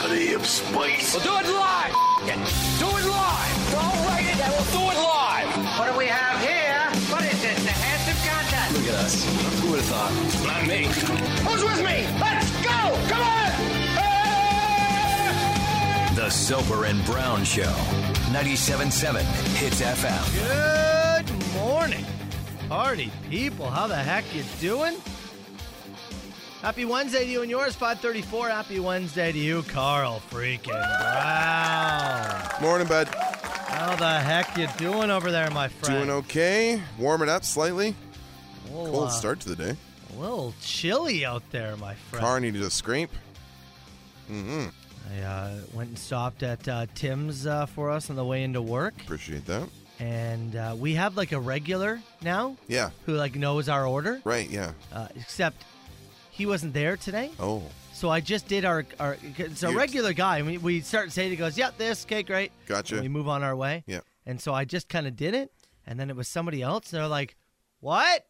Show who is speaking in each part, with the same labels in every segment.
Speaker 1: Bruce, please.
Speaker 2: We'll do it live. F- it. Do it live. Don't write it. I will do it live.
Speaker 3: What do we have here? What is this? The handsome contest.
Speaker 1: Look at us. Who would have thought? Not me.
Speaker 3: Who's with me? Let's go! Come on! Hey!
Speaker 1: The Soper and Brown Show. 97.7 Hits FM.
Speaker 4: Good morning, party people. How the heck you doing? Happy Wednesday to you and yours. 534. Happy Wednesday to you, Carl freaking Brown.
Speaker 5: Morning, bud.
Speaker 4: How the heck you doing over there, my friend?
Speaker 5: Doing okay. Warming up slightly.
Speaker 4: Little,
Speaker 5: Cold
Speaker 4: uh,
Speaker 5: start to the day.
Speaker 4: A little chilly out there, my friend.
Speaker 5: Car needed a scrape. Mm-hmm.
Speaker 4: I uh, went and stopped at uh, Tim's uh, for us on the way into work,
Speaker 5: Appreciate that.
Speaker 4: and uh, we have like a regular now
Speaker 5: Yeah.
Speaker 4: who like knows our order.
Speaker 5: Right. Yeah.
Speaker 4: Uh, except he wasn't there today.
Speaker 5: Oh.
Speaker 4: So I just did our, our it's a
Speaker 5: You-
Speaker 4: regular guy. and We, we start saying, he goes, yep, this, okay, great.
Speaker 5: Gotcha.
Speaker 4: And we move on our way.
Speaker 5: Yeah.
Speaker 4: And so I just kind of did it. And then it was somebody else. And they're like, what?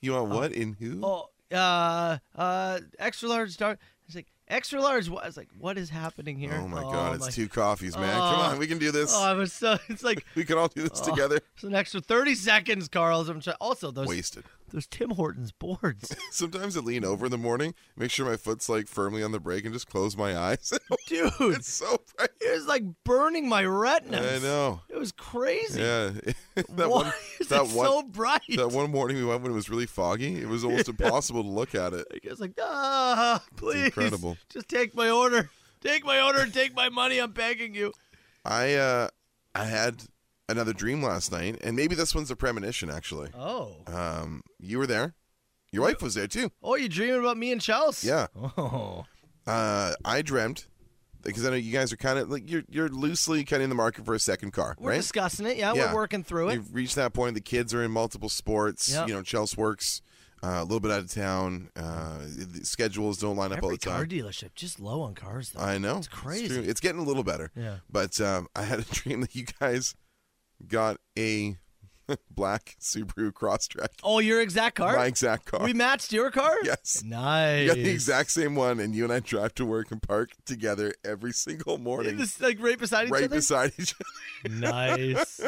Speaker 5: You want what in who?
Speaker 4: Oh, uh, uh, extra large dark. It's like, extra large. What? I was like, what is happening here?
Speaker 5: Oh my God! It's
Speaker 4: my-
Speaker 5: two coffees, man. Come
Speaker 4: Oh.
Speaker 5: on, we can do this.
Speaker 4: Oh, I was so, it's like,
Speaker 5: we can all do this
Speaker 4: Oh.
Speaker 5: together.
Speaker 4: it's an extra 30 seconds, Carl. as I'm trying. Also, those,
Speaker 5: Wasted.
Speaker 4: those Tim Hortons boards.
Speaker 5: Sometimes I lean over in the morning, make sure my foot's like firmly on the brake, and just close my eyes. Oh,
Speaker 4: Dude,
Speaker 5: it's so bright.
Speaker 4: it was like burning my retinas.
Speaker 5: I know.
Speaker 4: It was crazy.
Speaker 5: Yeah. that
Speaker 4: Why
Speaker 5: one.
Speaker 4: is
Speaker 5: That
Speaker 4: it
Speaker 5: one.
Speaker 4: so bright?
Speaker 5: that one morning we went when it was really foggy. It was almost impossible to look at it.
Speaker 4: I was like, ah, please.
Speaker 5: incredible.
Speaker 4: Just take my order. Take my order. Take my money. I'm begging you.
Speaker 5: I uh I had another dream last night, and maybe this one's a premonition actually.
Speaker 4: Oh.
Speaker 5: Um you were there. Your wife was there too.
Speaker 4: Oh, you're dreaming about me and Chels?
Speaker 5: Yeah.
Speaker 4: Oh.
Speaker 5: Uh I dreamt because I know you guys are kind of like you're you're loosely kind of in the market for a second car,
Speaker 4: We're
Speaker 5: right?
Speaker 4: discussing it. Yeah,
Speaker 5: Yeah.
Speaker 4: we're working through it.
Speaker 5: You've reached that point. The kids are in multiple sports.
Speaker 4: Yep.
Speaker 5: You know, Chelsea works uh, a little bit out of town. Uh, the schedules don't line up all
Speaker 4: Every
Speaker 5: the
Speaker 4: car
Speaker 5: time.
Speaker 4: dealership just low on cars though.
Speaker 5: I know.
Speaker 4: It's crazy.
Speaker 5: true. It's, getting a little better.
Speaker 4: Yeah.
Speaker 5: But um, I had a dream that you guys got a black Subaru Crosstrek.
Speaker 4: oh, your exact car?
Speaker 5: My exact car.
Speaker 4: We matched your car?
Speaker 5: Yes.
Speaker 4: Nice.
Speaker 5: You got the exact same one, and you and I drive to work and park together every single morning,
Speaker 4: Just, like right beside each
Speaker 5: right
Speaker 4: other.
Speaker 5: beside each other.
Speaker 4: nice.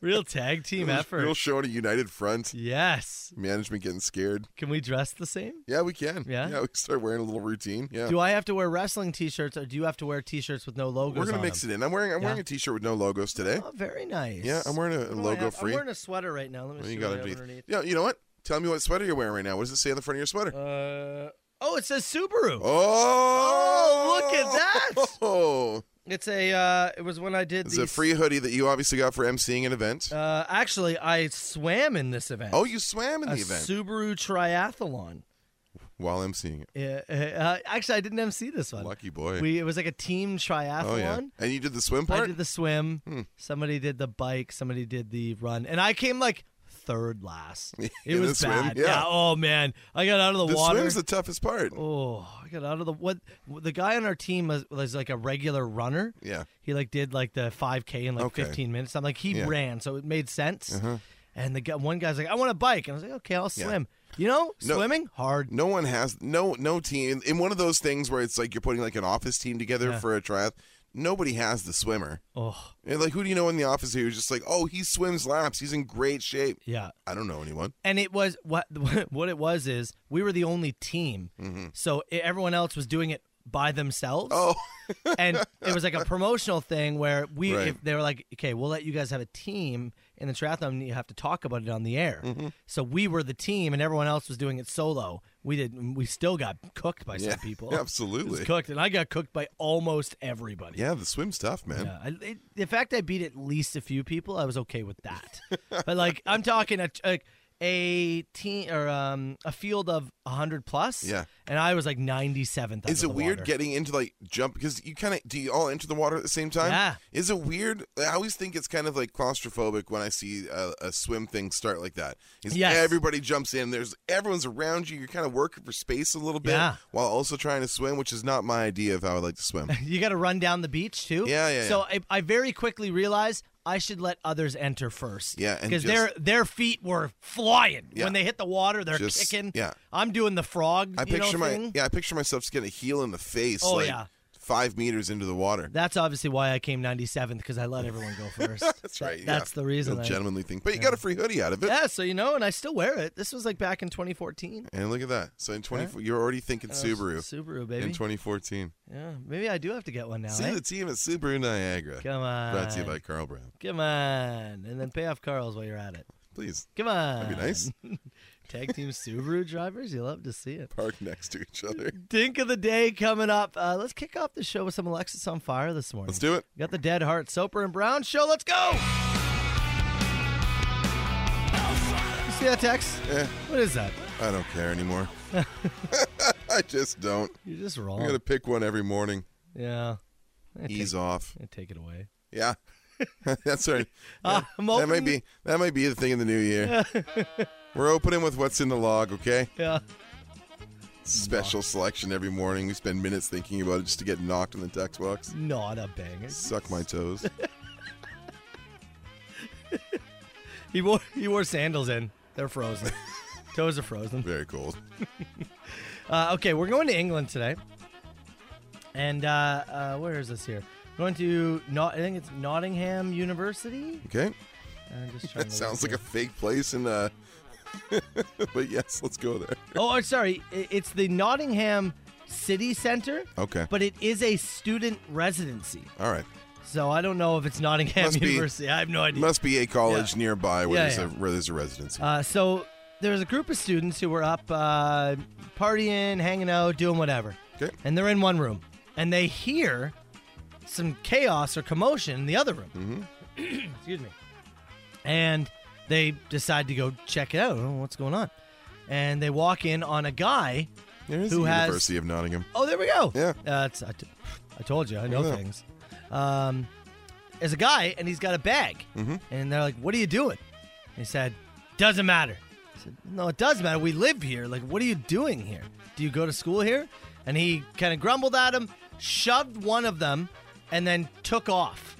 Speaker 4: Real tag team effort.
Speaker 5: Real showing a united front.
Speaker 4: yes.
Speaker 5: Management getting scared.
Speaker 4: Can we dress the same?
Speaker 5: Yeah, we can.
Speaker 4: Yeah?
Speaker 5: we start wearing a little routine. Yeah,
Speaker 4: Do I have to wear wrestling t-shirts or do you have to wear t-shirts with no logos
Speaker 5: we're gonna
Speaker 4: on
Speaker 5: mix
Speaker 4: them?
Speaker 5: it in. I'm wearing I'm
Speaker 4: Yeah.
Speaker 5: wearing a t-shirt with no logos today.
Speaker 4: Oh, very nice.
Speaker 5: Eh? Yeah, I'm wearing a
Speaker 4: What do I
Speaker 5: logo
Speaker 4: have?
Speaker 5: free.
Speaker 4: I'm wearing a sweater right now. Let me
Speaker 5: What
Speaker 4: see
Speaker 5: do you
Speaker 4: what
Speaker 5: got
Speaker 4: I have
Speaker 5: underneath?
Speaker 4: underneath.
Speaker 5: Yeah, you know what? Tell me what sweater you're wearing right now. What does it say on the front of your sweater?
Speaker 4: Uh, oh, it says Subaru.
Speaker 5: Oh,
Speaker 4: Oh, look at that!
Speaker 5: Oh,
Speaker 4: It's a. Uh, it was when I did
Speaker 5: it's
Speaker 4: the
Speaker 5: a free hoodie that you obviously got for emceeing an event.
Speaker 4: Uh, actually, I swam in this event.
Speaker 5: oh, you swam in
Speaker 4: a
Speaker 5: the event
Speaker 4: Subaru triathlon.
Speaker 5: while emceeing it.
Speaker 4: Uh, uh, uh, actually, I didn't MC this one.
Speaker 5: Lucky boy.
Speaker 4: We it was like a team triathlon.
Speaker 5: oh yeah, and you did the swim part. Hmm.
Speaker 4: I did the swim. Somebody did the bike. Somebody did the run, and I came like third last. It
Speaker 5: In
Speaker 4: was
Speaker 5: the swim?
Speaker 4: bad.
Speaker 5: Yeah.
Speaker 4: Oh man, I got out of the,
Speaker 5: the
Speaker 4: water.
Speaker 5: swim's the toughest part.
Speaker 4: Oh, I got out of the what? The guy on our team was, was like a regular runner.
Speaker 5: Yeah.
Speaker 4: he like did like the 5K in like
Speaker 5: Okay.
Speaker 4: 15 minutes. I'm like he
Speaker 5: Yeah. Uh-huh.
Speaker 4: ran, so it made sense. And the guy, one guy's like, I want a bike, and I was like, okay, I'll swim. You know,
Speaker 5: No.
Speaker 4: swimming hard.
Speaker 5: No one has no no team in, in one of those things where it's like you're putting like an office team together for a triath. Nobody has the swimmer.
Speaker 4: Oh
Speaker 5: And like, who do you know in the office who's just like, oh, he swims laps. He's in great shape.
Speaker 4: yeah.
Speaker 5: I don't know anyone.
Speaker 4: And it was what what it was is we were the only team, so i everyone else was doing it by themselves.
Speaker 5: Mm-hmm. Oh,
Speaker 4: and it was like a promotional thing where we
Speaker 5: Right.
Speaker 4: if they were like, okay, we'll let you guys have a team in the triathlon. and You have to talk about it on the air.
Speaker 5: Mm-hmm.
Speaker 4: So we were the team, and everyone else was doing it solo. We did. We still got cooked by
Speaker 5: Yeah,
Speaker 4: some people. It was
Speaker 5: absolutely.
Speaker 4: cooked, and I got cooked by almost everybody.
Speaker 5: yeah, the swim's tough, man.
Speaker 4: Yeah, I, it, the fact I beat at least a few people, I was okay with that. but like, I'm talking a, a a team or um a field of 100 plus.
Speaker 5: Yeah.
Speaker 4: and I was like 97th.
Speaker 5: Is
Speaker 4: under
Speaker 5: it
Speaker 4: the
Speaker 5: weird
Speaker 4: water.
Speaker 5: getting into like jump because you kind of do you all enter the water at the same time?
Speaker 4: Yeah.
Speaker 5: Is it weird? I always think it's kind of like claustrophobic when I see a, a swim thing start like that. Is
Speaker 4: Yes.
Speaker 5: everybody jumps in? There's everyone's around you. You're kind of working for space a little bit
Speaker 4: Yeah.
Speaker 5: while also trying to swim, which is not my idea of how I like to swim.
Speaker 4: You got to run down the beach too.
Speaker 5: Yeah, yeah,
Speaker 4: So I, I very quickly realized I should let others enter first.
Speaker 5: Yeah, and
Speaker 4: because
Speaker 5: just-
Speaker 4: their their feet were flying
Speaker 5: Yeah.
Speaker 4: when they hit the water. They're
Speaker 5: Just-
Speaker 4: kicking.
Speaker 5: yeah.
Speaker 4: I'm doing the frog.
Speaker 5: I
Speaker 4: you know,
Speaker 5: picture my
Speaker 4: thing.
Speaker 5: yeah, I picture myself just getting a heel in the face.
Speaker 4: Oh,
Speaker 5: like,
Speaker 4: yeah.
Speaker 5: five meters into the water.
Speaker 4: That's obviously why I came 97th because I let everyone go first.
Speaker 5: That's right.
Speaker 4: That's the reason.
Speaker 5: Little
Speaker 4: I-
Speaker 5: gentlemanly thing. But you got a free hoodie out of it.
Speaker 4: yeah, so you know, and I still wear it. This was like back in 2014.
Speaker 5: And look at that. So in 24, you're already
Speaker 4: Uh,
Speaker 5: thinking Subaru
Speaker 4: Subaru,
Speaker 5: in
Speaker 4: baby.
Speaker 5: 2014.
Speaker 4: yeah, maybe I do have to get one now.
Speaker 5: See
Speaker 4: eh?
Speaker 5: the team at Subaru Niagara.
Speaker 4: Come on.
Speaker 5: Brought to you by Carl Brown.
Speaker 4: Come on. And then pay off Carl's while you're at it.
Speaker 5: Please
Speaker 4: Come on.
Speaker 5: be nice.
Speaker 4: Tag team Subaru drivers. You love to see it.
Speaker 5: park next to each other.
Speaker 4: Dink of the day coming up. Uh, let's kick off the show with some Alexis on fire this morning.
Speaker 5: Let's do it.
Speaker 4: Got the Dead Heart Soper and Brown show. Let's go. You see that text?
Speaker 5: Eh,
Speaker 4: What is that?
Speaker 5: I don't care anymore. I just don't.
Speaker 4: You're just wrong.
Speaker 5: I'm gonna pick one every morning.
Speaker 4: Yeah. I take,
Speaker 5: Ease off.
Speaker 4: I take it away.
Speaker 5: Yeah. That's right.
Speaker 4: Uh, I'm
Speaker 5: That might
Speaker 4: open-
Speaker 5: be that might be the thing in the new year. We're opening with what's in the log, okay?
Speaker 4: Yeah.
Speaker 5: Special selection every morning. We spend minutes thinking about it just to get knocked in the text box.
Speaker 4: Not a banger.
Speaker 5: Suck my toes.
Speaker 4: He wore he wore sandals in. They're frozen. Toes are frozen.
Speaker 5: Very cold.
Speaker 4: Uh, okay, we're going to England today, and uh, uh, where is this here? We're going to not I think it's Nottingham University.
Speaker 5: Okay.
Speaker 4: I'm just trying
Speaker 5: That
Speaker 4: to
Speaker 5: sounds
Speaker 4: look
Speaker 5: like a fake place in uh But yes, let's go there.
Speaker 4: here. oh, I'm sorry. I- It's the Nottingham City Centre.
Speaker 5: Okay.
Speaker 4: But it is a student residency,
Speaker 5: All right. so
Speaker 4: so I don't know if it's Nottingham
Speaker 5: Must be-
Speaker 4: University. I have no idea.
Speaker 5: Must be a college nearby where
Speaker 4: Yeah,
Speaker 5: there's
Speaker 4: yeah.
Speaker 5: a where there's a residency.
Speaker 4: Uh, so there was a group of students who were up uh, partying, hanging out, doing whatever.
Speaker 5: Okay.
Speaker 4: And they're in one room, and they hear some chaos or commotion in the other room. Mm-hmm. Excuse me. And they decide to go check it out. Oh, what's going on? And they walk in on a guy.
Speaker 5: there is
Speaker 4: who
Speaker 5: the
Speaker 4: has-
Speaker 5: University of Nottingham.
Speaker 4: Oh, there we go.
Speaker 5: Yeah.
Speaker 4: Uh, it's, I, t- I told you, I know
Speaker 5: Yeah.
Speaker 4: things. Um, there's a guy, and he's got a bag.
Speaker 5: Mm-hmm.
Speaker 4: And they're like, What are you doing? And he said, Doesn't matter. I said, No, it does matter. We live here. Like, what are you doing here? Do you go to school here? And he kind of grumbled at him, shoved one of them, and then took off.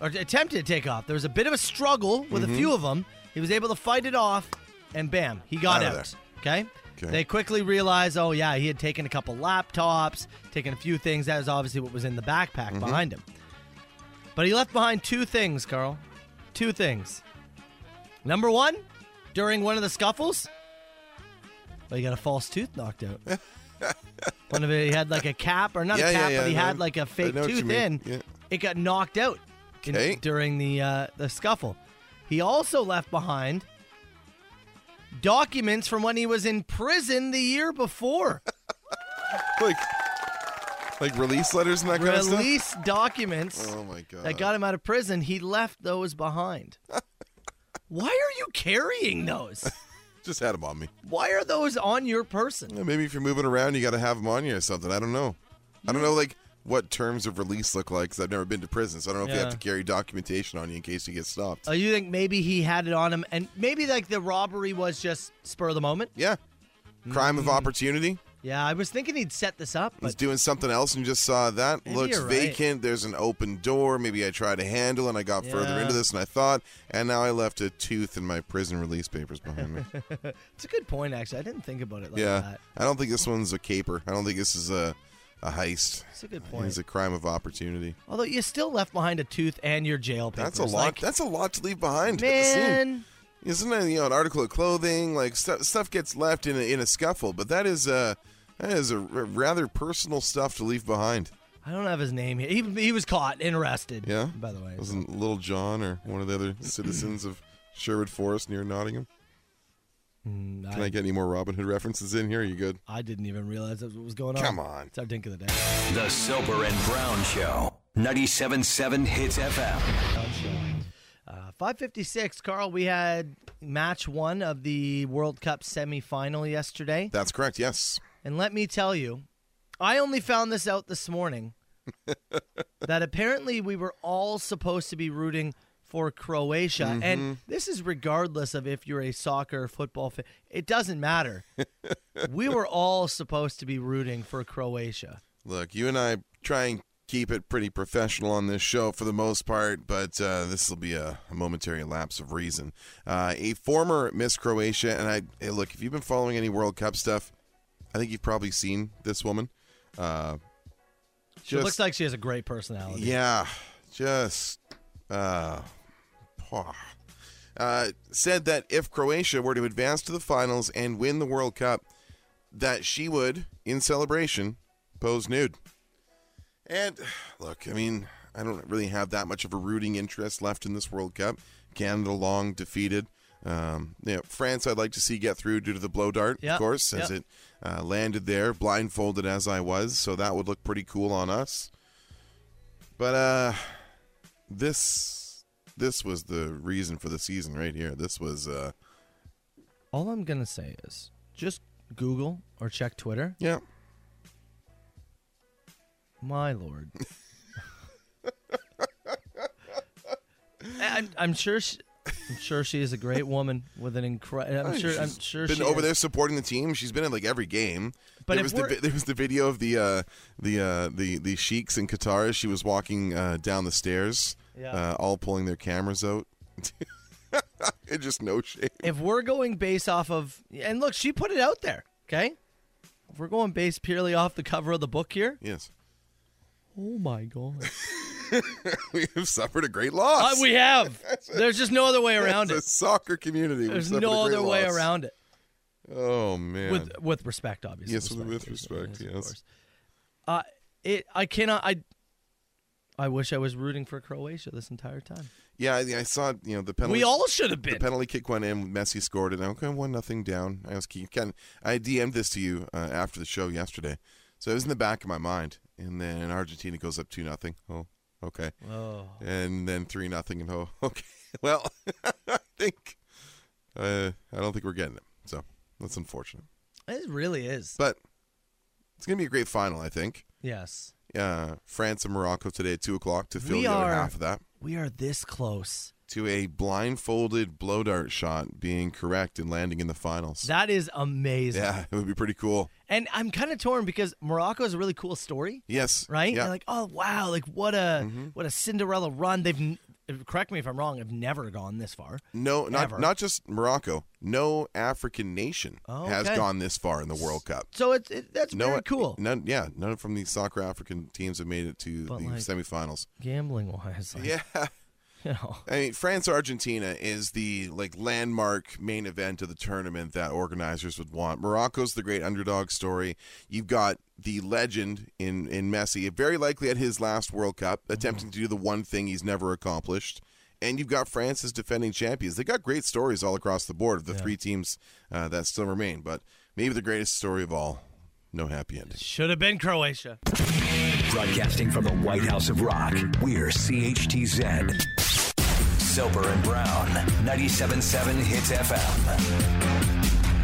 Speaker 4: Or attempted to take off. There was a bit of a struggle with
Speaker 5: Mm-hmm.
Speaker 4: a few of them. He was able to fight it off, and bam, he got
Speaker 5: Outta
Speaker 4: out. Okay?
Speaker 5: Okay.
Speaker 4: They quickly realized, oh, yeah, he had taken a couple laptops, taken a few things. That is obviously what was in the backpack
Speaker 5: Mm-hmm.
Speaker 4: behind him. But he left behind two things, Carl. Two things. Number one, during one of the scuffles, well, he got a false tooth knocked out. one of it, he had like a cap, or not
Speaker 5: Yeah,
Speaker 4: a
Speaker 5: yeah,
Speaker 4: cap,
Speaker 5: yeah,
Speaker 4: but he
Speaker 5: I know.
Speaker 4: had like
Speaker 5: I
Speaker 4: a fake
Speaker 5: know what you
Speaker 4: tooth
Speaker 5: mean.
Speaker 4: in.
Speaker 5: Yeah.
Speaker 4: It got knocked out in-
Speaker 5: Okay.
Speaker 4: during the uh, the scuffle. He also left behind documents from when he was in prison the year before.
Speaker 5: Like like release letters and that kind of stuff.
Speaker 4: Release documents.
Speaker 5: Oh my god.
Speaker 4: that got him out of prison, he left those behind. Why are you carrying those?
Speaker 5: Just had them on me.
Speaker 4: Why are those on your person?
Speaker 5: Yeah, maybe if you're moving around, you got to have them on you or something. I don't know. I don't know like what terms of release look like because I've never been to prison, so I don't know if you
Speaker 4: Yeah.
Speaker 5: have to carry documentation on you in case you get stopped.
Speaker 4: Oh, you think maybe he had it on him, and maybe like the robbery was just spur of the moment?
Speaker 5: yeah, crime
Speaker 4: Mm-hmm.
Speaker 5: of opportunity.
Speaker 4: Yeah, I was thinking he'd set this up,
Speaker 5: He's
Speaker 4: but
Speaker 5: doing something else and you just saw that
Speaker 4: Maybe
Speaker 5: looks
Speaker 4: you're right.
Speaker 5: vacant. There's an open door. Maybe I tried to handle and I got further
Speaker 4: Yeah.
Speaker 5: into this and I thought, and now I left a tooth in my prison release papers behind me.
Speaker 4: it's a good point actually. I didn't think about it like
Speaker 5: yeah,
Speaker 4: that.
Speaker 5: I don't think this one's a caper. I don't think this is a a heist.
Speaker 4: It's a good
Speaker 5: I think
Speaker 4: point.
Speaker 5: It's a crime of opportunity.
Speaker 4: Although you still left behind a tooth and your jail papers.
Speaker 5: That's a lot.
Speaker 4: Like,
Speaker 5: that's a lot to leave behind. at the scene.
Speaker 4: man.
Speaker 5: Yeah, sometimes you know an article of clothing, like stuff stuff gets left in a, in a scuffle, but that is uh that is a r- rather personal stuff to leave behind.
Speaker 4: I don't have his name here. He, he was caught and arrested.
Speaker 5: Yeah,
Speaker 4: By the way,
Speaker 5: wasn't Little John or one of the other citizens of Sherwood Forest near Nottingham?
Speaker 4: Mm,
Speaker 5: Can I,
Speaker 4: I,
Speaker 5: get any more Robin Hood references in here? Are you good?
Speaker 4: I didn't even realize that was what was going on.
Speaker 5: Come on.
Speaker 4: It's our dink of the day.
Speaker 1: The Soper and Brown Show. 97.7 Hits FM.
Speaker 4: Uh, 556, Carl, we had match one of the World Cup semifinal yesterday.
Speaker 5: That's correct. Yes.
Speaker 4: And let me tell you, I only found this out this morning that apparently we were all supposed to be rooting for Croatia. And this is regardless of if you're a soccer or football fan, it doesn't matter. we were all supposed to be rooting for Croatia.
Speaker 5: Look, you and I try and keep it pretty professional on this show for the most part, but uh, this will be a, a momentary lapse of reason. Uh, a former Miss Croatia, and I hey, look if you've been following any World Cup stuff, I think you've probably seen this woman. Uh,
Speaker 4: She looks like she has a great personality.
Speaker 5: Yeah, just uh, pah. uh, said that if Croatia were to advance to the finals and win the World Cup, that she would, in celebration, pose nude. And look, I mean, I don't really have that much of a rooting interest left in this World Cup. Canada long defeated. Um, you know, France, I'd like to see get through due to the blow dart,
Speaker 4: Yeah,
Speaker 5: of course, as
Speaker 4: yeah.
Speaker 5: it uh, landed there, blindfolded as I was. So that would look pretty cool on us. But uh this this was the reason for the season right here. This was uh
Speaker 4: All I'm gonna say is just Google or check Twitter.
Speaker 5: yeah.
Speaker 4: My lord. I- I'm, I'm sure. She, I'm sure she is a great woman with an incredible. I'm sure. I'm
Speaker 5: She's
Speaker 4: sure
Speaker 5: been
Speaker 4: she
Speaker 5: over
Speaker 4: is.
Speaker 5: there supporting the team. She's been in like every game.
Speaker 4: But
Speaker 5: there
Speaker 4: if
Speaker 5: was the
Speaker 4: we're-
Speaker 5: vi- there was the video of the uh the uh the the sheiks in Qatar as she was walking uh down the stairs.
Speaker 4: Yeah.
Speaker 5: Uh all pulling their cameras out. it just no shame.
Speaker 4: if we're going base off of and look, she put it out there, okay? If we're going based purely off the cover of the book here,
Speaker 5: Yes.
Speaker 4: oh my god,
Speaker 5: We have suffered a great loss.
Speaker 4: Uh, we have. There's just no other way around
Speaker 5: the
Speaker 4: it.
Speaker 5: soccer community. we've
Speaker 4: There's
Speaker 5: suffered a
Speaker 4: no
Speaker 5: great
Speaker 4: other way
Speaker 5: loss.
Speaker 4: around it.
Speaker 5: Oh man.
Speaker 4: With with respect, obviously.
Speaker 5: Yes, with- with
Speaker 4: is-
Speaker 5: respect,
Speaker 4: of
Speaker 5: yes.
Speaker 4: course. Uh, it. I cannot. I. I wish I was rooting for Croatia this entire time.
Speaker 5: yeah, I, I saw you know the penalty.
Speaker 4: We all should have been.
Speaker 5: The penalty kick went in. Messi scored it. I'm going one nothing down. I was keep- Ken. I DM'd this to you uh, after the show yesterday, so it was in the back of my mind. And then Argentina goes up two nothing. Oh, okay.
Speaker 4: Oh.
Speaker 5: And then three nothing. And oh, okay. Well, I think uh, I don't think we're getting it. So that's unfortunate.
Speaker 4: It really is.
Speaker 5: But it's gonna be a great final. I think.
Speaker 4: yes.
Speaker 5: Uh, France and Morocco today at two o'clock to fill
Speaker 4: We
Speaker 5: the other
Speaker 4: are-
Speaker 5: half of that.
Speaker 4: We are this close.
Speaker 5: To a blindfolded blow dart shot being correct and landing in the finals.
Speaker 4: That is amazing.
Speaker 5: Yeah, it would be pretty cool.
Speaker 4: And I'm kind of torn because Morocco is a really cool story,
Speaker 5: Yes.
Speaker 4: right?
Speaker 5: Yeah. Mm-hmm.
Speaker 4: And like, oh wow, like what a what a Cinderella run. They've n- correct me if I'm wrong. I've never gone this far.
Speaker 5: no, not
Speaker 4: ever.
Speaker 5: not just Morocco. No African nation
Speaker 4: Oh,
Speaker 5: has
Speaker 4: okay.
Speaker 5: gone this far in the World Cup.
Speaker 4: So it's it, that's
Speaker 5: No, e
Speaker 4: very cool.
Speaker 5: None, yeah, none from the soccer African teams have made it to
Speaker 4: But,
Speaker 5: the
Speaker 4: like-
Speaker 5: semifinals.
Speaker 4: Gambling wise, like,
Speaker 5: Yeah,
Speaker 4: you know,
Speaker 5: I mean France Argentina is the like landmark main event of the tournament that organizers would want. Morocco's the great underdog story. You've got the legend in in Messi, very likely at his last World Cup, attempting to do the one thing he's never accomplished. And you've got France as defending champions. They got great stories all across the board of the three teams uh, that still remain, but maybe the greatest story of all, no happy ending.
Speaker 4: should have been Croatia.
Speaker 1: Broadcasting from the White House of Rock, we're CHTZ. Soper and Brown, 97.7 Hits FM.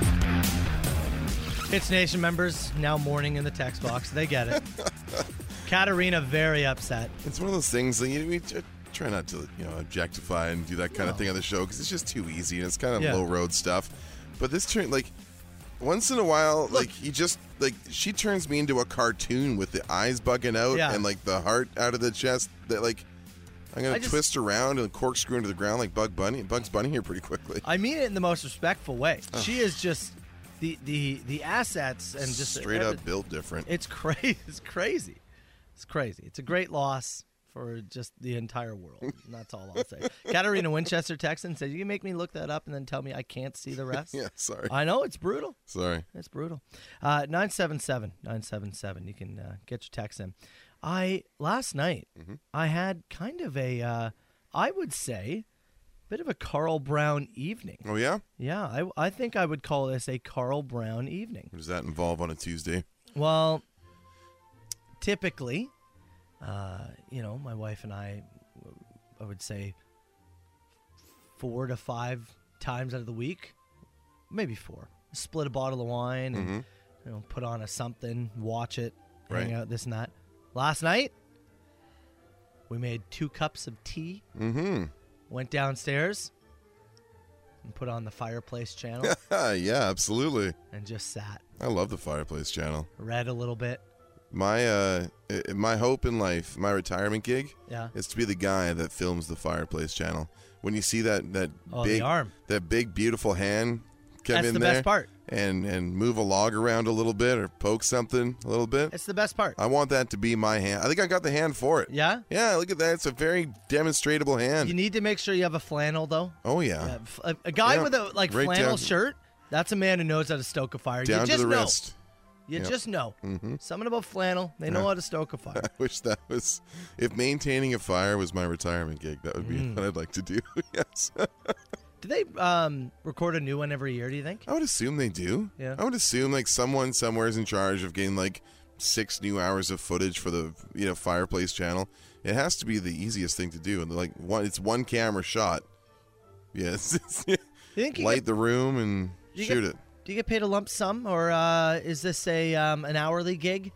Speaker 4: It's Nation members now mourning in the text box. They get it. Katarina very upset.
Speaker 5: It's one of those things that you, we t- try not to, you know, objectify and do that kind of thing on the show because it's just too easy and it's kind of
Speaker 4: Yeah.
Speaker 5: low road stuff. But this turn, like, once in a while, like you just like she turns me into a cartoon with the eyes bugging out
Speaker 4: Yeah.
Speaker 5: and like the heart out of the chest. That like I'm
Speaker 4: I
Speaker 5: gonna
Speaker 4: just-
Speaker 5: twist around and corkscrew into the ground like Bug Bunny, Bugs Bunny here pretty quickly.
Speaker 4: I mean it in the most respectful way. She is just the the the assets and just
Speaker 5: straight up
Speaker 4: every-
Speaker 5: built different.
Speaker 4: It's crazy. It's crazy. It's crazy. It's a great loss for just the entire world. And that's all I'll say. Katarina Winchester Texan says, "You can make me look that up and then tell me I can't see the rest."
Speaker 5: yeah, sorry,
Speaker 4: I know it's brutal.
Speaker 5: sorry.
Speaker 4: It's brutal. Uh, 977 977. You can uh, get your text in. I last night I had kind of a uh, I would say bit of a Carl Brown evening.
Speaker 5: Oh yeah,
Speaker 4: Yeah, I, I think I would call this a Carl Brown evening.
Speaker 5: what does that involve on a Tuesday?
Speaker 4: Well, typically, uh, you know, my wife and I, I would say four to five times out of the week, maybe four, split a bottle of wine and, you know, put on a something, watch it, hang
Speaker 5: Mm-hmm. Right.
Speaker 4: out, this and that. Last night, we made two cups of tea,
Speaker 5: Mm-hmm.
Speaker 4: went downstairs, and put on the fireplace channel
Speaker 5: yeah, absolutely.
Speaker 4: and just sat,
Speaker 5: I love the fireplace channel.
Speaker 4: read a little bit.
Speaker 5: My uh, i- my hope in life, my retirement gig,
Speaker 4: Yeah.
Speaker 5: is to be the guy that films the fireplace channel. When you see that that
Speaker 4: Oh, the
Speaker 5: big
Speaker 4: arm.
Speaker 5: that big beautiful hand come
Speaker 4: That's
Speaker 5: in
Speaker 4: the
Speaker 5: there,
Speaker 4: best part.
Speaker 5: and and move a log around a little bit or poke something a little bit.
Speaker 4: It's the best part.
Speaker 5: I want that to be my hand. I think I got the hand for it.
Speaker 4: Yeah?
Speaker 5: Yeah, look at that. It's a very demonstrable hand.
Speaker 4: You need to make sure you have a flannel though.
Speaker 5: oh yeah.
Speaker 4: Yeah, f- A, a guy
Speaker 5: Yeah,
Speaker 4: with a like
Speaker 5: right
Speaker 4: flannel
Speaker 5: down-
Speaker 4: shirt, that's a man who knows how to stoke a fire. you
Speaker 5: Down to
Speaker 4: just
Speaker 5: the
Speaker 4: know.
Speaker 5: wrist. Mm-hmm.
Speaker 4: You just know. Something about flannel, they know how to stoke a fire.
Speaker 5: I wish that was if maintaining a fire was my retirement gig, that would be
Speaker 4: Mm.
Speaker 5: what I'd like to do. yes.
Speaker 4: Do they um, record a new one every year, do you think?
Speaker 5: I would assume they do.
Speaker 4: Yeah.
Speaker 5: I would assume like someone somewhere is in charge of getting like six new hours of footage for the you know fireplace channel. It has to be the easiest thing to do, and like one, it's one camera shot. Yes,
Speaker 4: Do you think you
Speaker 5: light
Speaker 4: get,
Speaker 5: the room and
Speaker 4: you
Speaker 5: shoot
Speaker 4: get-
Speaker 5: it.
Speaker 4: do you get paid a lump sum or uh, is this a um, an hourly gig?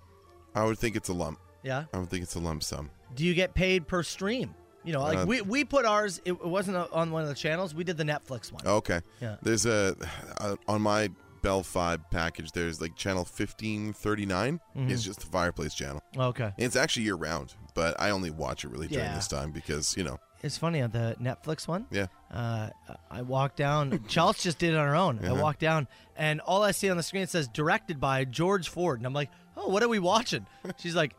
Speaker 5: I would think it's a lump.
Speaker 4: Yeah.
Speaker 5: I would think it's a lump sum.
Speaker 4: Do you get paid per stream? You know, like
Speaker 5: Uh,
Speaker 4: we, we put ours. It it wasn't on one of the channels. We did the Netflix one.
Speaker 5: Okay.
Speaker 4: Yeah.
Speaker 5: There's a uh, on my Bell Five package. There's like channel fifteen thirty nine.
Speaker 4: Mm-hmm.
Speaker 5: It's just the fireplace channel.
Speaker 4: Okay.
Speaker 5: And it's actually year round, but I only watch it really during
Speaker 4: Yeah.
Speaker 5: this time because you know.
Speaker 4: It's funny on the Netflix one.
Speaker 5: Yeah.
Speaker 4: Uh, I walked down. Chelsea just did it on her own.
Speaker 5: Uh-huh.
Speaker 4: I walked down, and all I see on the screen says directed by George Ford, and I'm like, oh, what are we watching? She's like.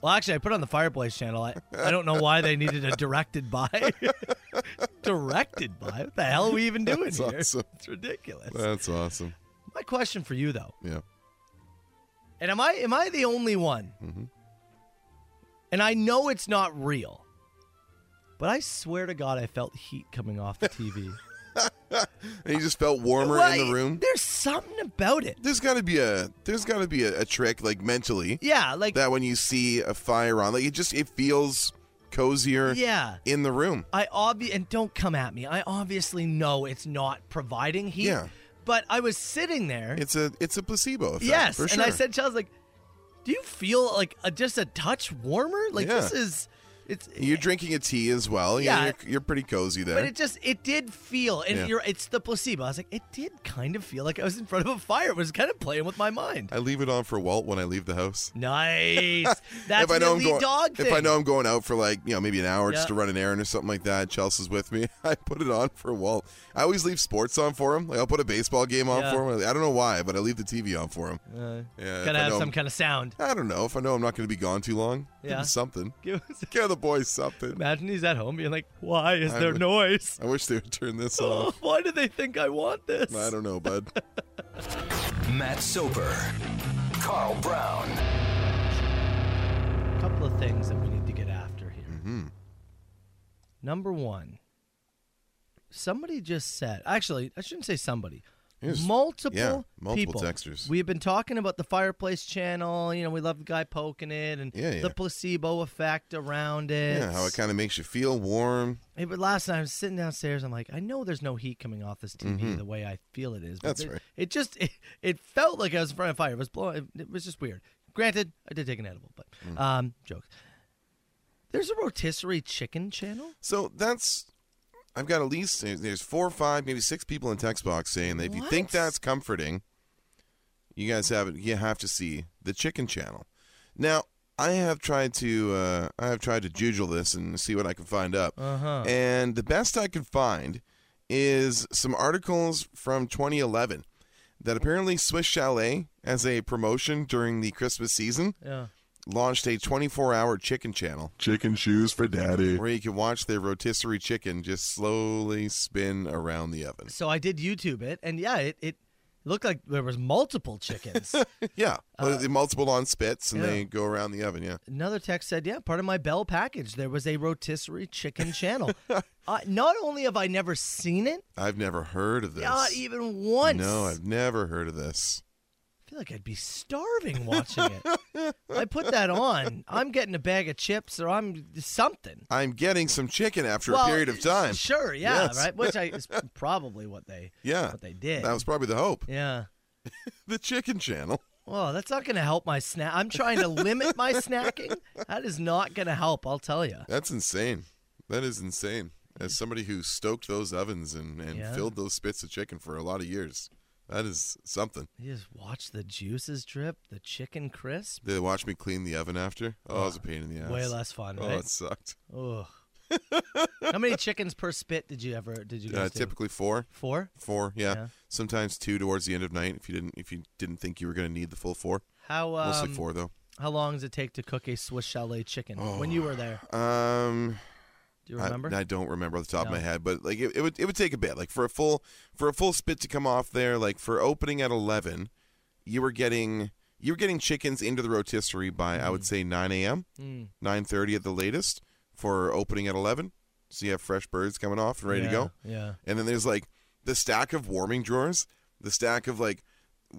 Speaker 4: Well, actually, I put on the Fireplace channel. I, I don't know why they needed a directed by. directed by? What the hell are we even doing
Speaker 5: That's
Speaker 4: here?
Speaker 5: awesome.
Speaker 4: It's ridiculous.
Speaker 5: That's awesome.
Speaker 4: My question for you, though,
Speaker 5: Yeah.
Speaker 4: And am I am I the only one?
Speaker 5: Mm-hmm.
Speaker 4: And I know it's not real, but I swear to God, I felt heat coming off the TV.
Speaker 5: And you just felt warmer in the
Speaker 4: Like,
Speaker 5: room.
Speaker 4: There's something about it.
Speaker 5: There's got to be a there's got to be a, a trick like mentally
Speaker 4: Yeah, like
Speaker 5: that when you see a fire on, like it just it feels cozier
Speaker 4: yeah.
Speaker 5: in the room.
Speaker 4: I obvi and don't come at me. I obviously know it's not providing heat.
Speaker 5: Yeah.
Speaker 4: But I was sitting there.
Speaker 5: It's a it's a placebo effect.
Speaker 4: yes,
Speaker 5: for
Speaker 4: and I
Speaker 5: sure.
Speaker 4: said, "Chelsea, like, do you feel like a, just a touch warmer? Like
Speaker 5: Yeah.
Speaker 4: this is." It's,
Speaker 5: you're drinking a tea as well.
Speaker 4: Yeah.
Speaker 5: Yeah, you're, you're pretty cozy there.
Speaker 4: But it just it did feel and
Speaker 5: Yeah.
Speaker 4: you're it's the placebo. I was like, it did kind of feel like I was in front of a fire. It was kind of playing with my mind.
Speaker 5: I leave it on for Walt when I leave the house.
Speaker 4: Nice. That's
Speaker 5: if I
Speaker 4: an
Speaker 5: know I'm
Speaker 4: elite
Speaker 5: going,
Speaker 4: dog
Speaker 5: if
Speaker 4: thing.
Speaker 5: I know I'm going out for like you know maybe an hour
Speaker 4: Yeah.
Speaker 5: just to run an errand or something like that, Chelsea's with me. I put it on for Walt. I always leave sports on for him. Like I'll put a baseball game on
Speaker 4: Yeah.
Speaker 5: for him. I don't know why, but I leave the TV on for him. yeah, if I
Speaker 4: gotta have
Speaker 5: know
Speaker 4: some
Speaker 5: I'm-
Speaker 4: kind of sound.
Speaker 5: I don't know if I know I'm not going to be gone too long. give
Speaker 4: Yeah.
Speaker 5: him something.
Speaker 4: Give us-
Speaker 5: Give the boys something.
Speaker 4: Imagine he's at home being like, "Why is
Speaker 5: I
Speaker 4: there
Speaker 5: would-
Speaker 4: noise?
Speaker 5: I wish they would turn this
Speaker 4: Oh,
Speaker 5: off.
Speaker 4: why do they think I want this?"
Speaker 5: I don't know, bud.
Speaker 1: Matt Soper, Carl Brown,
Speaker 4: A couple of things that we need to get after here.
Speaker 5: Mm-hmm.
Speaker 4: Number one, somebody just said. Actually, I shouldn't say somebody.
Speaker 5: Yes.
Speaker 4: Multiple,
Speaker 5: Yeah, multiple
Speaker 4: people.
Speaker 5: texters.
Speaker 4: We've been talking about the fireplace channel. You know, we love the guy poking it and
Speaker 5: Yeah, yeah.
Speaker 4: the placebo effect around it.
Speaker 5: yeah, how it kind of makes you feel warm.
Speaker 4: Hey, but last night I was sitting downstairs. I'm like, I know there's no heat coming off this TV the way I feel it is. But
Speaker 5: Mm-hmm. That's
Speaker 4: it,
Speaker 5: right.
Speaker 4: It just it, it felt like I was in front of fire. It was blowing. It, was just weird. Granted, I did take an edible, but
Speaker 5: Mm.
Speaker 4: um, jokes. There's a rotisserie chicken channel.
Speaker 5: So that's I've got at least there's four, five, maybe six people in text box saying that if you think
Speaker 4: What?
Speaker 5: that's comforting, you guys have You have to see the chicken channel. Now I have tried to uh, I have tried to jujule this and see what I can find up. Uh-huh. And the best I could find is some articles from 2011 that apparently Swiss Chalet, as a promotion during the Christmas season,
Speaker 4: Yeah.
Speaker 5: launched a 24-hour chicken channel
Speaker 6: Chicken shoes for daddy.
Speaker 5: where you can watch their rotisserie chicken just slowly spin around the oven.
Speaker 4: So I did YouTube it, and yeah, it it looked like there was multiple chickens.
Speaker 5: Yeah, Well, the multiple on spits and
Speaker 4: Uh, yeah.
Speaker 5: they go around the oven. Yeah,
Speaker 4: Another text said, "Yeah, part of my Bell package. There was a rotisserie chicken channel. uh, not only have I never seen it,
Speaker 5: I've never heard of this.
Speaker 4: not even once.
Speaker 5: No, I've never heard of this.
Speaker 4: I feel like I'd be starving watching it. I put that on. I'm getting a bag of chips or I'm something.
Speaker 5: I'm getting some chicken after
Speaker 4: Well,
Speaker 5: a period of time.
Speaker 4: Sure, yeah,
Speaker 5: Yes.
Speaker 4: right. Which I is probably what they
Speaker 5: Yeah,
Speaker 4: what they did.
Speaker 5: that was probably the hope.
Speaker 4: yeah.
Speaker 5: The chicken channel.
Speaker 4: Well, that's not going to help my snack. I'm trying to limit my snacking. That is not going to help. I'll tell you.
Speaker 5: That's insane. That is insane. As somebody who stoked those ovens and, and
Speaker 4: Yeah.
Speaker 5: filled those spits of chicken for a lot of years, that is something.
Speaker 4: You just watch the juices drip, the chicken crisp.
Speaker 5: They watched me clean the oven after. Oh, it was a pain in the ass.
Speaker 4: Way less fun,
Speaker 5: Oh,
Speaker 4: right?
Speaker 5: it sucked.
Speaker 4: Ugh. How many chickens per spit did you ever did you guys
Speaker 5: Uh,
Speaker 4: do?
Speaker 5: typically four,
Speaker 4: Four.
Speaker 5: four, yeah.
Speaker 4: Yeah.
Speaker 5: Sometimes two towards the end of night if you didn't if you didn't think you were going to need the full four.
Speaker 4: How um,
Speaker 5: Mostly four though.
Speaker 4: How long does it take to cook a Swiss chalet chicken? When you were there,
Speaker 5: Um,
Speaker 4: do you
Speaker 5: Oh, I-
Speaker 4: remember?
Speaker 5: I, don't remember off the top of my
Speaker 4: No.
Speaker 5: head, but like it, it would it would take a bit. Like for a full for a full spit to come off there, like for opening at eleven, you were getting you were getting chickens into the rotisserie by
Speaker 4: Mm.
Speaker 5: I would say nine a.m. nine thirty at the latest for opening at eleven. So you have fresh birds coming off and ready
Speaker 4: yeah,
Speaker 5: to go.
Speaker 4: Yeah.
Speaker 5: And then there's like the stack of warming drawers, the stack of like,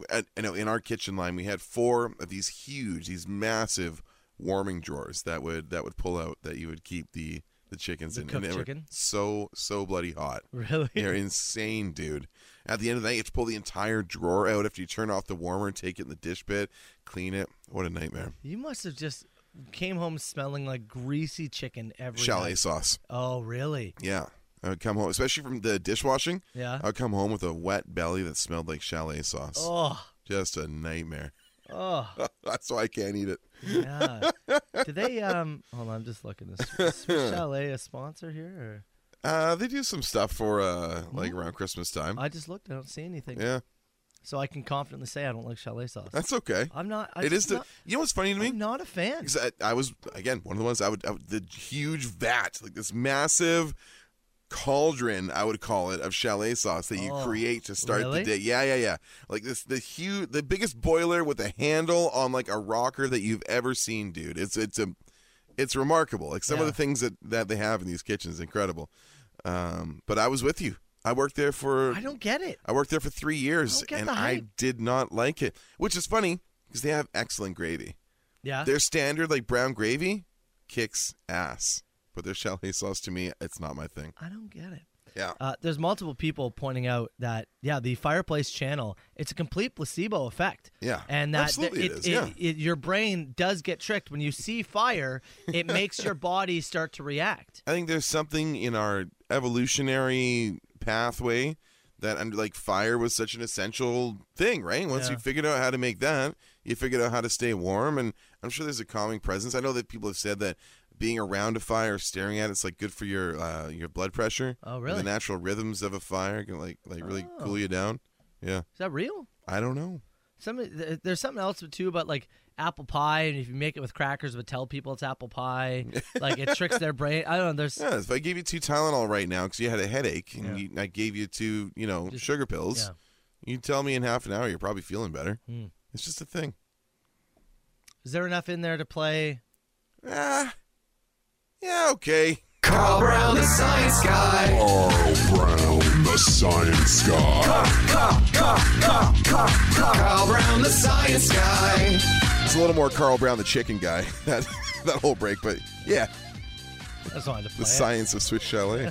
Speaker 5: I I know in our kitchen line we had four of these huge, these massive warming drawers that would that would pull out that you would keep the the chickens
Speaker 4: The
Speaker 5: in.
Speaker 4: cooked
Speaker 5: they were
Speaker 4: chicken?
Speaker 5: So so bloody hot.
Speaker 4: Really?
Speaker 5: They're insane, dude. At the end of the night, you have to pull the entire drawer out after you turn off the warmer, take it in the dish pit, clean it. What a nightmare!
Speaker 4: You must have just came home smelling like greasy chicken every
Speaker 5: Chalet
Speaker 4: night.
Speaker 5: sauce.
Speaker 4: Oh, really?
Speaker 5: Yeah. I would come home, especially from the dishwashing.
Speaker 4: Yeah.
Speaker 5: I would come home with a wet belly that smelled like chalet sauce.
Speaker 4: Oh,
Speaker 5: Just a nightmare.
Speaker 4: oh,
Speaker 5: That's why I can't eat it.
Speaker 4: yeah. Do they? Um, hold on, I'm just looking. Is Swiss Swiss Chalet a sponsor here?
Speaker 5: Uh, they do some stuff for uh, like around Christmas time.
Speaker 4: Or? Mm-hmm. I just looked. I don't see anything.
Speaker 5: yeah,
Speaker 4: So I can confidently say I don't like chalet sauce.
Speaker 5: that's okay.
Speaker 4: I'm not. I
Speaker 5: It is
Speaker 4: just
Speaker 5: the.
Speaker 4: Not,
Speaker 5: you know what's funny to me?
Speaker 4: I'm not a fan.
Speaker 5: 'Cause I, I was again one of the ones I would, I would the huge vat like this massive cauldron I would call it of chalet sauce that you
Speaker 4: Oh,
Speaker 5: create to start
Speaker 4: really?
Speaker 5: the day. Yeah, yeah, yeah. Like this the huge the biggest boiler with a handle on like a rocker that you've ever seen, dude. It's it's a it's remarkable. Like some of
Speaker 4: Yeah.
Speaker 5: the things that that they have in these kitchens incredible. Um, but I was with you. I worked there for
Speaker 4: I don't get it.
Speaker 5: I worked there for three years,
Speaker 4: don't get
Speaker 5: and
Speaker 4: the
Speaker 5: I
Speaker 4: hype.
Speaker 5: did not like it, which is funny because they have excellent gravy.
Speaker 4: Yeah.
Speaker 5: Their standard like brown gravy kicks ass, but their chalet sauce to me, it's not my thing.
Speaker 4: I don't get it.
Speaker 5: Yeah,
Speaker 4: Uh, there's multiple people pointing out that yeah, the fireplace channel, it's a complete placebo effect.
Speaker 5: Yeah,
Speaker 4: and that
Speaker 5: absolutely
Speaker 4: it,
Speaker 5: it is, yeah.
Speaker 4: it- your brain does get tricked when you see fire. It makes your body start to react.
Speaker 5: I think there's something in our evolutionary pathway that under like fire was such an essential thing, right? Once
Speaker 4: Yeah.
Speaker 5: you figured out how to make that, you figured out how to stay warm, and I'm sure there's a calming presence. I know that people have said that being around a fire, staring at it's like good for your uh, your blood pressure.
Speaker 4: Oh,
Speaker 5: and
Speaker 4: really? Oh.
Speaker 5: The natural rhythms of a fire can like like really cool you down. Yeah,
Speaker 4: Is that real?
Speaker 5: I don't know.
Speaker 4: Some th- there's something else too about like apple pie, and if you make it with crackers, but tell people it's apple pie, like it tricks their brain. I don't know. There's
Speaker 5: Yeah, if I gave you two Tylenol right now because you had a headache, and you, I gave you two, you know, sugar pills,
Speaker 4: yeah.
Speaker 5: you tell me in half an hour you're probably feeling better. It's just a thing.
Speaker 4: is there enough in there to play?
Speaker 5: Ah, yeah, okay.
Speaker 1: Carl Brown, the science guy.
Speaker 6: Carl Brown, the science guy.
Speaker 1: Carl Brown, the science guy.
Speaker 5: It's a little more Carl Brown the chicken guy that that whole break, but yeah,
Speaker 4: I just wanted to
Speaker 5: the
Speaker 4: play. it.
Speaker 5: science of Swiss Chalet.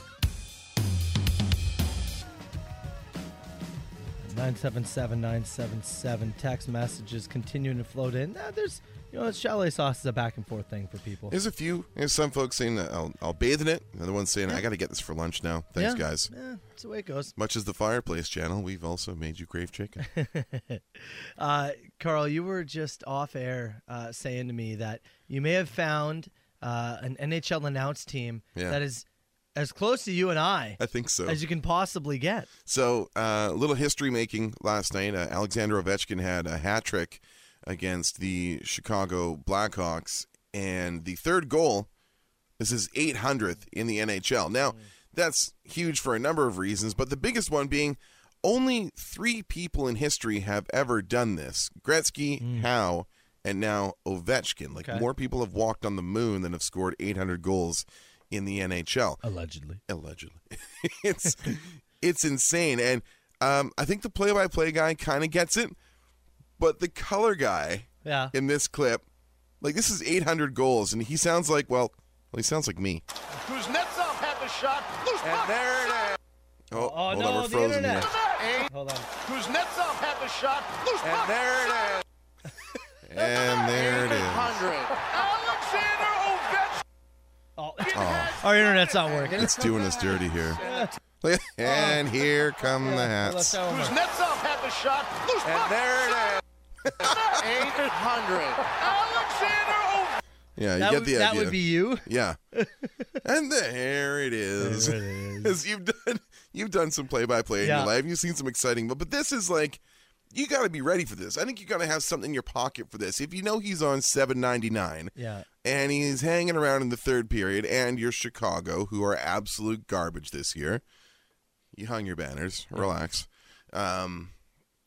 Speaker 4: 977 977 text messages continuing to float in. Nah, there's, you know, chalet sauce is a back and forth thing for people.
Speaker 5: There's a few. There's some folks saying that I'll, I'll bathe in it. Another one's saying I got to get this for lunch now. Thanks,
Speaker 4: Yeah,
Speaker 5: guys.
Speaker 4: Yeah, that's the way it goes.
Speaker 5: Much as the fireplace channel, we've also made you crave chicken.
Speaker 4: Uh, Carl, you were just off air uh, saying to me that you may have found uh, an NHL announced team
Speaker 5: Yeah.
Speaker 4: that is as close to you and I
Speaker 5: I think so.
Speaker 4: as you can possibly get.
Speaker 5: So, uh, a little history making last night. Uh, Alexander Ovechkin had a hat trick against the Chicago Blackhawks, and the third goal is his 800th in the NHL. Now, that's huge for a number of reasons, but the biggest one being only three people in history have ever done this Gretzky, Howe, and now Ovechkin. Like,
Speaker 4: Okay.
Speaker 5: more people have walked on the moon than have scored 800 goals in the NHL
Speaker 4: Allegedly.
Speaker 5: allegedly. it's it's insane, and um, I think the play-by-play guy kind of gets it, but the color guy
Speaker 4: Yeah.
Speaker 5: in this clip, like this is 800 goals, and he sounds like well, well he sounds like me.
Speaker 2: Kuznetsov had the shot. Loose
Speaker 7: And
Speaker 2: puck.
Speaker 7: there it is.
Speaker 5: Oh,
Speaker 4: Oh,
Speaker 5: hold
Speaker 4: no,
Speaker 5: on, we're
Speaker 4: the
Speaker 5: frozen
Speaker 4: internet.
Speaker 5: here.
Speaker 4: Hold on.
Speaker 2: Kuznetsov had the shot. Loose
Speaker 7: And
Speaker 2: puck.
Speaker 7: there it is.
Speaker 5: and there it is.
Speaker 7: 800.
Speaker 2: Alexander Ovechkin
Speaker 4: Oh.
Speaker 2: has
Speaker 4: Our internet's not working.
Speaker 5: It's doing us dirty here. Like, and here come the hats.
Speaker 2: Kuznetsov had the shot. Loose
Speaker 7: And
Speaker 2: puck.
Speaker 7: there it is. 800.
Speaker 2: Alexander
Speaker 5: Yeah, you
Speaker 4: that
Speaker 5: get
Speaker 4: would,
Speaker 5: the idea.
Speaker 4: that would be you.
Speaker 5: Yeah. and there it is.
Speaker 4: There it
Speaker 5: As you've done you've done some play by play in
Speaker 4: Yeah.
Speaker 5: your life. You've seen some exciting but but this is like you gotta be ready for this. I think you gotta have something in your pocket for this. If you know he's on seven ninety nine
Speaker 4: Yeah.
Speaker 5: and he's hanging around in the third period and you're Chicago, who are absolute garbage this year. You hung your banners. Relax. Um,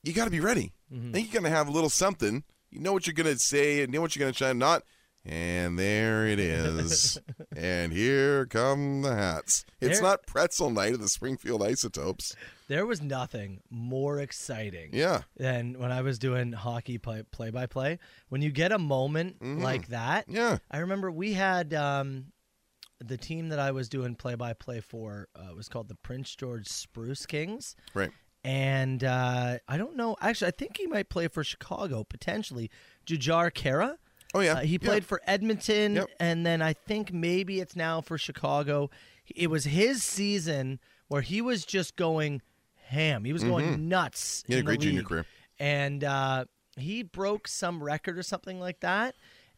Speaker 5: you got to be ready.
Speaker 4: Mm-hmm.
Speaker 5: I think you're going to have a little something. You know what you're going to say and know what you're going to try not. And there it is. and here come the hats. It's
Speaker 4: There-
Speaker 5: not pretzel night of the Springfield Isotopes.
Speaker 4: There was nothing more exciting
Speaker 5: Yeah.
Speaker 4: than when I was doing hockey play by play. When you get a moment like that,
Speaker 5: Yeah.
Speaker 4: I remember we had um, the team that I was doing play by play for uh, was called the Prince George Spruce Kings.
Speaker 5: Right.
Speaker 4: And uh, I don't know. Actually, I think he might play for Chicago potentially. Jujar Kara.
Speaker 5: Oh, yeah.
Speaker 4: Uh, he
Speaker 5: Yeah.
Speaker 4: played for Edmonton,
Speaker 5: Yep.
Speaker 4: and then I think maybe it's now for Chicago. It was his season where he was just going ham. He was going nuts.
Speaker 5: Mm-hmm.
Speaker 4: in
Speaker 5: He had a
Speaker 4: the
Speaker 5: great junior
Speaker 4: league.
Speaker 5: career.
Speaker 4: and uh, he broke some record or something like that.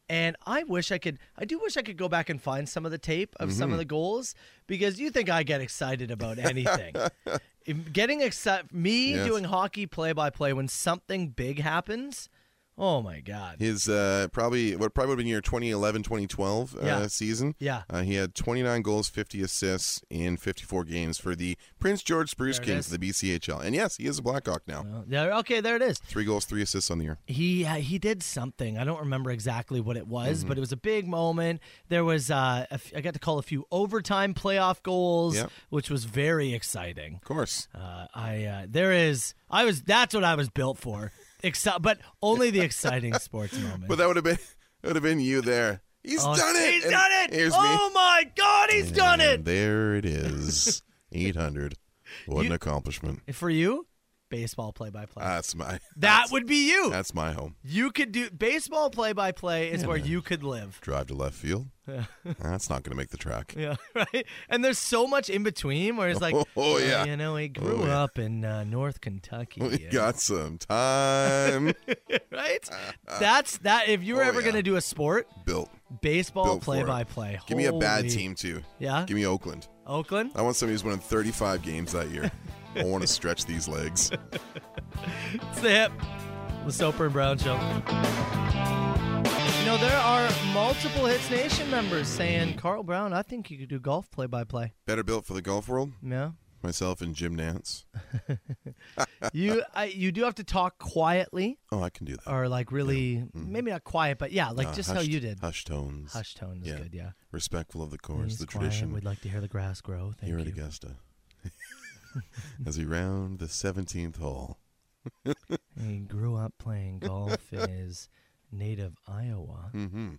Speaker 4: And I wish I could. I do wish I could go back and find some of the tape of
Speaker 5: Mm-hmm.
Speaker 4: some of the goals because you think I get excited about anything. If Getting excited, me
Speaker 5: Yes.
Speaker 4: doing hockey play by play when something big happens. Oh my god!
Speaker 5: His uh, probably what probably would have been your 2011 2012 uh,
Speaker 4: Yeah.
Speaker 5: season.
Speaker 4: Yeah.
Speaker 5: Uh, he had 29 goals, 50 assists in 54 games for the Prince George Spruce
Speaker 4: There it
Speaker 5: Kings, the BCHL. And yes, he is a Blackhawk now.
Speaker 4: Oh, there- okay, there it is.
Speaker 5: Three goals, three assists on the year.
Speaker 4: He uh, he did something. I don't remember exactly what it was,
Speaker 5: Mm-hmm.
Speaker 4: but it was a big moment. There was uh, a f- I got to call a few overtime playoff goals,
Speaker 5: Yep.
Speaker 4: which was very exciting.
Speaker 5: Of course.
Speaker 4: Uh, I uh, there is I was that's what I was built for. Exci- but only the exciting sports moment.
Speaker 5: But that would have been that would have been you there. He's
Speaker 4: Oh,
Speaker 5: done it.
Speaker 4: He's
Speaker 5: And
Speaker 4: done it.
Speaker 5: Here's
Speaker 4: oh my God, he's
Speaker 5: me.
Speaker 4: done
Speaker 5: And
Speaker 4: it.
Speaker 5: There it is. 800. What an
Speaker 4: You-
Speaker 5: accomplishment.
Speaker 4: For you, baseball play-by-play.
Speaker 5: Uh, That's my
Speaker 4: that would be you.
Speaker 5: that's my home.
Speaker 4: You could do baseball play-by-play is where you could live.
Speaker 5: Drive to left field. that's not going to make the track.
Speaker 4: Yeah, right. And there's so much in between where it's like,
Speaker 5: Oh, oh, yeah. Oh,
Speaker 4: you know, he grew
Speaker 5: yeah.
Speaker 4: up in uh, North Kentucky,
Speaker 5: We
Speaker 4: and-
Speaker 5: got some time
Speaker 4: right? That's that. If you were
Speaker 5: uh, oh,
Speaker 4: ever
Speaker 5: yeah.
Speaker 4: gonna do a sport,
Speaker 5: built.
Speaker 4: baseball
Speaker 5: Built for
Speaker 4: play
Speaker 5: it.
Speaker 4: by play.
Speaker 5: Give me a bad
Speaker 4: Holy-
Speaker 5: team Uh. too.
Speaker 4: Yeah,
Speaker 5: Give me Oakland.
Speaker 4: Oakland.
Speaker 5: I want somebody who's winning 35 games that year. I want to stretch these legs.
Speaker 4: It's the hip. The Soper and Brown Show. You know, there are multiple Hits Nation members saying, Carl Brown, I think you could do golf play by play.
Speaker 5: Better built for the golf world.
Speaker 4: Yeah.
Speaker 5: Myself and Jim Nance.
Speaker 4: you I, you do have to talk quietly
Speaker 5: Oh, I can do that.
Speaker 4: or like really, maybe not quiet, but yeah, like
Speaker 5: Mm-hmm. Uh,
Speaker 4: just how
Speaker 5: hushed-
Speaker 4: you did.
Speaker 5: Hush tones.
Speaker 4: Hush tone is
Speaker 5: Yeah.
Speaker 4: good, yeah.
Speaker 5: Respectful of the course,
Speaker 4: It's
Speaker 5: the
Speaker 4: quiet.
Speaker 5: tradition.
Speaker 4: We'd like to hear the grass grow. Thank
Speaker 5: Here at
Speaker 4: you.
Speaker 5: Augusta. As we round the 17th hole.
Speaker 4: He grew up playing golf in his native Iowa.
Speaker 5: Mm-hmm.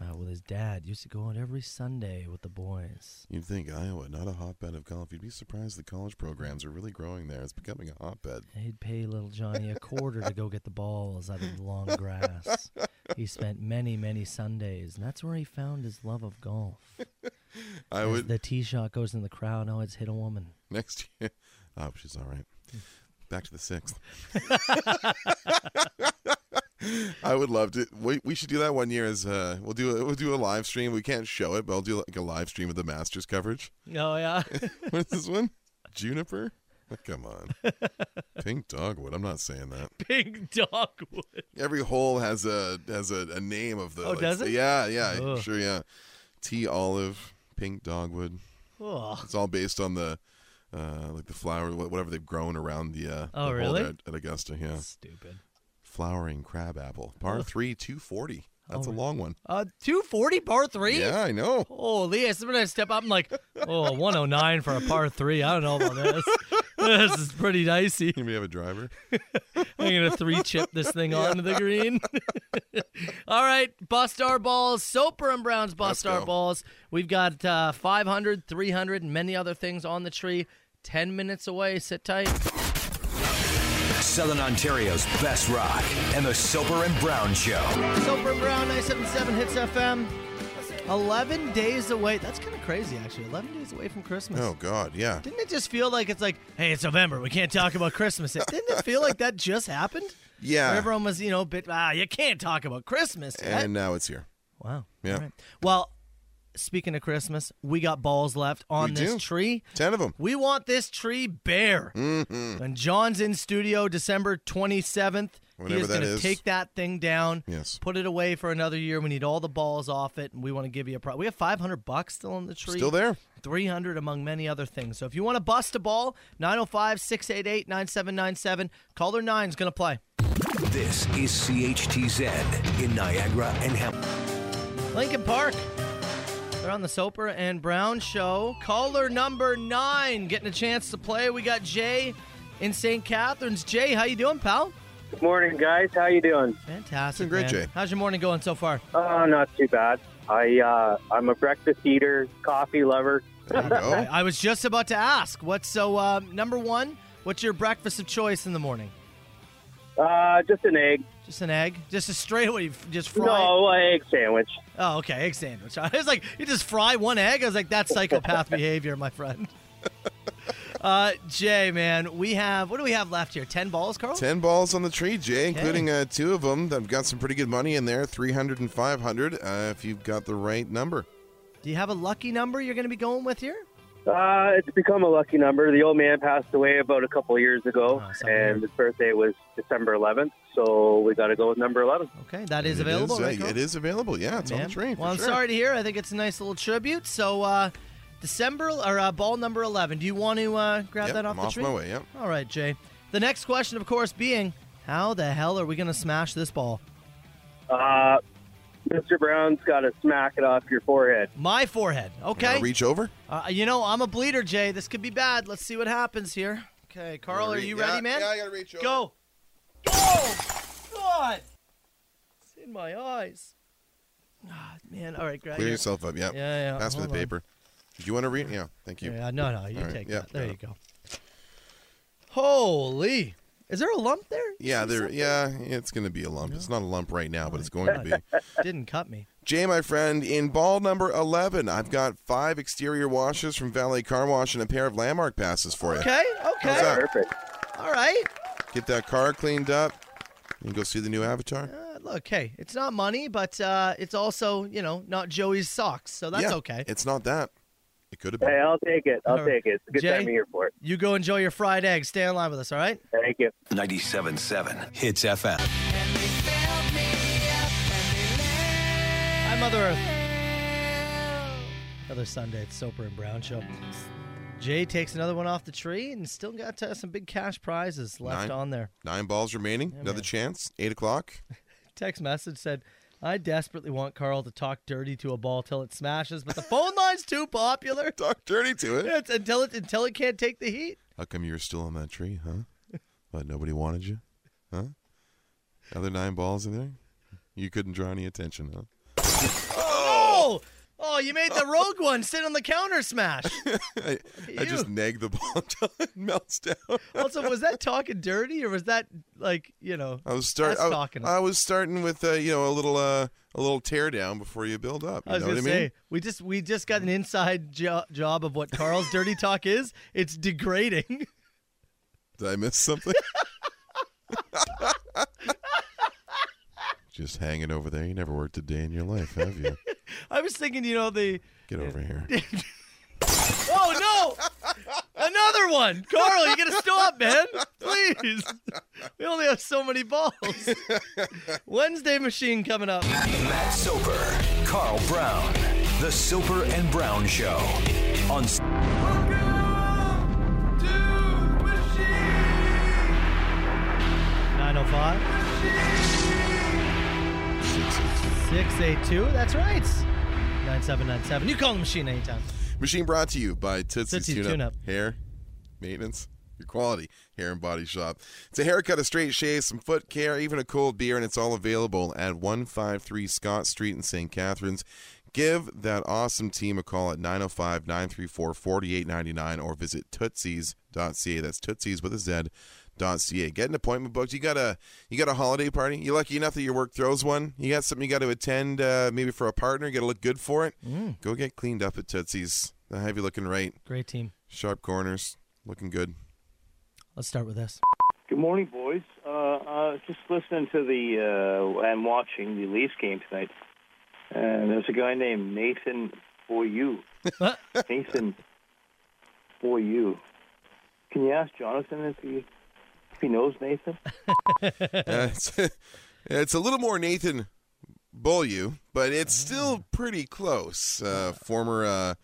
Speaker 4: Uh, with his dad, used to go out every Sunday with the boys.
Speaker 5: You'd think Iowa, not a hotbed of golf. You'd be surprised the college programs are really growing there. It's becoming a hotbed.
Speaker 4: He'd pay little Johnny a quarter to go get the balls out of the long grass. He spent many, many Sundays, and that's where he found his love of golf.
Speaker 5: I
Speaker 4: As
Speaker 5: would
Speaker 4: The tee shot goes in the crowd. Oh, it's hit a woman.
Speaker 5: next year. Oh, she's all right. Back to the sixth. I would love to. We, we should do that one year. As uh, we'll do, a, we'll do a live stream. We can't show it, but I'll do like a live stream of the Masters coverage.
Speaker 4: Oh yeah.
Speaker 5: What's this one? Juniper? Oh, Come on. Pink dogwood. I'm not saying that.
Speaker 4: Big dogwood.
Speaker 5: Every hole has a has a, a name of the.
Speaker 4: Oh, does it?
Speaker 5: Yeah, yeah,
Speaker 4: Ugh.
Speaker 5: sure, yeah. Tea olive, pink dogwood.
Speaker 4: Oh,
Speaker 5: It's all based on the uh, like the flower, wha- whatever they've grown around the. Uh,
Speaker 4: Oh,
Speaker 5: the hole
Speaker 4: really?
Speaker 5: there at, at Augusta, yeah.
Speaker 4: stupid.
Speaker 5: Flowering crabapple, par three, two forty. That's a long one.
Speaker 4: Uh, two forty par three.
Speaker 5: Yeah, I know.
Speaker 4: Holy, I'm gonna step up. I'm like, oh, 109 for a par three. I don't know about this. This is pretty dicey.
Speaker 5: Anybody have a driver?
Speaker 4: I'm gonna three chip this thing onto the green. All right, bust our balls. Soper and Brown's bust
Speaker 5: Let's
Speaker 4: our
Speaker 5: go.
Speaker 4: balls. We've got uh, 500, 300, and many other things on the tree. 10 minutes away. Sit tight.
Speaker 1: Southern Ontario's best rock and the Soper and Brown Show.
Speaker 4: Soper and Brown, 977 Hits FM. 11 days away. That's kind of crazy, actually. 11 days away from Christmas.
Speaker 5: Oh God, yeah.
Speaker 4: Didn't it just feel like it's like, hey, it's November, we can't talk about Christmas? yet? Didn't it feel like that just happened?
Speaker 5: Yeah.
Speaker 4: Where everyone was, you know, a bit, ah, you can't talk about Christmas. yet."
Speaker 5: And now it's here.
Speaker 4: Wow.
Speaker 5: Yeah.
Speaker 4: All right. Well, speaking of Christmas, we got balls left on
Speaker 5: We
Speaker 4: this
Speaker 5: do.
Speaker 4: tree.
Speaker 5: Ten of Mm-hmm. them.
Speaker 4: We want this tree bare. And John's in studio December 27th.
Speaker 5: Whenever
Speaker 4: he is
Speaker 5: that
Speaker 4: gonna
Speaker 5: is.
Speaker 4: take that thing down.
Speaker 5: Yes.
Speaker 4: Put it away for another year. We need all the balls off it, and we want to give you a pro. We have 500 bucks still in the tree.
Speaker 5: Still there.
Speaker 4: 300 among many other things. So if you want to bust a ball, 905 688 9797. Caller 9 is going to play.
Speaker 1: This is CHTZ in Niagara and Hamilton.
Speaker 4: Lincoln Park. They're on the Soper and Brown show. Caller number 9 getting a chance to play. We got Jay in St. Catharines. Jay, how you doing, pal?
Speaker 7: Good morning, guys. How you doing?
Speaker 4: Fantastic.
Speaker 5: Doing great,
Speaker 4: man.
Speaker 5: Jay.
Speaker 4: How's your morning going so far?
Speaker 7: Oh, not too bad. I uh, I'm a breakfast eater, coffee lover.
Speaker 5: There you go.
Speaker 4: I was just about to ask. What's so um, number 1, what's your breakfast of choice in the morning?
Speaker 7: Uh, just an egg.
Speaker 4: Just an egg? Just a straightaway just fry?
Speaker 7: No, an egg sandwich.
Speaker 4: Oh, okay, egg sandwich. I was like, you just fry one egg. I was like, that's psychopath behavior, my friend. Uh, Jay, man, we have what do we have left here? Ten balls, Carl.
Speaker 5: Ten balls on the tree, Jay, including uh, two of them. I've got some pretty good money in there, 300 and 500, uh, if you've got the right number.
Speaker 4: Do you have a lucky number you're going to be going with here?
Speaker 7: Uh, it's become a lucky number. The old man passed away about a couple years ago,
Speaker 4: Oh, sorry.
Speaker 7: and his birthday was December 11th. So we got to go with number 11.
Speaker 4: Okay, that is
Speaker 5: It
Speaker 4: available.
Speaker 5: uh,
Speaker 4: right, Carl?
Speaker 5: it is available. Yeah, it's on
Speaker 4: Man.
Speaker 5: the tree. for
Speaker 4: Well, I'm
Speaker 5: sure.
Speaker 4: sorry to hear. I think it's a nice little tribute. So, uh, December or uh, ball number 11. Do you want to uh, grab
Speaker 5: Yep,
Speaker 4: that off
Speaker 5: I'm
Speaker 4: the
Speaker 5: off
Speaker 4: tree?
Speaker 5: my way. Yep.
Speaker 4: All right, Jay. The next question, of course, being how the hell are we going to smash this ball?
Speaker 7: Uh, Mr. Brown's got to smack it off your forehead.
Speaker 4: My forehead. Okay.
Speaker 5: Now reach over.
Speaker 4: Uh, you know, I'm a bleeder, Jay. This could be bad. Let's see what happens here. Okay, Carl, are you
Speaker 5: Yeah,
Speaker 4: ready, man?
Speaker 5: Yeah, I gotta reach over.
Speaker 4: Go. Oh, God. It's in my eyes. Ah, man. All right, grab
Speaker 5: Clear
Speaker 4: your-
Speaker 5: yourself up. Yep.
Speaker 4: Yeah, yeah,
Speaker 5: Pass me the
Speaker 4: hold on.
Speaker 5: paper. Do you want to read? Yeah. Thank you.
Speaker 4: Yeah, no, no, you
Speaker 5: All right,
Speaker 4: take
Speaker 5: yep,
Speaker 4: that. There
Speaker 5: got
Speaker 4: you
Speaker 5: it.
Speaker 4: go. Holy. Is there a lump there?
Speaker 5: Yeah, there. Yeah, it's gonna be a lump. It's not a lump right now, but it's going to be.
Speaker 4: Didn't cut me.
Speaker 5: Jay, my friend, in ball number eleven, I've got five exterior washes from Valet Car Wash and a pair of Landmark passes for you.
Speaker 4: Okay,
Speaker 5: How's
Speaker 4: okay.
Speaker 5: that?
Speaker 7: Perfect.
Speaker 4: All right.
Speaker 5: Get that car cleaned up. and go see the new Avatar.
Speaker 4: Uh, look, hey, it's not money, but uh, it's also, you know, not Joey's socks, so that's
Speaker 5: Yeah,
Speaker 4: okay.
Speaker 5: It's not that. It could have been.
Speaker 7: Hey, I'll take it. I'll
Speaker 4: All right.
Speaker 7: take it. It's a good
Speaker 4: Jay?
Speaker 7: time of year for it.
Speaker 4: You go enjoy your fried egg. Stay in line with us, all right?
Speaker 7: Thank you.
Speaker 1: 97.7 Hits FM.
Speaker 4: Hi, Mother Earth. Another Sunday at Soper and Brown Show. Jay takes another one off the tree and still got uh, some big cash prizes left
Speaker 5: Nine.
Speaker 4: on there.
Speaker 5: Nine balls remaining. Another chance. Eight o'clock.
Speaker 4: Text message said, I desperately want Carl to talk dirty to a ball till it smashes, but the phone line's too popular.
Speaker 5: Talk dirty to it.
Speaker 4: It's until it until it can't take the heat.
Speaker 5: How come you're still on that tree, huh? What, nobody wanted you? Huh? Other nine balls in there? You couldn't draw any attention, huh?
Speaker 4: Oh! Oh, you made the rogue one sit on the counter smash.
Speaker 5: I, I just
Speaker 4: You.
Speaker 5: neg the ball until it melts down.
Speaker 4: Also, was that talking dirty or was that like, you know,
Speaker 5: I was start.
Speaker 4: us
Speaker 5: I,
Speaker 4: talking?
Speaker 5: I was starting with uh, you know a little uh, a little tear down before you build up. You
Speaker 4: I was
Speaker 5: know what
Speaker 4: gonna
Speaker 5: I mean?
Speaker 4: say we just we just got an inside jo- job of what Carl's dirty talk is. It's degrading.
Speaker 5: Did I miss something? just hanging over there. You never worked a day in your life, have you?
Speaker 4: I was thinking, you know, the
Speaker 5: Get over here.
Speaker 4: oh no, another one, Carl. You gotta stop, man. Please, we only have so many balls. Wednesday machine coming up.
Speaker 1: Matt Soper, Carl Brown, The Soper and Brown Show on s-
Speaker 4: Nine oh five six eight two. That's right. Nine seven nine seven. You call the machine anytime.
Speaker 5: Machine brought to you by Tootsie's,
Speaker 4: Tootsie's
Speaker 5: Tune-Up.
Speaker 4: Tune-Up.
Speaker 5: Hair, maintenance, your quality hair and body shop. It's a haircut, a straight shave, some foot care, even a cold beer, and it's all available at 153 Scott Street in St. Catharines. Give that awesome team a call at 905 934 4899 or visit tootsies.ca. That's tootsies with a Z. Dot .ca. Get an appointment booked. You got a you got a holiday party. You lucky enough that your work throws one. You got something you got to attend, uh, maybe for a partner. You got to look good for it. Go get cleaned up at Tootsie's. They'll have you looking right,
Speaker 4: Great team.
Speaker 5: sharp corners, looking good.
Speaker 4: Let's start with this.
Speaker 8: Good morning, boys. Uh, uh, just listening to the uh, and watching the Leafs game tonight, And there's a guy named Nathan For You.
Speaker 4: Huh?
Speaker 8: Nathan For You. Can you ask Jonathan if he if he knows Nathan?
Speaker 5: Uh, it's, it's a little more Nathan Beaulieu, but it's
Speaker 4: Ah.
Speaker 5: still pretty close. Uh, former uh,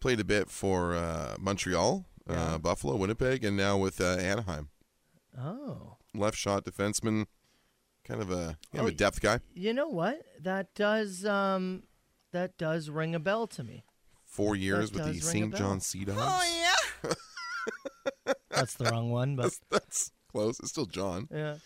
Speaker 5: played a bit for uh, Montreal, uh, Buffalo, Winnipeg, and now with uh, Anaheim.
Speaker 4: Oh.
Speaker 5: Left shot defenseman, kind of a kind of a depth guy.
Speaker 4: You know what? That does um that does ring a bell to me.
Speaker 5: Four years with
Speaker 4: does
Speaker 5: the
Speaker 4: ring a
Speaker 5: St.
Speaker 4: bell.
Speaker 5: John Sea Dogs. Oh yeah,
Speaker 4: That's the wrong one, but
Speaker 5: that's close. It's still John.
Speaker 4: yeah.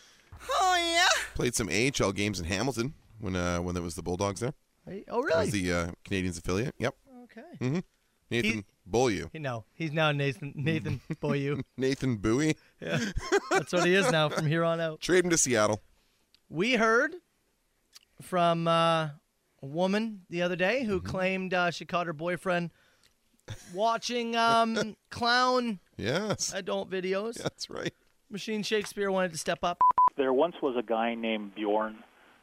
Speaker 5: Played some AHL games in Hamilton when uh, when there was the Bulldogs there.
Speaker 4: Hey, Oh
Speaker 5: That
Speaker 4: really?
Speaker 5: was the uh, Canadians affiliate. Yep,
Speaker 4: okay.
Speaker 5: Nathan Beaulieu.
Speaker 4: He- No, he's now Nathan Nathan Boyu.
Speaker 5: Nathan Bowie.
Speaker 4: That's what he is now from here on out.
Speaker 5: Trade him to Seattle.
Speaker 4: We heard from uh, a woman the other day who claimed uh, she caught her boyfriend watching um, clown
Speaker 5: Yes,
Speaker 4: adult videos.
Speaker 5: that's right.
Speaker 4: Machine Shakespeare wanted to step up.
Speaker 9: There once was a guy named Bjorn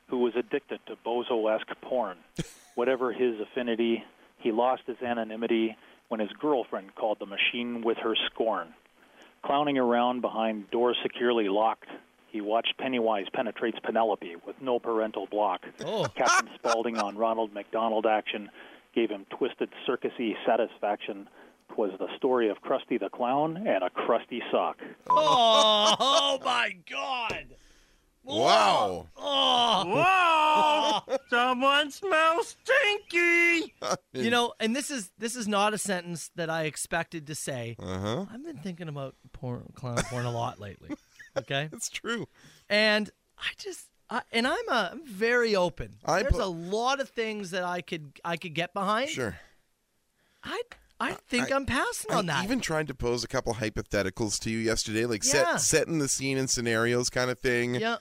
Speaker 9: who was addicted to bozo esque porn. Whatever his affinity, he lost his anonymity when his girlfriend called the machine with her scorn. Clowning around behind doors securely locked, he watched Pennywise penetrates Penelope with no parental block.
Speaker 4: Oh.
Speaker 9: Captain Spaulding on Ronald McDonald action gave him twisted circusy satisfaction. 'Twas the story of Krusty the Clown and a crusty sock.
Speaker 4: Oh, oh my God!
Speaker 5: Wow.
Speaker 3: Someone smells stinky.
Speaker 4: You know, and this is this is not a sentence that I expected to say.
Speaker 5: Uh huh.
Speaker 4: I've been thinking about porn, clown porn a lot lately. Okay,
Speaker 5: That's true.
Speaker 4: and I just I, and I'm a I'm very open.
Speaker 5: I
Speaker 4: There's
Speaker 5: put-
Speaker 4: a lot of things that I could I could get behind.
Speaker 5: Sure.
Speaker 4: I I think I,
Speaker 5: I-
Speaker 4: am passing on
Speaker 5: I
Speaker 4: that.
Speaker 5: even tried to pose a couple hypotheticals to you yesterday, like
Speaker 4: Yeah.
Speaker 5: set, setting the scene and scenarios kind of thing.
Speaker 4: yeah,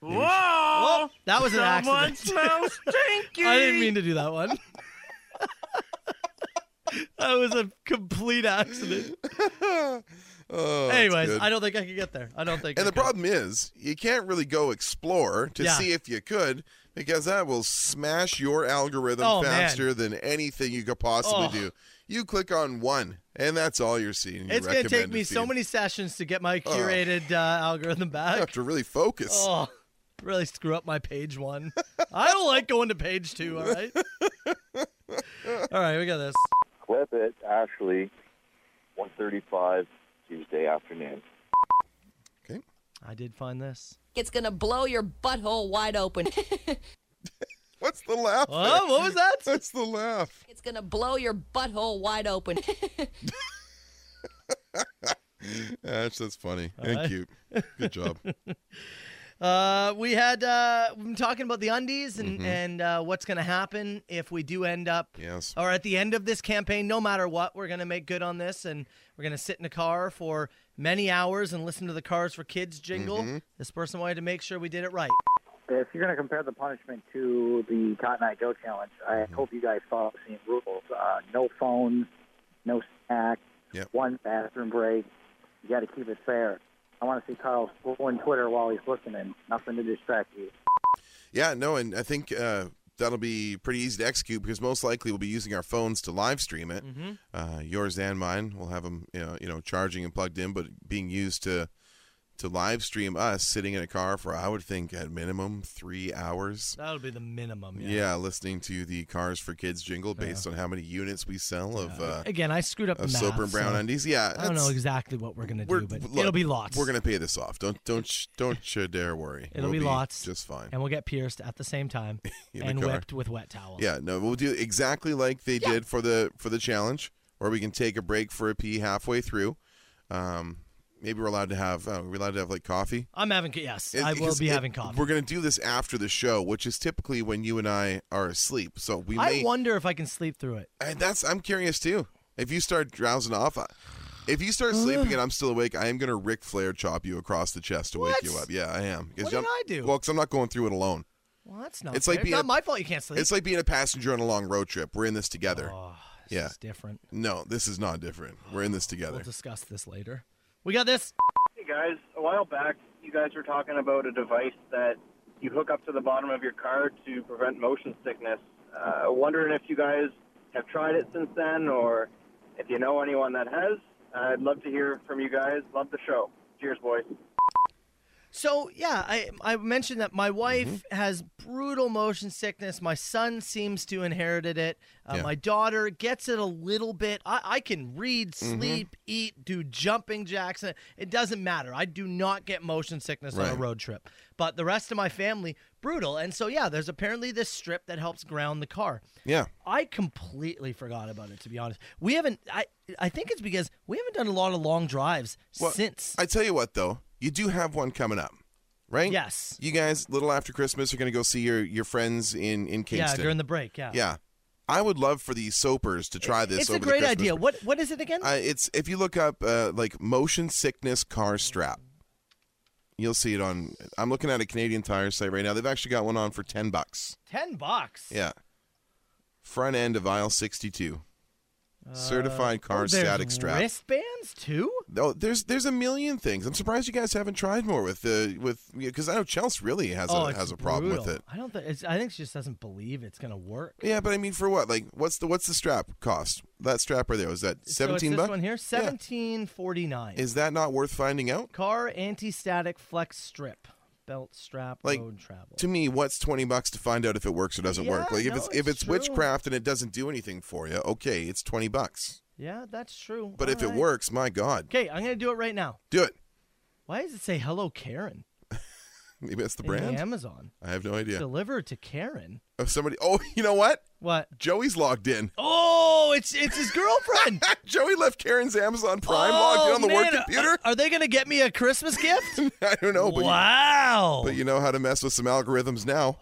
Speaker 3: Whoa!
Speaker 4: that was an
Speaker 3: Someone
Speaker 4: accident.
Speaker 3: smells stinky.
Speaker 4: I didn't mean to do that one. that was a complete accident.
Speaker 5: Oh, that's
Speaker 4: Anyways,
Speaker 5: good.
Speaker 4: I don't think I could get there. I don't think.
Speaker 5: and
Speaker 4: I
Speaker 5: the
Speaker 4: could.
Speaker 5: problem is, you can't really go explore to
Speaker 4: Yeah.
Speaker 5: see if you could, because that will smash your algorithm
Speaker 4: Oh, man.
Speaker 5: faster than anything you could possibly
Speaker 4: Oh.
Speaker 5: do. You click on one, and that's all you're seeing.
Speaker 4: It's
Speaker 5: going to
Speaker 4: take me so many sessions to get my
Speaker 5: Oh.
Speaker 4: curated uh, algorithm
Speaker 5: You have
Speaker 4: back.
Speaker 5: to really focus.
Speaker 4: Oh, really screw up my page one. I don't like going to page two. All right. All right, we got this.
Speaker 8: Clip it, Ashley, 135 Tuesday afternoon.
Speaker 5: Okay.
Speaker 4: I did find this.
Speaker 10: It's gonna blow your butthole wide open.
Speaker 5: What's the laugh?
Speaker 4: Oh, what was that?
Speaker 5: That's the laugh.
Speaker 10: it's gonna blow your butthole wide open.
Speaker 5: Ash, that's funny and
Speaker 4: right.
Speaker 5: cute. Good job.
Speaker 4: Uh, we had uh, we've been talking about the undies and
Speaker 5: Mm-hmm.
Speaker 4: and uh, what's going to happen if we do end up
Speaker 5: Yes.
Speaker 4: or at the end of this campaign. No matter what, we're going to make good on this, and we're going to sit in a car for many hours and listen to the Cars for Kids jingle.
Speaker 5: Mm-hmm.
Speaker 4: This person wanted to make sure we did it right.
Speaker 8: If you're going to compare the punishment to the Cotton Eye Joe Challenge, I hope you guys follow the same rules. Uh, no phone, no snack,
Speaker 5: Yep.
Speaker 8: one bathroom break. You got to keep it fair. I want to see Carl scrolling Twitter while he's listening. Nothing to distract you.
Speaker 5: Yeah, no, and I think uh, that'll be pretty easy to execute because most likely we'll be using our phones to live stream it.
Speaker 4: Mm-hmm.
Speaker 5: Uh, yours and mine. We'll have them, you know, you know, charging and plugged in, but being used to to live stream us sitting in a car for I would think at minimum three hours.
Speaker 4: That'll be the minimum.
Speaker 5: Yeah, listening to the Cars for Kids jingle based on how many units we sell of uh,
Speaker 4: Again, I screwed up
Speaker 5: of
Speaker 4: math,
Speaker 5: soap and brown
Speaker 4: so
Speaker 5: undies.
Speaker 4: I
Speaker 5: Yeah,
Speaker 4: don't
Speaker 5: that's-
Speaker 4: know exactly what we're gonna
Speaker 5: we're-
Speaker 4: do, but
Speaker 5: look,
Speaker 4: it'll be lots.
Speaker 5: We're gonna pay this off. Don't don't sh- don't you dare worry.
Speaker 4: It'll
Speaker 5: We'll
Speaker 4: be lots.
Speaker 5: Just fine.
Speaker 4: and we'll get pierced at the same time
Speaker 5: In the
Speaker 4: and
Speaker 5: car.
Speaker 4: whipped with wet towels.
Speaker 5: Yeah, no, we'll do exactly like they did for the for the challenge, or we can take a break for a pee halfway through. Um, maybe we're allowed to have uh, we're allowed to have like coffee.
Speaker 4: I'm having yes,
Speaker 5: It-
Speaker 4: I will
Speaker 5: because
Speaker 4: be
Speaker 5: it-
Speaker 4: having coffee.
Speaker 5: We're gonna do this after the show, which is typically when you and I are asleep. So we
Speaker 4: I
Speaker 5: may.
Speaker 4: wonder if I can sleep through it.
Speaker 5: and that's I'm curious too. If you start drowsing off, I, if you start sleeping and I'm still awake, I am gonna Ric Flair chop you across the chest to
Speaker 4: What?
Speaker 5: wake you up. Yeah, I am. 'Cause
Speaker 4: What did
Speaker 5: I'm-
Speaker 4: I do?
Speaker 5: Well, because I'm not going through it alone.
Speaker 4: Well, that's not.
Speaker 5: It's like
Speaker 4: fair.
Speaker 5: being
Speaker 4: not
Speaker 5: a-
Speaker 4: my fault. You can't sleep.
Speaker 5: It's like being a passenger on a long road trip. We're in this together.
Speaker 4: Oh, this
Speaker 5: yeah.
Speaker 4: is different.
Speaker 5: No, this is not different. We're in this together.
Speaker 4: We'll discuss this later. We got this.
Speaker 7: Hey guys, a while back, you guys were talking about a device that you hook up to the bottom of your car to prevent motion sickness.
Speaker 11: Uh, wondering if you guys have tried it since then, or if you know anyone that has. I'd love to hear from you guys. Love the show. Cheers, boys.
Speaker 4: So yeah, I I mentioned that my wife
Speaker 5: Mm-hmm.
Speaker 4: has brutal motion sickness. My son seems to inherited it. Uh,
Speaker 12: Yeah.
Speaker 4: My daughter gets it a little bit. I, I can read,
Speaker 5: Mm-hmm.
Speaker 12: Mhm.
Speaker 4: sleep, eat, do jumping jacks. and It doesn't matter. I do not get motion sickness on
Speaker 12: Right.
Speaker 4: a road trip. But the rest of my family brutal. And so yeah, there's apparently this strip that helps ground the car.
Speaker 5: Yeah.
Speaker 4: I completely forgot about it to be honest. We haven't. I I think it's because we haven't done a lot of long drives since.
Speaker 5: I tell you what, though, you do have one coming up, right?
Speaker 4: Yes.
Speaker 5: You guys, little after Christmas, are going to go see your, your friends in, in Kingston.
Speaker 4: Yeah, during the break. Yeah.
Speaker 5: Yeah. I would love for the Soapers to try this.
Speaker 4: It's
Speaker 5: over
Speaker 4: a
Speaker 5: the
Speaker 4: great
Speaker 5: Christmas
Speaker 4: idea. What what is it again?
Speaker 5: Uh, it's if you look up uh, like motion sickness car strap, you'll see it on. I'm looking at a Canadian Tire site right now. They've actually got one on for ten bucks.
Speaker 4: Ten bucks.
Speaker 5: Yeah, front end of aisle 62, certified
Speaker 4: Uh,
Speaker 5: car
Speaker 4: oh, there's
Speaker 5: static strap.
Speaker 4: Wristbands too.
Speaker 5: Oh, there's there's a million things. I'm surprised you guys haven't tried more with the with because I know Chelsea really has
Speaker 4: oh,
Speaker 5: a
Speaker 4: it's
Speaker 5: has a problem with
Speaker 4: brutal.
Speaker 5: it.
Speaker 4: I don't think. it's- I think she just doesn't believe it's gonna work.
Speaker 5: Yeah, but I mean, for what? Like, what's the what's the strap cost? That strap right there was that seventeen
Speaker 4: so it's
Speaker 5: bucks.
Speaker 4: This one here, seventeen forty nine.
Speaker 5: Is that not worth finding out?
Speaker 4: Car anti static flex strip, belt strap,
Speaker 5: Like
Speaker 4: road travel.
Speaker 5: to me, what's twenty bucks to find out if it works or doesn't work?
Speaker 4: Yeah,
Speaker 5: Like if
Speaker 4: no,
Speaker 5: it's if
Speaker 4: it's
Speaker 5: it's
Speaker 4: true.
Speaker 5: witchcraft and it doesn't do anything for you, okay, it's twenty bucks.
Speaker 4: Yeah, that's true.
Speaker 5: But if it works, my God,
Speaker 4: okay, I'm gonna do it right now.
Speaker 5: do it.
Speaker 4: Why does it say "Hello, Karen"?
Speaker 5: Maybe that's the
Speaker 4: in
Speaker 5: brand.
Speaker 4: Amazon.
Speaker 5: I have no idea.
Speaker 4: Deliver it to Karen.
Speaker 5: Of somebody. Oh, you know what?
Speaker 4: What?
Speaker 5: Joey's logged in.
Speaker 4: Oh, it's it's his girlfriend.
Speaker 5: Joey left Karen's Amazon Prime logged in on the
Speaker 4: Oh, man,
Speaker 5: work computer.
Speaker 4: Are, are they gonna get me a Christmas gift?
Speaker 5: I don't know. But
Speaker 4: wow.
Speaker 5: but you know how to mess with some algorithms now.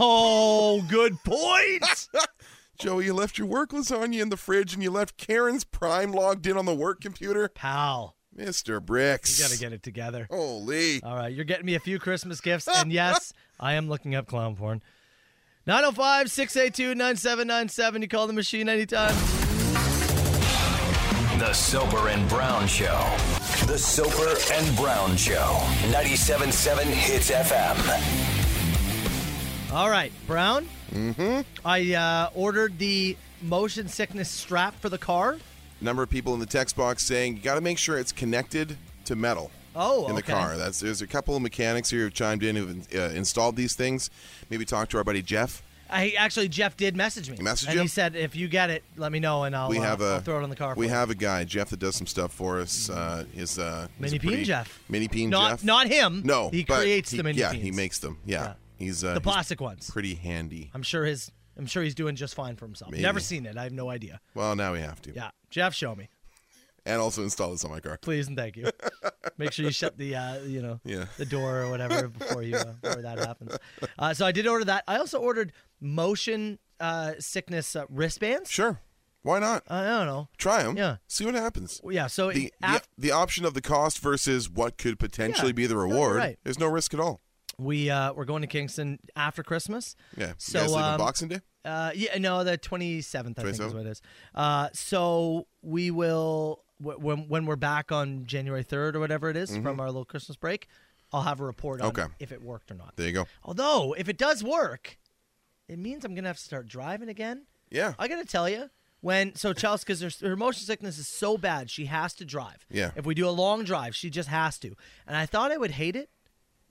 Speaker 4: Oh, good point.
Speaker 5: Joey, you left your work lasagna in the fridge and you left Karen's Prime logged in on the work computer.
Speaker 4: Pal.
Speaker 5: Mr. Bricks.
Speaker 4: You gotta get it together.
Speaker 5: Holy.
Speaker 4: All right, you're getting me a few Christmas gifts, and yes, I am looking up clown porn. 905 682 9797. You call the machine anytime.
Speaker 1: The Soper and Brown Show. The Soper and Brown Show. 97.7 Hits FM.
Speaker 4: All right, Brown. Mm-hmm. I uh, ordered the motion sickness strap for the car.
Speaker 5: Number of people in the text box saying you got to make sure it's connected to metal.
Speaker 4: Oh,
Speaker 5: in the
Speaker 4: okay.
Speaker 5: car. That's there's a couple of mechanics here who chimed in who've uh, installed these things. Maybe talk to our buddy Jeff.
Speaker 4: I actually Jeff did message me.
Speaker 5: messaged
Speaker 4: and
Speaker 5: you?
Speaker 4: he said if you get it, let me know, and I'll,
Speaker 5: we
Speaker 4: uh,
Speaker 5: have a
Speaker 4: I'll throw it on the car.
Speaker 5: We
Speaker 4: for Mm-hmm.
Speaker 5: have a guy Jeff that does some stuff for us. Uh, is uh, he's
Speaker 4: Mini
Speaker 5: a
Speaker 4: Peen
Speaker 5: pretty-
Speaker 4: Jeff.
Speaker 5: Mini Peen
Speaker 4: Not-
Speaker 5: Jeff.
Speaker 4: not him.
Speaker 5: No,
Speaker 4: He
Speaker 5: but
Speaker 4: creates the mini
Speaker 5: Yeah, he
Speaker 4: peens.
Speaker 5: makes them. Yeah,
Speaker 4: Yeah.
Speaker 5: he's uh,
Speaker 4: The
Speaker 5: he's
Speaker 4: plastic ones.
Speaker 5: Pretty handy.
Speaker 4: you. I'm sure his. I'm sure he's doing just fine for himself.
Speaker 5: Maybe.
Speaker 4: Never seen it. I have no idea.
Speaker 5: Well, now we have to.
Speaker 4: Yeah, Jeff, show me,
Speaker 5: and also install this on my car.
Speaker 4: please and thank you. Make sure you shut the uh, you know
Speaker 5: Yeah.
Speaker 4: the door or whatever before you uh, before that happens. Uh, so I did order that. I also ordered motion uh, sickness uh, wristbands.
Speaker 5: Sure, why not?
Speaker 4: I don't know.
Speaker 5: Try them. Yeah, see what happens.
Speaker 4: Well, yeah. So
Speaker 5: The,
Speaker 4: it- af-
Speaker 5: the the option of the cost versus what could potentially
Speaker 4: Yeah,
Speaker 5: be the
Speaker 4: no, you're
Speaker 5: reward.
Speaker 4: right.
Speaker 5: There's no risk at all.
Speaker 4: we uh, we're going to Kingston after Christmas.
Speaker 5: Yeah. You
Speaker 4: So
Speaker 5: guys leave on
Speaker 4: um,
Speaker 5: Boxing Day.
Speaker 4: Uh, yeah, no, the twenty seventh. I think is
Speaker 5: 27th?
Speaker 4: what it is. Uh, so we will wh- when when we're back on January third or whatever it is from
Speaker 5: Mhm.
Speaker 4: our little Christmas break. I'll have a report on
Speaker 5: Okay.
Speaker 4: if it worked or not.
Speaker 5: There you go.
Speaker 4: Although, if it does work, it means I'm gonna have to start driving again.
Speaker 5: Yeah.
Speaker 4: I gotta tell you, when so Chelsea, because her, her motion sickness is so bad, she has to drive.
Speaker 5: Yeah.
Speaker 4: If we do a long drive, she just has to. And I thought I would hate it.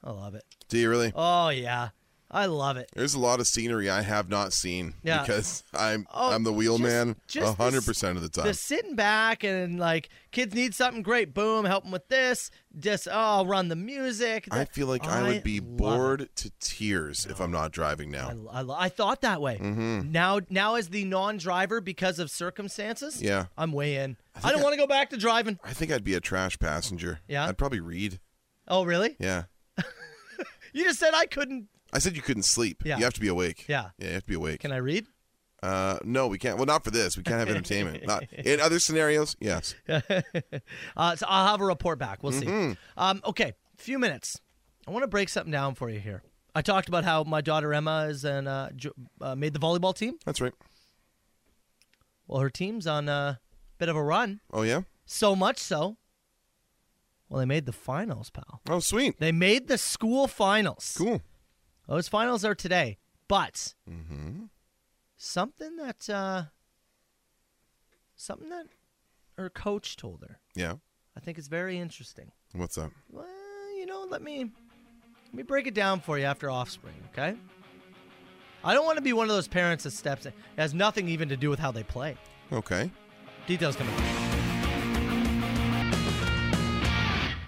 Speaker 4: I love it.
Speaker 5: Do you really?
Speaker 4: Oh yeah, I love it.
Speaker 5: There's a lot of scenery I have not seen
Speaker 4: Yeah.
Speaker 5: because I'm
Speaker 4: Oh,
Speaker 5: I'm the wheel
Speaker 4: just-
Speaker 5: man
Speaker 4: just the
Speaker 5: hundred percent of the time.
Speaker 4: The sitting back and like kids need something great. Boom, help them with this. Just oh, I'll run the music.
Speaker 5: I feel like I, would be
Speaker 4: love
Speaker 5: bored to tears if I'm not driving now.
Speaker 4: it. I, lo- I thought that way.
Speaker 5: Mhm.
Speaker 4: Now, now as the non-driver because of circumstances,
Speaker 5: Yeah.
Speaker 4: I'm way in. I, don't want to go back to driving.
Speaker 5: I think I'd be a trash passenger.
Speaker 4: Yeah?
Speaker 5: I'd probably read.
Speaker 4: Oh, really?
Speaker 5: Yeah.
Speaker 4: You just said I couldn't.
Speaker 5: I said you couldn't sleep.
Speaker 4: Yeah.
Speaker 5: You have to be awake.
Speaker 4: Yeah.
Speaker 5: Yeah, you have to be awake.
Speaker 4: Can I read?
Speaker 5: Uh, no, we can't. Well, not for this. We can't have entertainment. not in other scenarios. Yes.
Speaker 4: Uh, so I'll have a report back. We'll
Speaker 5: Mhm.
Speaker 4: see. Um, okay, few minutes. I want to break something down for you here. I talked about how my daughter Emma is and uh, jo- uh, made the volleyball team.
Speaker 5: That's right.
Speaker 4: Well, her team's on a bit of a run.
Speaker 5: Oh yeah.
Speaker 4: So much so. Well, they made the finals, pal.
Speaker 5: Oh, sweet.
Speaker 4: They made the school finals.
Speaker 5: Cool.
Speaker 4: Those finals are today, but something that uh, something that her coach told her.
Speaker 5: Yeah.
Speaker 4: I think it's very interesting.
Speaker 5: What's up?
Speaker 4: Well, you know, let me let me break it down for you after offspring, okay? I don't want to be one of those parents that steps in. It has nothing even to do with how they play.
Speaker 5: Okay.
Speaker 4: Details coming.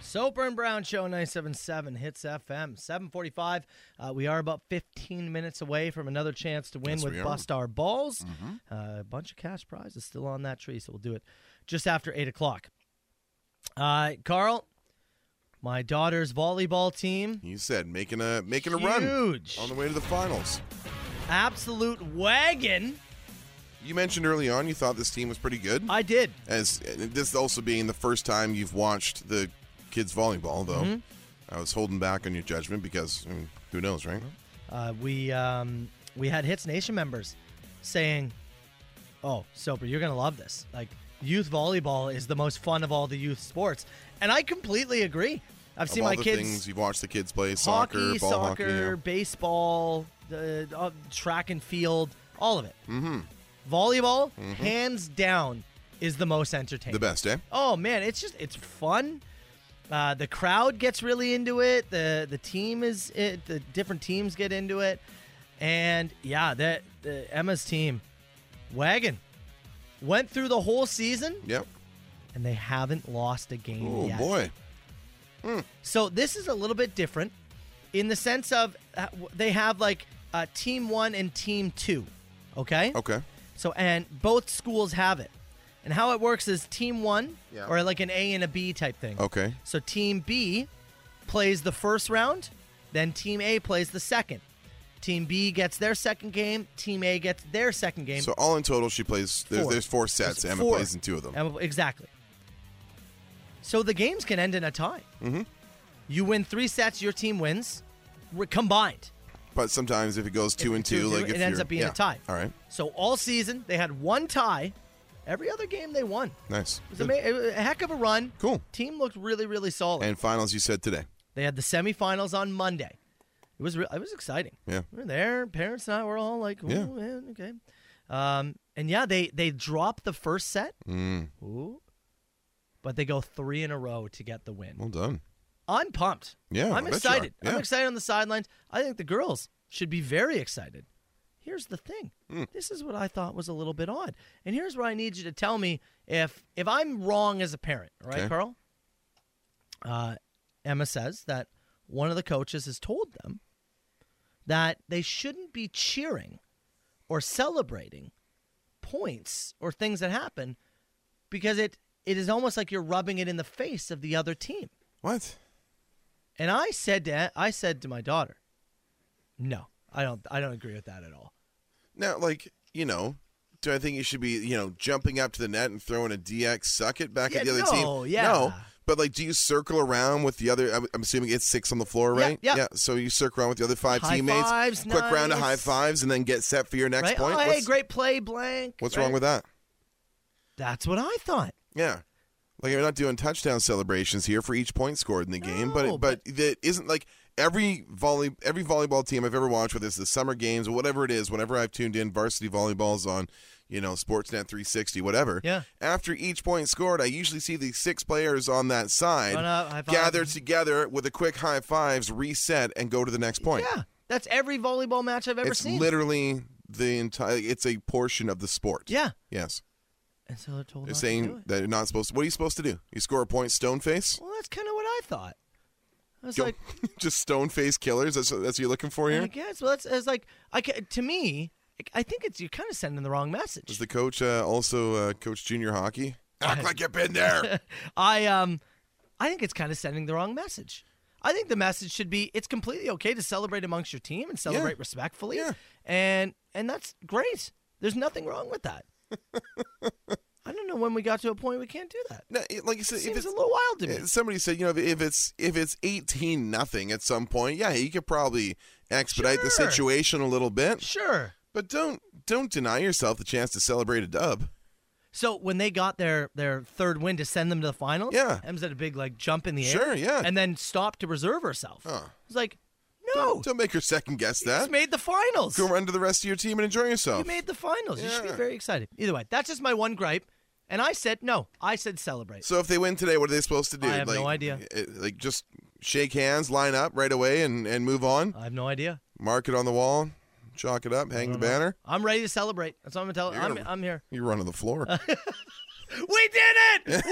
Speaker 4: Soper and Brown Show 977 Hits FM 745. Uh, we are about 15 minutes away from another chance to win
Speaker 12: Yes, we
Speaker 4: with
Speaker 12: are.
Speaker 4: Bust Our Balls.
Speaker 5: Mm-hmm.
Speaker 12: Mhm.
Speaker 4: Uh, a bunch of cash prizes still on that tree, so we'll do it just after 8 o'clock. Uh, Carl, my daughter's volleyball team,
Speaker 5: You said making a making a run
Speaker 4: Huge.
Speaker 5: on the way to the finals.
Speaker 4: absolute wagon.
Speaker 5: You mentioned early on you thought this team was pretty good.
Speaker 4: I did.
Speaker 5: As this also being the first time you've watched the kids volleyball, though,
Speaker 4: Mhm.
Speaker 5: I was holding back on your judgment because I mean, who knows, right?
Speaker 4: uh, we um, we had Hits Nation members saying, "Oh, Soper, you're gonna love this. Like, youth volleyball is the most fun of all the youth sports," and I completely agree. I've
Speaker 5: Of
Speaker 4: seen
Speaker 5: all
Speaker 4: my
Speaker 5: the
Speaker 4: kids
Speaker 5: things you've watched the kids play soccer,
Speaker 4: hockey,
Speaker 5: ball
Speaker 4: soccer,
Speaker 5: hockey. yeah.
Speaker 4: baseball, the uh, track and field, all of it. Mm-hmm. Volleyball,
Speaker 5: Mhm.
Speaker 4: hands down, is the most entertaining.
Speaker 5: The best, eh?
Speaker 4: Oh man, it's just it's fun. Uh, the crowd gets really into it. the The team is it, the different teams get into it, and yeah, that the Emma's team, wagon, went through the whole season
Speaker 5: Yep.
Speaker 4: and they haven't lost a game
Speaker 5: Oh,
Speaker 4: yet.
Speaker 5: boy.
Speaker 4: So this is a little bit different in the sense of uh, w- they have like uh, team one and team two. Okay.
Speaker 5: Okay.
Speaker 4: So and both schools have it. And how it works is team one
Speaker 5: Yeah.
Speaker 4: or like an A and a B type thing.
Speaker 5: Okay.
Speaker 4: So team B plays the first round, then team A plays the second. Team B gets their second game, team A gets their second game.
Speaker 5: So all in total, she plays. There's
Speaker 4: Four.
Speaker 5: there's four sets.
Speaker 4: There's
Speaker 5: Emma
Speaker 4: four.
Speaker 5: plays in two of them.
Speaker 4: Emma- exactly. So the games can end in a tie.
Speaker 5: Mm-hmm.
Speaker 4: You win three sets, your team wins, re- combined.
Speaker 5: But sometimes if it goes two and two,
Speaker 4: two,
Speaker 5: like
Speaker 4: it
Speaker 5: if
Speaker 4: ends
Speaker 5: you're-
Speaker 4: up being a
Speaker 5: yeah.
Speaker 4: tie.
Speaker 5: All right.
Speaker 4: So all season they had one tie. Every other game they won.
Speaker 5: Nice.
Speaker 4: It was ama- a heck of a run.
Speaker 5: Cool.
Speaker 4: Team looked really, really solid.
Speaker 5: And finals, you said today.
Speaker 4: They had the semifinals on Monday. It was re- it was exciting.
Speaker 5: Yeah.
Speaker 4: We were there. Parents and I were all like, "Oh
Speaker 5: Yeah.
Speaker 4: man, okay." Um, and yeah, they they dropped the first set,
Speaker 5: Mm.
Speaker 4: Ooh. but they go three in a row to get the win.
Speaker 5: Well done.
Speaker 4: I'm pumped.
Speaker 5: Yeah, I
Speaker 4: I'm
Speaker 5: bet you are.
Speaker 4: excited. I'm
Speaker 5: Yeah.
Speaker 4: excited on the sidelines. I think the girls should be very excited. Here's the thing.
Speaker 5: Hmm.
Speaker 4: This is what I thought was a little bit odd. And here's where I need you to tell me if if I'm wrong as a parent, all right,
Speaker 12: Okay.
Speaker 4: Carl? Uh, Emma says that one of the coaches has told them that they shouldn't be cheering or celebrating points or things that happen because it it is almost like you're rubbing it in the face of the other team.
Speaker 5: What?
Speaker 4: And I said to I said to my daughter, "No, I don't I don't agree with that at all."
Speaker 5: Now, like you know, do I think you should be you know jumping up to the net and throwing a DX suck it back at
Speaker 4: Yeah,
Speaker 5: the other
Speaker 4: no,
Speaker 5: team?
Speaker 4: yeah.
Speaker 5: No. But like, do you circle around with the other? I'm, I'm assuming it's six on the floor,
Speaker 4: Yeah,
Speaker 5: right?
Speaker 4: yeah.
Speaker 5: So you circle around with the other five
Speaker 4: High
Speaker 5: teammates.
Speaker 4: fives,
Speaker 5: quick round of
Speaker 4: nice.
Speaker 5: high fives, and then get set for your next
Speaker 4: right?
Speaker 5: point.
Speaker 4: Oh, hey,
Speaker 5: what's
Speaker 4: great play, blank.
Speaker 5: what's
Speaker 4: right?
Speaker 5: wrong with that?
Speaker 4: That's what I thought.
Speaker 5: Yeah. Like we're not doing touchdown celebrations here for each point scored in the game, but it, but that isn't like every volley every volleyball team I've ever watched, whether it's the summer games or whatever it is, whenever I've tuned in, varsity volleyball's on, you know, Sportsnet 360, whatever.
Speaker 4: Yeah.
Speaker 5: After each point scored, I usually see the six players on that side
Speaker 4: Run up, high five.
Speaker 5: gather together with a quick high fives, reset, and go to the next point.
Speaker 4: Yeah, that's every volleyball match I've ever
Speaker 5: it's
Speaker 4: seen.
Speaker 5: literally the entire. It's a portion of the sport.
Speaker 4: Yeah.
Speaker 5: Yes.
Speaker 4: and so they're told not
Speaker 5: They're
Speaker 4: to do
Speaker 5: saying
Speaker 4: it.
Speaker 5: that you're not supposed to. What are you supposed to do? You score a point, stone face?
Speaker 4: Well, that's kind of what I thought. I was
Speaker 5: Go-
Speaker 4: like,
Speaker 5: just stone face killers? That's, that's what you're looking for
Speaker 4: I
Speaker 5: here?
Speaker 4: guess. Well, that's, that's like, I ca- to me, I think it's you're kind of sending the wrong message.
Speaker 5: Is the coach uh, also uh, coach junior hockey? Act like you've been there.
Speaker 4: I um, I think it's kind of sending the wrong message. I think the message should be it's completely okay to celebrate amongst your team and celebrate respectfully, and and that's great. There's nothing wrong with that. I don't know when we got to a point we can't do that.
Speaker 5: No, it- like you said, if
Speaker 4: seems
Speaker 5: it's
Speaker 4: a little wild to me.
Speaker 5: Uh, Somebody said, you know, if, if it's if it's eighteen nothing at some point, yeah, you could probably expedite the
Speaker 4: Sure.
Speaker 5: situation a little bit.
Speaker 4: Sure.
Speaker 5: But don't don't deny yourself the chance to celebrate a dub.
Speaker 4: So when they got their their third win to send them to the finals,
Speaker 5: Yeah.
Speaker 4: Ems had a big like jump in the air,
Speaker 5: Sure, yeah.
Speaker 4: and then stopped to reserve herself. It's like, no,
Speaker 5: Don't, don't make her second guess that.
Speaker 4: just made the finals.
Speaker 5: Go run to the rest of your team and enjoy yourself.
Speaker 4: You made the finals. You should be very excited. Either way, that's just my one gripe. And I said no. I said celebrate.
Speaker 5: So if they win today, what are they supposed to do?
Speaker 4: I have no idea.
Speaker 5: uh, Like just shake hands, line up right away, and and move on.
Speaker 4: I have no idea.
Speaker 5: Mark it on the wall, chalk it up, hang the banner.
Speaker 4: I'm ready to celebrate. That's what I'm gonna
Speaker 5: You're
Speaker 4: tell. I'm,
Speaker 5: gonna-
Speaker 4: I'm here.
Speaker 5: You run to the floor.
Speaker 4: We did it!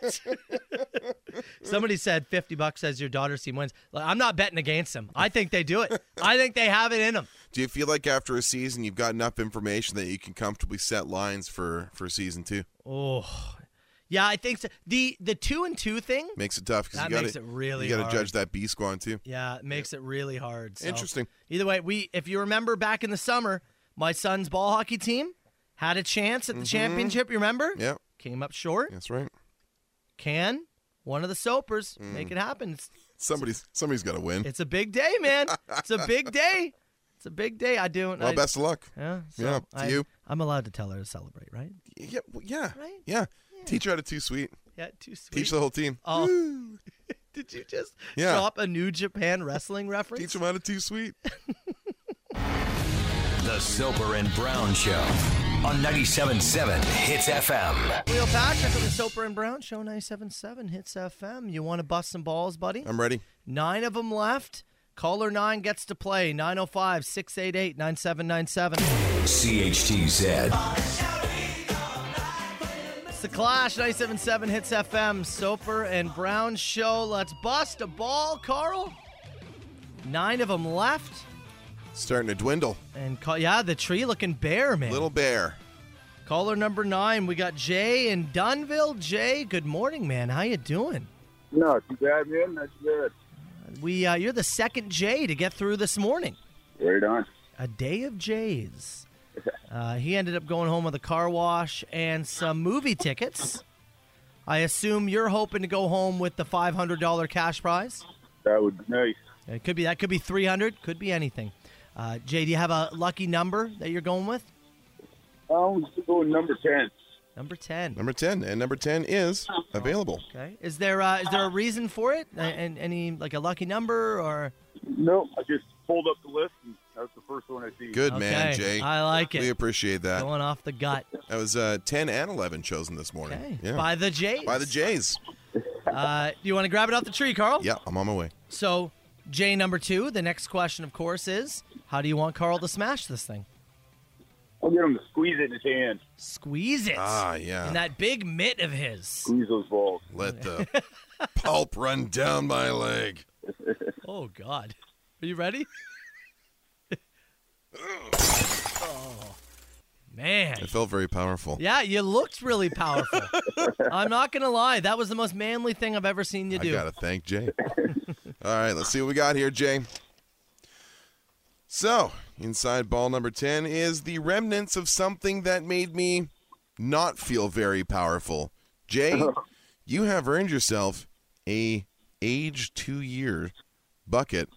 Speaker 4: We did it! Somebody said fifty bucks says your daughter's team wins. Like, I'm not betting against them. I think they do it. I think they have it in them.
Speaker 5: do you feel like after a season you've got enough information that you can comfortably set lines for for season two?
Speaker 4: Oh, yeah, I think so. the the two and two thing.
Speaker 5: Makes it tough because
Speaker 4: That
Speaker 5: you got
Speaker 4: makes it really
Speaker 5: you got
Speaker 4: hard.
Speaker 5: to judge that B squad too.
Speaker 4: Yeah, it makes it really hard. so-
Speaker 5: Interesting.
Speaker 4: Either way, we if you remember back in the summer, my son's ball hockey team had a chance at the
Speaker 5: Mhm.
Speaker 4: championship. You remember?
Speaker 5: Yep.
Speaker 4: Came up short.
Speaker 5: That's right.
Speaker 4: Can one of the Soapers
Speaker 5: Mm.
Speaker 4: make it happen? It's,
Speaker 5: Somebody's somebody's got to win.
Speaker 4: it's a big day, man. it's a big day. It's a big day. I do.
Speaker 5: well,
Speaker 4: I,
Speaker 5: best of luck.
Speaker 4: Yeah. so
Speaker 5: yeah. To
Speaker 4: I,
Speaker 5: you.
Speaker 4: I'm allowed to tell her to celebrate, right?
Speaker 5: Yeah. well, yeah.
Speaker 4: Right?
Speaker 5: Yeah. Teach her how to too sweet.
Speaker 4: Yeah. Too sweet.
Speaker 5: Teach the whole team.
Speaker 4: Oh. Did you just
Speaker 5: Yeah.
Speaker 4: drop a New Japan wrestling reference?
Speaker 5: Teach them how to too sweet.
Speaker 1: The Soper and Brown Show on 97.7 Hits FM.
Speaker 4: Leo Patrick on the Soper and Brown Show, 97.7 Hits FM. You want to bust some balls, buddy?
Speaker 5: I'm ready.
Speaker 4: Nine of them left. Caller 9 gets to play, 905 688 9797.
Speaker 1: CHTZ.
Speaker 4: It's the Clash, 97.7 Hits FM, Soper and Brown Show. Let's bust a ball, Carl. Nine of them left.
Speaker 5: Starting to dwindle.
Speaker 4: And call, yeah, the tree looking bare, man.
Speaker 5: Little bear.
Speaker 4: Caller number 9, we got Jay in Dunville. Jay, good morning, man. How you doing?
Speaker 12: No, too bad, man. That's good.
Speaker 4: We uh, you're the second Jay to get through this morning.
Speaker 12: Right on.
Speaker 4: A day of Jays. Uh, he ended up going home with a car wash and some movie tickets. I assume you're hoping to go home with the five hundred dollar cash prize.
Speaker 12: That would be nice.
Speaker 4: It could be that could be three hundred, could be anything. Uh, Jay, do you have a lucky number that you're going with?
Speaker 12: Um, let's go with number ten.
Speaker 4: Number ten.
Speaker 5: Number ten, and number ten is available.
Speaker 4: Okay. Is there uh, is there a reason for it? A- And any like a lucky number or?
Speaker 12: No, I just pulled up the list, and that was the first one I see.
Speaker 5: Good man,
Speaker 4: Okay,
Speaker 5: Jay.
Speaker 4: I like it.
Speaker 5: We appreciate that.
Speaker 4: Going off the gut.
Speaker 5: That was uh, ten and eleven chosen this morning.
Speaker 4: Okay.
Speaker 5: Yeah.
Speaker 4: By the Jays.
Speaker 5: By the Jays.
Speaker 4: Uh, do you want to grab it off the tree, Carl?
Speaker 5: Yeah, I'm on my way.
Speaker 4: So, Jay number two, the next question, of course, is how do you want Carl to smash this thing?
Speaker 12: I'll get him to squeeze it in his hand.
Speaker 4: Squeeze it.
Speaker 5: Ah, yeah.
Speaker 4: In that big mitt of his.
Speaker 12: Squeeze those balls.
Speaker 5: Let the pulp run down my leg.
Speaker 4: Oh, God. Are you ready? oh, man.
Speaker 5: It felt very powerful.
Speaker 4: Yeah, you looked really powerful. I'm not going to lie. That was the most manly thing I've ever seen you
Speaker 5: I
Speaker 4: do.
Speaker 5: gotta thank Jay. All right, let's see what we got here, Jay. So, inside ball number 10 is the remnants of something that made me not feel very powerful. Jay, you have earned yourself a age 2 year bucket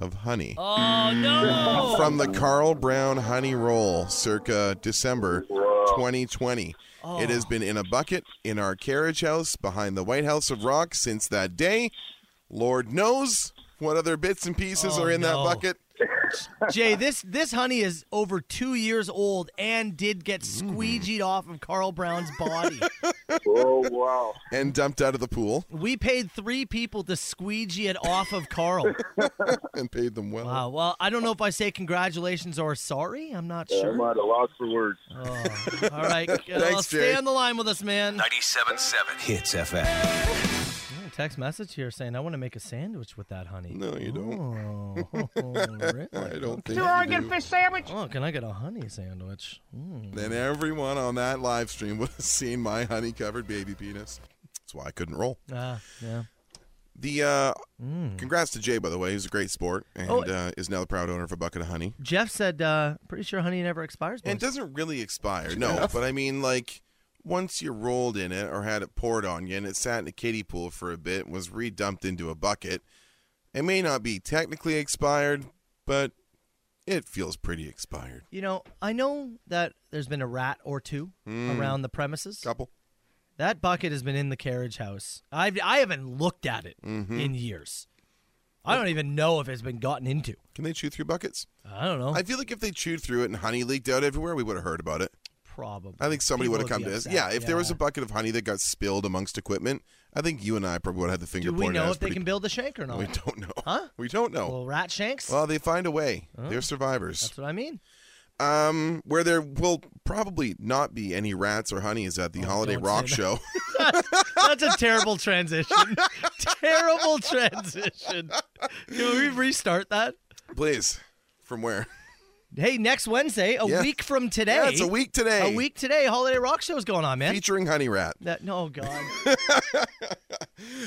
Speaker 5: of honey
Speaker 4: Oh, no.
Speaker 5: from the Carl Brown Honey Roll circa December 2020.
Speaker 4: Oh.
Speaker 5: It has been in a bucket in our carriage house behind the White House of Rock since that day. Lord knows what other bits and pieces
Speaker 4: Oh,
Speaker 5: are in that
Speaker 4: no.
Speaker 5: bucket.
Speaker 4: Jay, this this honey is over two years old and did get
Speaker 5: Mm.
Speaker 4: squeegeed off of Carl Brown's body.
Speaker 12: Oh wow!
Speaker 5: And dumped out of the pool
Speaker 4: We paid three people to squeegee it off of Carl.
Speaker 5: and paid them well.
Speaker 4: Wow. Well, I don't know if I say congratulations or sorry. I'm not
Speaker 12: Yeah, I'm
Speaker 4: sure.
Speaker 12: at a loss for words.
Speaker 4: Oh, all right. Uh,
Speaker 5: Thanks,
Speaker 4: stay
Speaker 5: Jay.
Speaker 4: on the line with us, man.
Speaker 1: 97.7 Hits FM.
Speaker 4: Ooh, text message here saying I want to make a sandwich with that honey.
Speaker 5: No, you don't.
Speaker 4: Oh, really?
Speaker 5: I don't think.
Speaker 3: Sure, I
Speaker 5: you
Speaker 3: get a
Speaker 5: do.
Speaker 3: fish sandwich.
Speaker 4: Oh, can I get a honey sandwich? Mm.
Speaker 5: Then everyone on that live stream would have seen my honey covered baby penis. That's why I couldn't roll.
Speaker 4: Ah, yeah.
Speaker 5: The uh, congrats to Jay, by the way. He's a great sport and
Speaker 4: Oh.
Speaker 5: uh, is now the proud owner of a bucket of honey.
Speaker 4: Jeff said, uh, pretty sure honey never expires.
Speaker 5: And it
Speaker 4: boys.
Speaker 5: doesn't really expire, no. But I mean, like, once you rolled in it or had it poured on you and it sat in a kiddie pool for a bit and was redumped into a bucket, it may not be technically expired, but it feels pretty expired.
Speaker 4: you know, I know that there's been a rat or two
Speaker 5: Mm.
Speaker 4: around the premises.
Speaker 5: Couple. Mm-hmm.
Speaker 4: That bucket has been in the carriage house. I've I haven't looked at it in years. I don't even know if it's been gotten into.
Speaker 5: Can they chew through buckets?
Speaker 4: I don't know.
Speaker 5: I feel like if they chewed through it and honey leaked out everywhere, we would have heard about it.
Speaker 4: Probably.
Speaker 5: I think somebody
Speaker 4: People
Speaker 5: would have come
Speaker 4: be
Speaker 5: to us.
Speaker 4: upset,
Speaker 5: Yeah, if there was a
Speaker 4: yeah.
Speaker 5: bucket of honey that got spilled amongst equipment, I think you and I probably would have had the finger
Speaker 4: Do we
Speaker 5: pointed at
Speaker 4: know
Speaker 5: us
Speaker 4: if they
Speaker 5: pretty-
Speaker 4: can build a shank or not?
Speaker 5: We don't know. Huh? We don't know.
Speaker 4: Well, rat shanks.
Speaker 5: Well, they find a way. They're survivors.
Speaker 4: That's what I mean.
Speaker 5: Um, where there will probably not be any rats or honey is at the Holiday
Speaker 4: Oh, don't
Speaker 5: Rock
Speaker 4: say
Speaker 5: Show.
Speaker 4: That's a terrible transition. terrible transition. Can we restart that?
Speaker 5: Please. From where?
Speaker 4: Hey, next Wednesday, a
Speaker 5: Yeah.
Speaker 4: week from today.
Speaker 5: Yeah, it's a week today.
Speaker 4: A week today, Holiday Rock Show's going on, man.
Speaker 5: Featuring Honey Rat.
Speaker 4: That, no, God.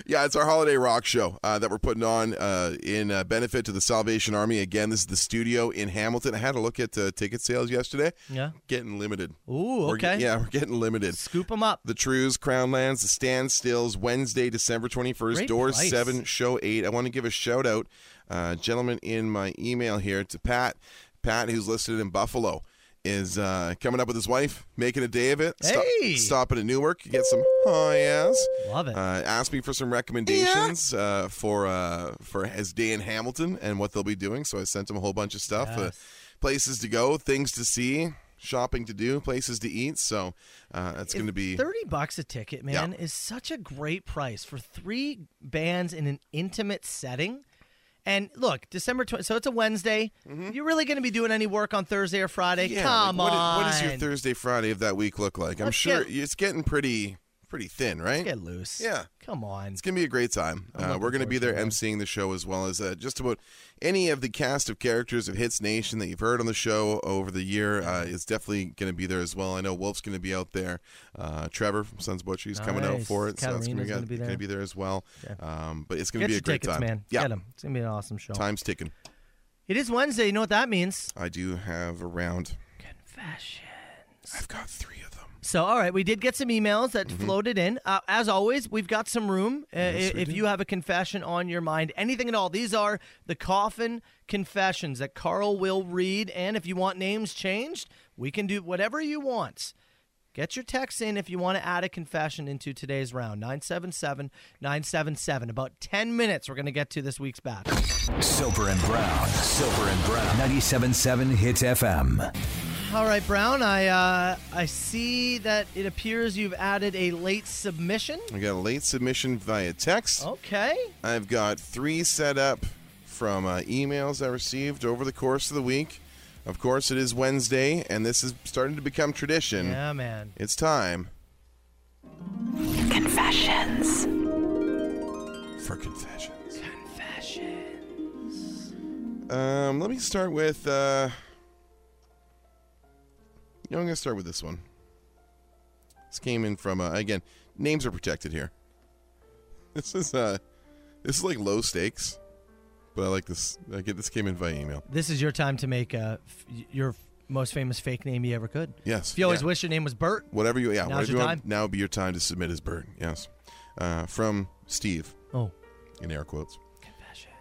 Speaker 5: Yeah, it's our holiday rock show uh, that we're putting on uh, in uh, benefit to the Salvation Army. Again, this is the studio in Hamilton. I had a look at uh, ticket sales yesterday.
Speaker 4: Yeah.
Speaker 5: Getting limited.
Speaker 4: Ooh,
Speaker 5: We're ge-
Speaker 4: okay.
Speaker 5: yeah, we're getting limited.
Speaker 4: Scoop them up.
Speaker 5: The Trues, Crownlands, the Standstills, Wednesday, December 21st,
Speaker 4: Great
Speaker 5: doors
Speaker 4: price.
Speaker 5: 7, show 8. I want to give a shout out, uh, gentleman in my email here, to Pat. Pat, who's listed in Buffalo, is uh, coming up with his wife, making a day of it. Stop-
Speaker 4: Hey!
Speaker 5: stopping at Newark, get some high ass.
Speaker 4: Love it.
Speaker 5: Uh, asked me for some recommendations uh, for uh, for his day in Hamilton and what they'll be doing. So I sent him a whole bunch of stuff, uh,
Speaker 4: Yes.
Speaker 5: places to go, things to see, shopping to do, places to eat. So uh, that's going to be
Speaker 4: 30 bucks a ticket, man, is such a great price for three bands in an intimate setting. And look, December 20, so it's a Wednesday. You're really going to be doing any work on Thursday or Friday?
Speaker 5: Mm-hmm. yeah. like,
Speaker 4: Come
Speaker 5: what is-
Speaker 4: on.
Speaker 5: what is your Thursday, Friday of that week look like? I'm
Speaker 4: Let's
Speaker 5: sure
Speaker 4: get-
Speaker 5: it's getting pretty pretty thin, right?
Speaker 4: Get loose.
Speaker 5: Yeah.
Speaker 4: Come on.
Speaker 5: It's gonna be a great time. Uh, we're gonna be there emceeing the show as well as uh, just about any of the cast of characters of Hits Nation that you've heard on the show over the year uh, is definitely gonna be there as well. I know Wolf's gonna be out there. Uh, Trevor from Sons of Butchie is coming out
Speaker 4: Nice.
Speaker 5: for it, so that's gonna
Speaker 4: Katarina's
Speaker 5: be,
Speaker 4: gonna be
Speaker 5: gonna
Speaker 4: there.
Speaker 5: be there as well. Um, but it's gonna
Speaker 4: Get
Speaker 5: be
Speaker 4: your
Speaker 5: a great
Speaker 4: tickets,
Speaker 5: time,
Speaker 4: man.
Speaker 5: Yeah,
Speaker 4: Get 'em. It's going to be an awesome show.
Speaker 5: time's ticking.
Speaker 4: It is Wednesday. You know what that means?
Speaker 5: I do have around.
Speaker 4: Confessions.
Speaker 5: I've got three of them.
Speaker 4: So, all right, we did get some emails that floated in. Uh, as always, we've got some room. Uh,
Speaker 5: Mm-hmm. Yes, we
Speaker 4: if
Speaker 5: do.
Speaker 4: you have a confession on your mind, anything at all, these are the coffin confessions that Carl will read. And if you want names changed, we can do whatever you want. Get your text in if you want to add a confession into today's round. 977 977. About 10 minutes, we're going to get to this week's battle.
Speaker 1: Soper and Brown. Soper and Brown. 97.7 Hits FM.
Speaker 4: All right, Brown, I, uh, I see that it appears you've added a late submission.
Speaker 5: I got a late submission via text.
Speaker 4: Okay.
Speaker 5: I've got three set up from uh, emails I received over the course of the week. Of course, it is Wednesday, and this is starting to become tradition.
Speaker 4: Yeah, man.
Speaker 5: It's time
Speaker 2: Confessions.
Speaker 5: for confessions.
Speaker 2: Confessions.
Speaker 5: Um, let me start with. Uh, you know, I'm going to start with this one. This came in from uh, again. Names are protected here. This is uh, this is like low stakes, but I like this. I get this came in via email.
Speaker 4: This is your time to make uh, f- your f- most famous fake name you ever could.
Speaker 5: Yes,
Speaker 4: If you always
Speaker 5: yeah.
Speaker 4: wish your name was Bert,
Speaker 5: Whatever you, yeah,
Speaker 4: Now's
Speaker 5: whatever
Speaker 4: your
Speaker 5: you want,
Speaker 4: time.
Speaker 5: now would be your time to submit his bird. Yes, uh, from Steve.
Speaker 4: Oh.
Speaker 5: in air quotes. Confessions.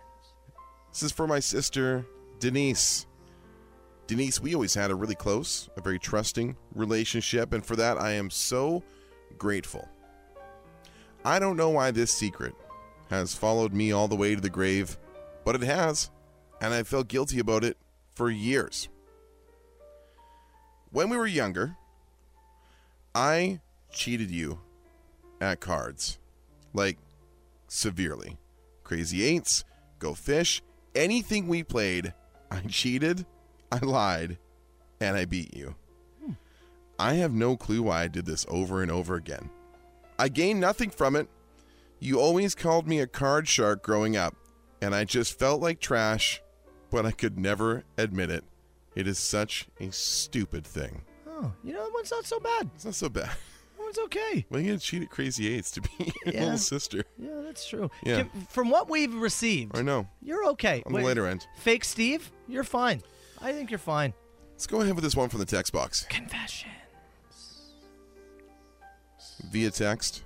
Speaker 5: This is for my sister Denise. Denise, we always had a really close, a very trusting relationship, and for that I am so grateful. I don't know why this secret has followed me all the way to the grave, but it has, and I felt guilty about it for years. When we were younger, I cheated you at cards. Like, severely. Crazy Eights, Go Fish, anything we played, I cheated, I lied, and I beat you. I have no clue why I did this over and over again. I gained nothing from it. You always called me a card shark growing up, and I just felt like trash, but I could never admit it. It is such a stupid thing.
Speaker 4: oh, you know that one's not so bad.
Speaker 5: It's not so bad.
Speaker 4: That one's okay.
Speaker 5: Well, you gotta cheat at Crazy Eights to be your
Speaker 4: Yeah.
Speaker 5: little sister.
Speaker 4: Yeah, that's true.
Speaker 5: Yeah.
Speaker 4: Jim, From what we've received,
Speaker 5: I know.
Speaker 4: you're okay.
Speaker 5: On the later end.
Speaker 4: Fake Steve, you're fine. I think you're fine.
Speaker 5: Let's go ahead with this one from the text box.
Speaker 4: Confession.
Speaker 5: via text.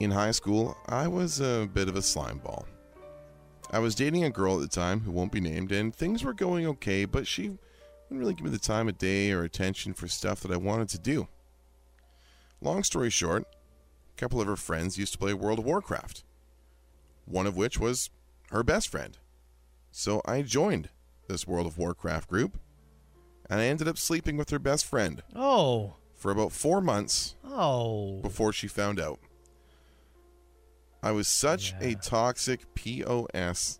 Speaker 5: In high school, I was a bit of a slime ball. I was dating a girl at the time who won't be named, and things were going okay, but she wouldn't really give me the time of day or attention for stuff that I wanted to do. Long story short, a couple of her friends used to play World of Warcraft, one of which was her best friend. So I joined this World of Warcraft group, and I ended up sleeping with her best friend
Speaker 4: Oh.
Speaker 5: for about four months
Speaker 4: Oh.
Speaker 5: before she found out. I was such a toxic POS,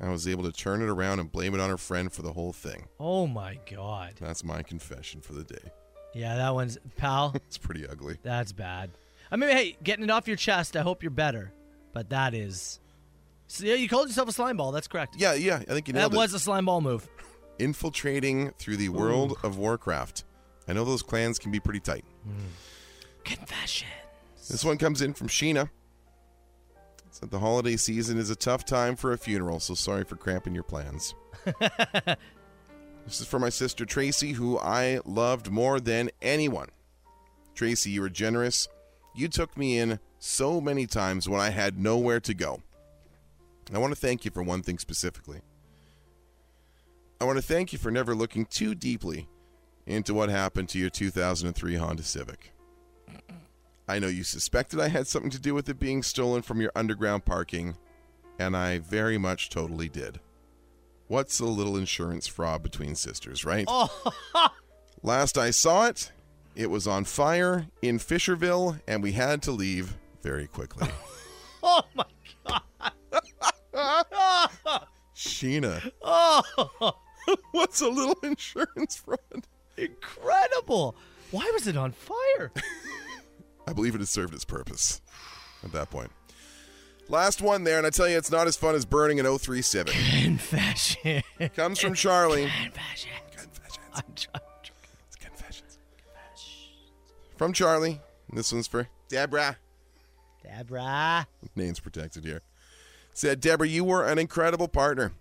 Speaker 5: I was able to turn it around and blame it on her friend for the whole thing.
Speaker 4: Oh my god.
Speaker 5: That's my confession for the day.
Speaker 4: Yeah, that one's pal.
Speaker 5: It's pretty ugly.
Speaker 4: That's bad. I mean, hey, getting it off your chest. I hope you're better, but that is. So, yeah, you called yourself a slime ball. That's correct.
Speaker 5: Yeah, yeah, I think you
Speaker 4: That
Speaker 5: nailed it.
Speaker 4: was a slime ball move.
Speaker 5: Infiltrating through the world of Warcraft. I know those clans can be pretty tight.
Speaker 4: Confession.
Speaker 5: This one comes in from Sheena. Said the holiday season is a tough time for a funeral, so sorry for cramping your plans. this is for my sister Tracy, who I loved more than anyone. Tracy, you were generous. You took me in so many times when I had nowhere to go. I want to thank you for one thing specifically. I want to thank you for never looking too deeply into what happened to your 2003 Honda Civic. I know you suspected I had something to do with it being stolen from your underground parking, and I very much totally did. What's a little insurance fraud between sisters, right?
Speaker 4: Oh.
Speaker 5: Last I saw it, it was on fire in Fisherville, and we had to leave very quickly.
Speaker 4: Oh my god.
Speaker 5: Sheena,
Speaker 4: oh,
Speaker 5: what's a little insurance fraud?
Speaker 4: Incredible. Why was it on fire?
Speaker 5: I believe it has served its purpose at that point. Last one there, and I tell you, it's not as fun as burning an 03 Civic.
Speaker 4: Confession.
Speaker 5: Comes from Charlie.
Speaker 4: Confession. Confessions.
Speaker 5: From Charlie. This one's for Deborah.
Speaker 4: Deborah.
Speaker 5: Name's protected here. Said, Deborah, you were an incredible partner.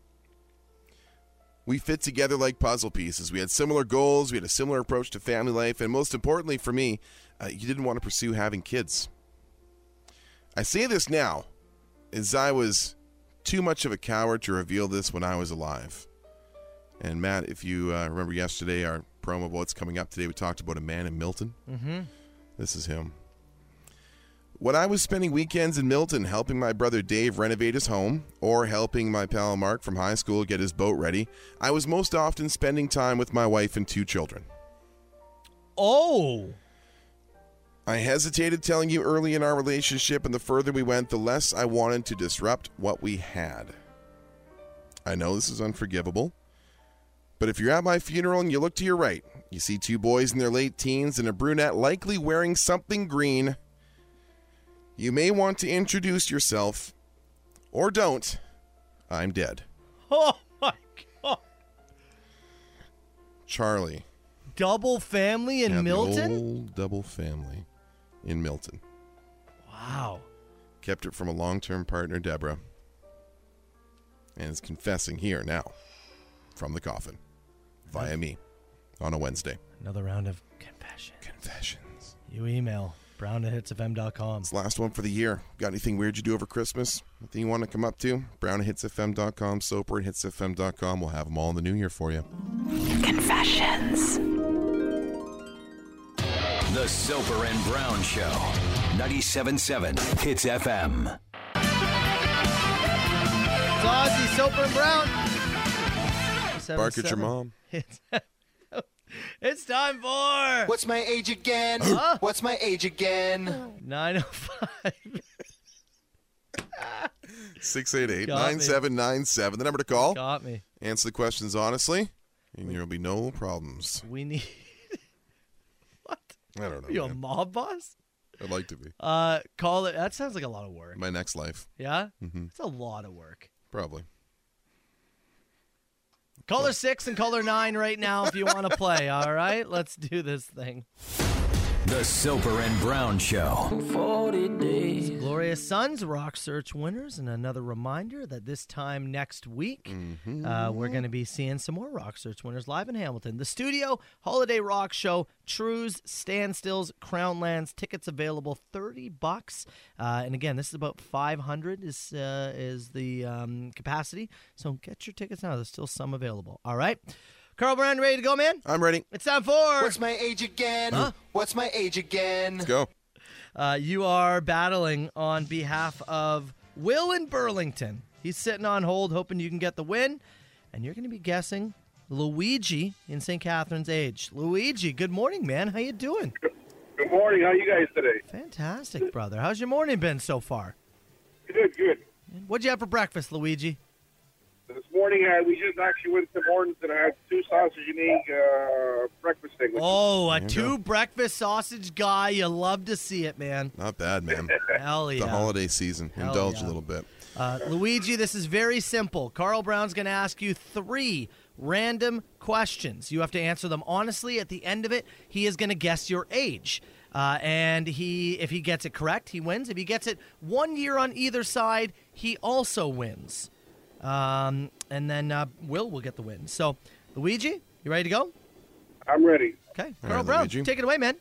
Speaker 5: We fit together like puzzle pieces. We had similar goals, we had a similar approach to family life, and most importantly for me, uh, you didn't want to pursue having kids. I say this now, as I was too much of a coward to reveal this when I was alive. And Matt, if you uh, remember yesterday, our promo of what's coming up today, we talked about a man in Milton.
Speaker 4: Mm-hmm.
Speaker 5: This is him. When I was spending weekends in Milton helping my brother Dave renovate his home or helping my pal Mark from high school get his boat ready, I was most often spending time with my wife and two children.
Speaker 4: Oh.
Speaker 5: I hesitated telling you early in our relationship, and the further we went, the less I wanted to disrupt what we had. I know this is unforgivable, but if you're at my funeral and you look to your right, you see two boys in their late teens and a brunette likely wearing something green, you may want to introduce yourself, or don't. I'm dead.
Speaker 4: Oh my god.
Speaker 5: Charlie.
Speaker 4: Double family in
Speaker 5: Yeah, the
Speaker 4: Milton?
Speaker 5: old double family in Milton.
Speaker 4: Wow.
Speaker 5: kept it from a long term partner, Deborah, and is confessing here now from the coffin via me on a Wednesday.
Speaker 4: Another round of confession.
Speaker 5: Confessions.
Speaker 4: You email brown at hitsfm.com.
Speaker 5: It's the last one for the year. Got anything weird you do over Christmas? Anything you want to come up to? Brown at hitsfm.com, Soper at hitsfm.com. We'll have them all in the new year for you.
Speaker 1: Confessions. The Soper and Brown Show. 97.7 Hits FM.
Speaker 4: It's Ozzy, Soper, and Brown.
Speaker 5: Bark at your mom.
Speaker 4: It's, it's time for.
Speaker 2: What's my age again? What's my age again?
Speaker 4: 905.
Speaker 5: 688
Speaker 4: Got me.
Speaker 5: 9797, the number to call.
Speaker 4: Got me.
Speaker 5: Answer the questions honestly, and there will be no problems.
Speaker 4: We need.
Speaker 5: I don't know.
Speaker 4: you a
Speaker 5: man.
Speaker 4: mob boss?
Speaker 5: I'd like to be.
Speaker 4: Uh, call it. That sounds like a lot of work.
Speaker 5: My next life,
Speaker 4: Yeah?
Speaker 5: Mhm.
Speaker 4: It's a lot of work.
Speaker 5: probably.
Speaker 4: Caller six and caller nine right now if you want to play. All right, let's do this thing.
Speaker 1: The Soper and Brown Show.
Speaker 4: 40 days. Glorious Sons, Rock Search winners, and another reminder that this time next week, uh, we're going to be seeing some more Rock Search winners live in Hamilton. The studio, Holiday Rock Show, Trues, Standstills, Crownlands, tickets available, 30 bucks. Uh, and again, this is about 500 is, uh, is the um, capacity. So get your tickets now. There's still some available. All right. Carl Brand, ready to go, man?
Speaker 5: I'm ready.
Speaker 4: It's time for.
Speaker 2: What's my age again? What's my age again?
Speaker 5: Go.
Speaker 4: Uh, you are battling on behalf of Will in Burlington. He's sitting on hold, hoping you can get the win. And you're going to be guessing Luigi in St. Catherine's age. Luigi, good morning, man. How you doing?
Speaker 13: Good morning. How are you guys today?
Speaker 4: Fantastic, brother. How's your morning been so far?
Speaker 13: Good, good.
Speaker 4: What'd you have for breakfast, Luigi?
Speaker 13: This morning, uh, we just actually went to Morton's and had two sausage and egg uh, breakfast sandwiches.
Speaker 4: Oh, a two breakfast sausage guy. You love to see it, man.
Speaker 5: Not bad, man.
Speaker 4: Hell yeah.
Speaker 5: The holiday season.
Speaker 4: Hell
Speaker 5: Indulge
Speaker 4: yeah.
Speaker 5: a little bit.
Speaker 4: Uh, Luigi, this is very simple. Carl Brown's going to ask you three random questions. You have to answer them honestly. At the end of it, he is going to guess your age. Uh, and he, if he gets it correct, he wins. If he gets it one year on either side, he also wins. Um, and then uh, Will will get the win. So, Luigi, you ready to go?
Speaker 13: I'm ready.
Speaker 4: Okay,
Speaker 5: All
Speaker 4: Carl
Speaker 5: right,
Speaker 4: Brown,
Speaker 5: Luigi.
Speaker 4: take it away, man.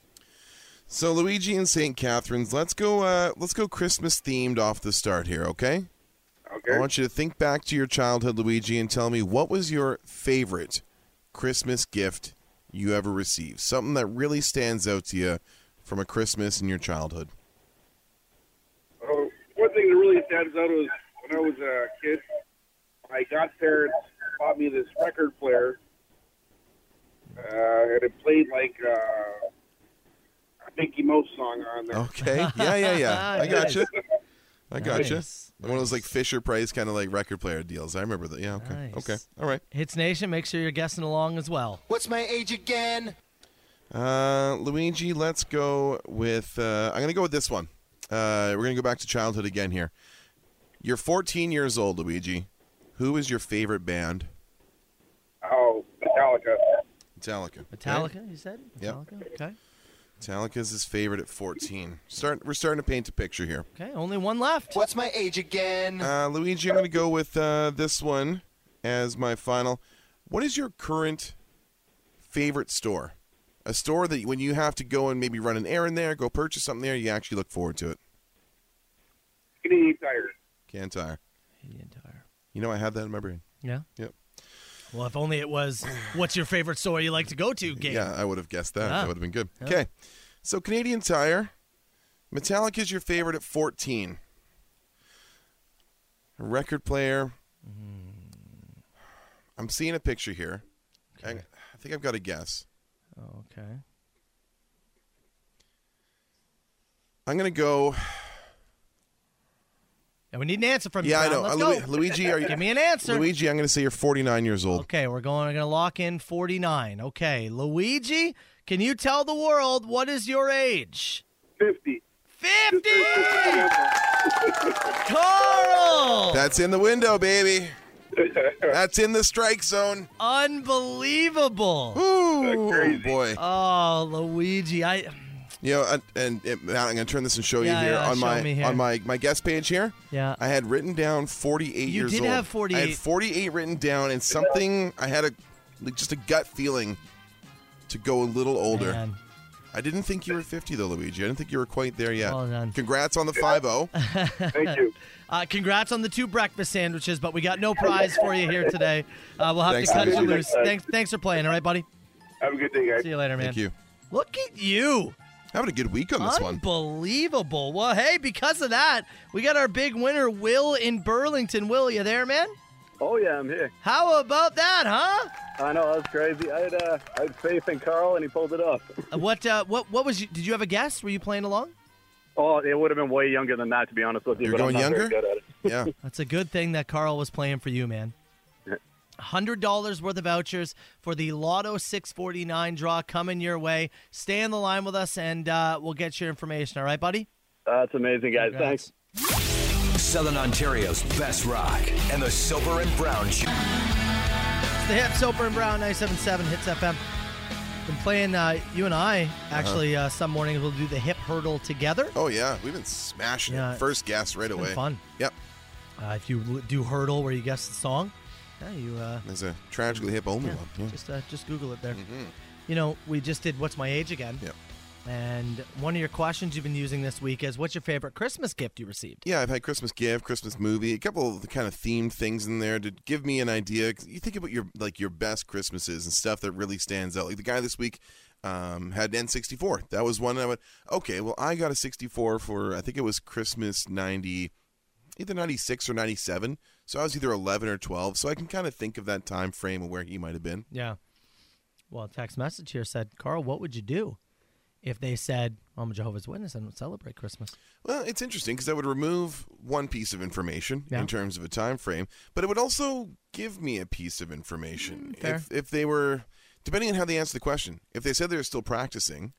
Speaker 5: So Luigi and St. Catherine's, let's go. Uh, let's go Christmas themed off the start here, okay?
Speaker 13: Okay.
Speaker 5: I want you to think back to your childhood, Luigi, and tell me what was your favorite Christmas gift you ever received. Something that really stands out to you from a Christmas in your childhood.
Speaker 13: Uh, one thing that really stands out was when I was a kid, my godparents bought me this record player, uh, and it played like uh, a Mickey Mouse song on there.
Speaker 5: Okay. Yeah, yeah, yeah. I got you. I got you.
Speaker 4: Nice,
Speaker 5: One of those like Fisher Price kind of like record player deals. I remember that. Yeah. Okay. Okay. All right.
Speaker 4: Hits Nation, make sure you're guessing along as well.
Speaker 2: What's my age again?
Speaker 5: Uh, Luigi, let's go with. Uh, I'm gonna go with this one. Uh, we're gonna go back to childhood again here. You're 14 years old, Luigi. Who is your favorite band?
Speaker 13: Oh, Metallica.
Speaker 5: Metallica.
Speaker 4: Metallica, you said?
Speaker 5: Yep.
Speaker 4: Metallica? Okay.
Speaker 5: Metallica's his favorite at 14. Start. We're starting to paint a picture here.
Speaker 4: Okay, only one left.
Speaker 2: What's my age again?
Speaker 5: Uh, Luigi, I'm gonna go with uh, this one as my final. What is your current favorite store? A store that when you have to go and maybe run an errand there, go purchase something there, you actually look forward to it.
Speaker 13: Skinny tires.
Speaker 5: Can't tire. You know, I had that in my brain.
Speaker 4: Yeah.
Speaker 5: Yep.
Speaker 4: Well, if only it was what's your favorite store you like to go to game.
Speaker 5: Yeah, I would have guessed that.
Speaker 4: Yeah.
Speaker 5: That would have been good.
Speaker 4: Yeah.
Speaker 5: Okay. So Canadian Tire, Metallica's your favorite at 14. A record player.
Speaker 4: Hmm.
Speaker 5: I'm seeing a picture here. I, I think I've got a guess.
Speaker 4: Oh, okay.
Speaker 5: I'm going to go.
Speaker 4: And we need an answer from you.
Speaker 5: yeah, I
Speaker 4: Brown.
Speaker 5: know.
Speaker 4: Let's
Speaker 5: Uh, Lu-
Speaker 4: go.
Speaker 5: Luigi, are you?
Speaker 4: Give me an answer.
Speaker 5: Luigi, I'm going to say you're 49 years old.
Speaker 4: Okay, we're going. We're going to lock in 49. Okay, Luigi, can you tell the world what is your age?
Speaker 13: 50.
Speaker 4: 50. Carl,
Speaker 5: That's in the window, baby. That's in the strike zone.
Speaker 4: unbelievable.
Speaker 5: Ooh, boy.
Speaker 4: Oh, Luigi, I.
Speaker 5: You know, and, and it, Matt, I'm going to turn this and show
Speaker 4: Yeah,
Speaker 5: you here
Speaker 4: yeah,
Speaker 5: on
Speaker 4: show
Speaker 5: my
Speaker 4: me here.
Speaker 5: on my my guest page here.
Speaker 4: Yeah.
Speaker 5: I had written down 48
Speaker 4: You
Speaker 5: years
Speaker 4: did
Speaker 5: old.
Speaker 4: have
Speaker 5: I
Speaker 4: 48.
Speaker 5: had 48 written down, and something I had a like, just a gut feeling to go a little older.
Speaker 4: Man.
Speaker 5: I didn't think you were 50 though, Luigi. I didn't think you were quite there yet.
Speaker 4: Well done.
Speaker 5: Congrats on the 50.
Speaker 13: Thank you.
Speaker 4: Uh, congrats on the two breakfast sandwiches, but we got no prize for you here today. Uh, we'll have
Speaker 5: Thanks,
Speaker 4: to cut you
Speaker 5: Luigi.
Speaker 4: loose. Thanks, thanks for playing. All right, buddy.
Speaker 13: Have a good day, guys.
Speaker 4: See you later, man.
Speaker 5: Thank you.
Speaker 4: Look at you.
Speaker 5: Having a good week on this one.
Speaker 4: Unbelievable. Well, hey, because of that, we got our big winner, Will in Burlington. Will, you there, man?
Speaker 14: Oh yeah, I'm here.
Speaker 4: How about that, huh?
Speaker 14: I know that's crazy. I had uh, I had faith in Carl, and he pulled it off.
Speaker 4: Uh, What uh, what what was you, did you have a guess? Were you playing along?
Speaker 14: Oh, it would have been way younger than that, to be honest with you.
Speaker 5: You're
Speaker 14: but I'm
Speaker 5: going
Speaker 14: not very
Speaker 5: younger?
Speaker 14: Good at it.
Speaker 5: Yeah.
Speaker 4: That's a good thing that Carl was playing for you, man. $100 worth of vouchers for the Lotto 649 draw coming your way. Stay on the line with us and uh, we'll get your information. All right, buddy?
Speaker 14: That's Uh, amazing, guys.
Speaker 4: Congrats.
Speaker 14: Thanks.
Speaker 1: Southern Ontario's best rock and the Sober and Brown Show.
Speaker 4: It's the hip, Soper and Brown, 977 Hits FM. Been playing, uh, you and I, actually, uh some mornings we'll do the hip hurdle together.
Speaker 5: Oh yeah, we've been smashing
Speaker 4: Yeah,
Speaker 5: it. First guess right
Speaker 4: been
Speaker 5: away.
Speaker 4: fun.
Speaker 5: Yep.
Speaker 4: Uh, if you l- do hurdle where you guess the song, yeah, you uh,
Speaker 5: There's a tragically hip only
Speaker 4: yeah,
Speaker 5: one. Mm-hmm. Yeah.
Speaker 4: just uh, just Google it there. You know, we just did "What's My Age Again,"
Speaker 5: Yep.
Speaker 4: and one of your questions you've been using this week is, "What's your favorite Christmas gift you received?"
Speaker 5: Yeah, I've had Christmas gift, Christmas movie, a couple of the kind of themed things in there to give me an idea. 'Cause You think about your like your best Christmases and stuff that really stands out. Like the guy this week um, had an N64. That was one I went, okay, well I got a 64 for I think it was Christmas 90. either 96 or 97. So I was either 11 or 12. So I can kind of think of that time frame of where he might have been.
Speaker 4: Yeah. Well, a text message here said, Carl, what would you do if they said, I'm a Jehovah's Witness and don't celebrate Christmas?
Speaker 5: Well, it's interesting because I would remove one piece of information
Speaker 4: Yeah.
Speaker 5: in terms of a time frame, but it would also give me a piece of information
Speaker 4: Mm, fair.
Speaker 5: if if they were depending on how they answer the question. If they said they were still practicing,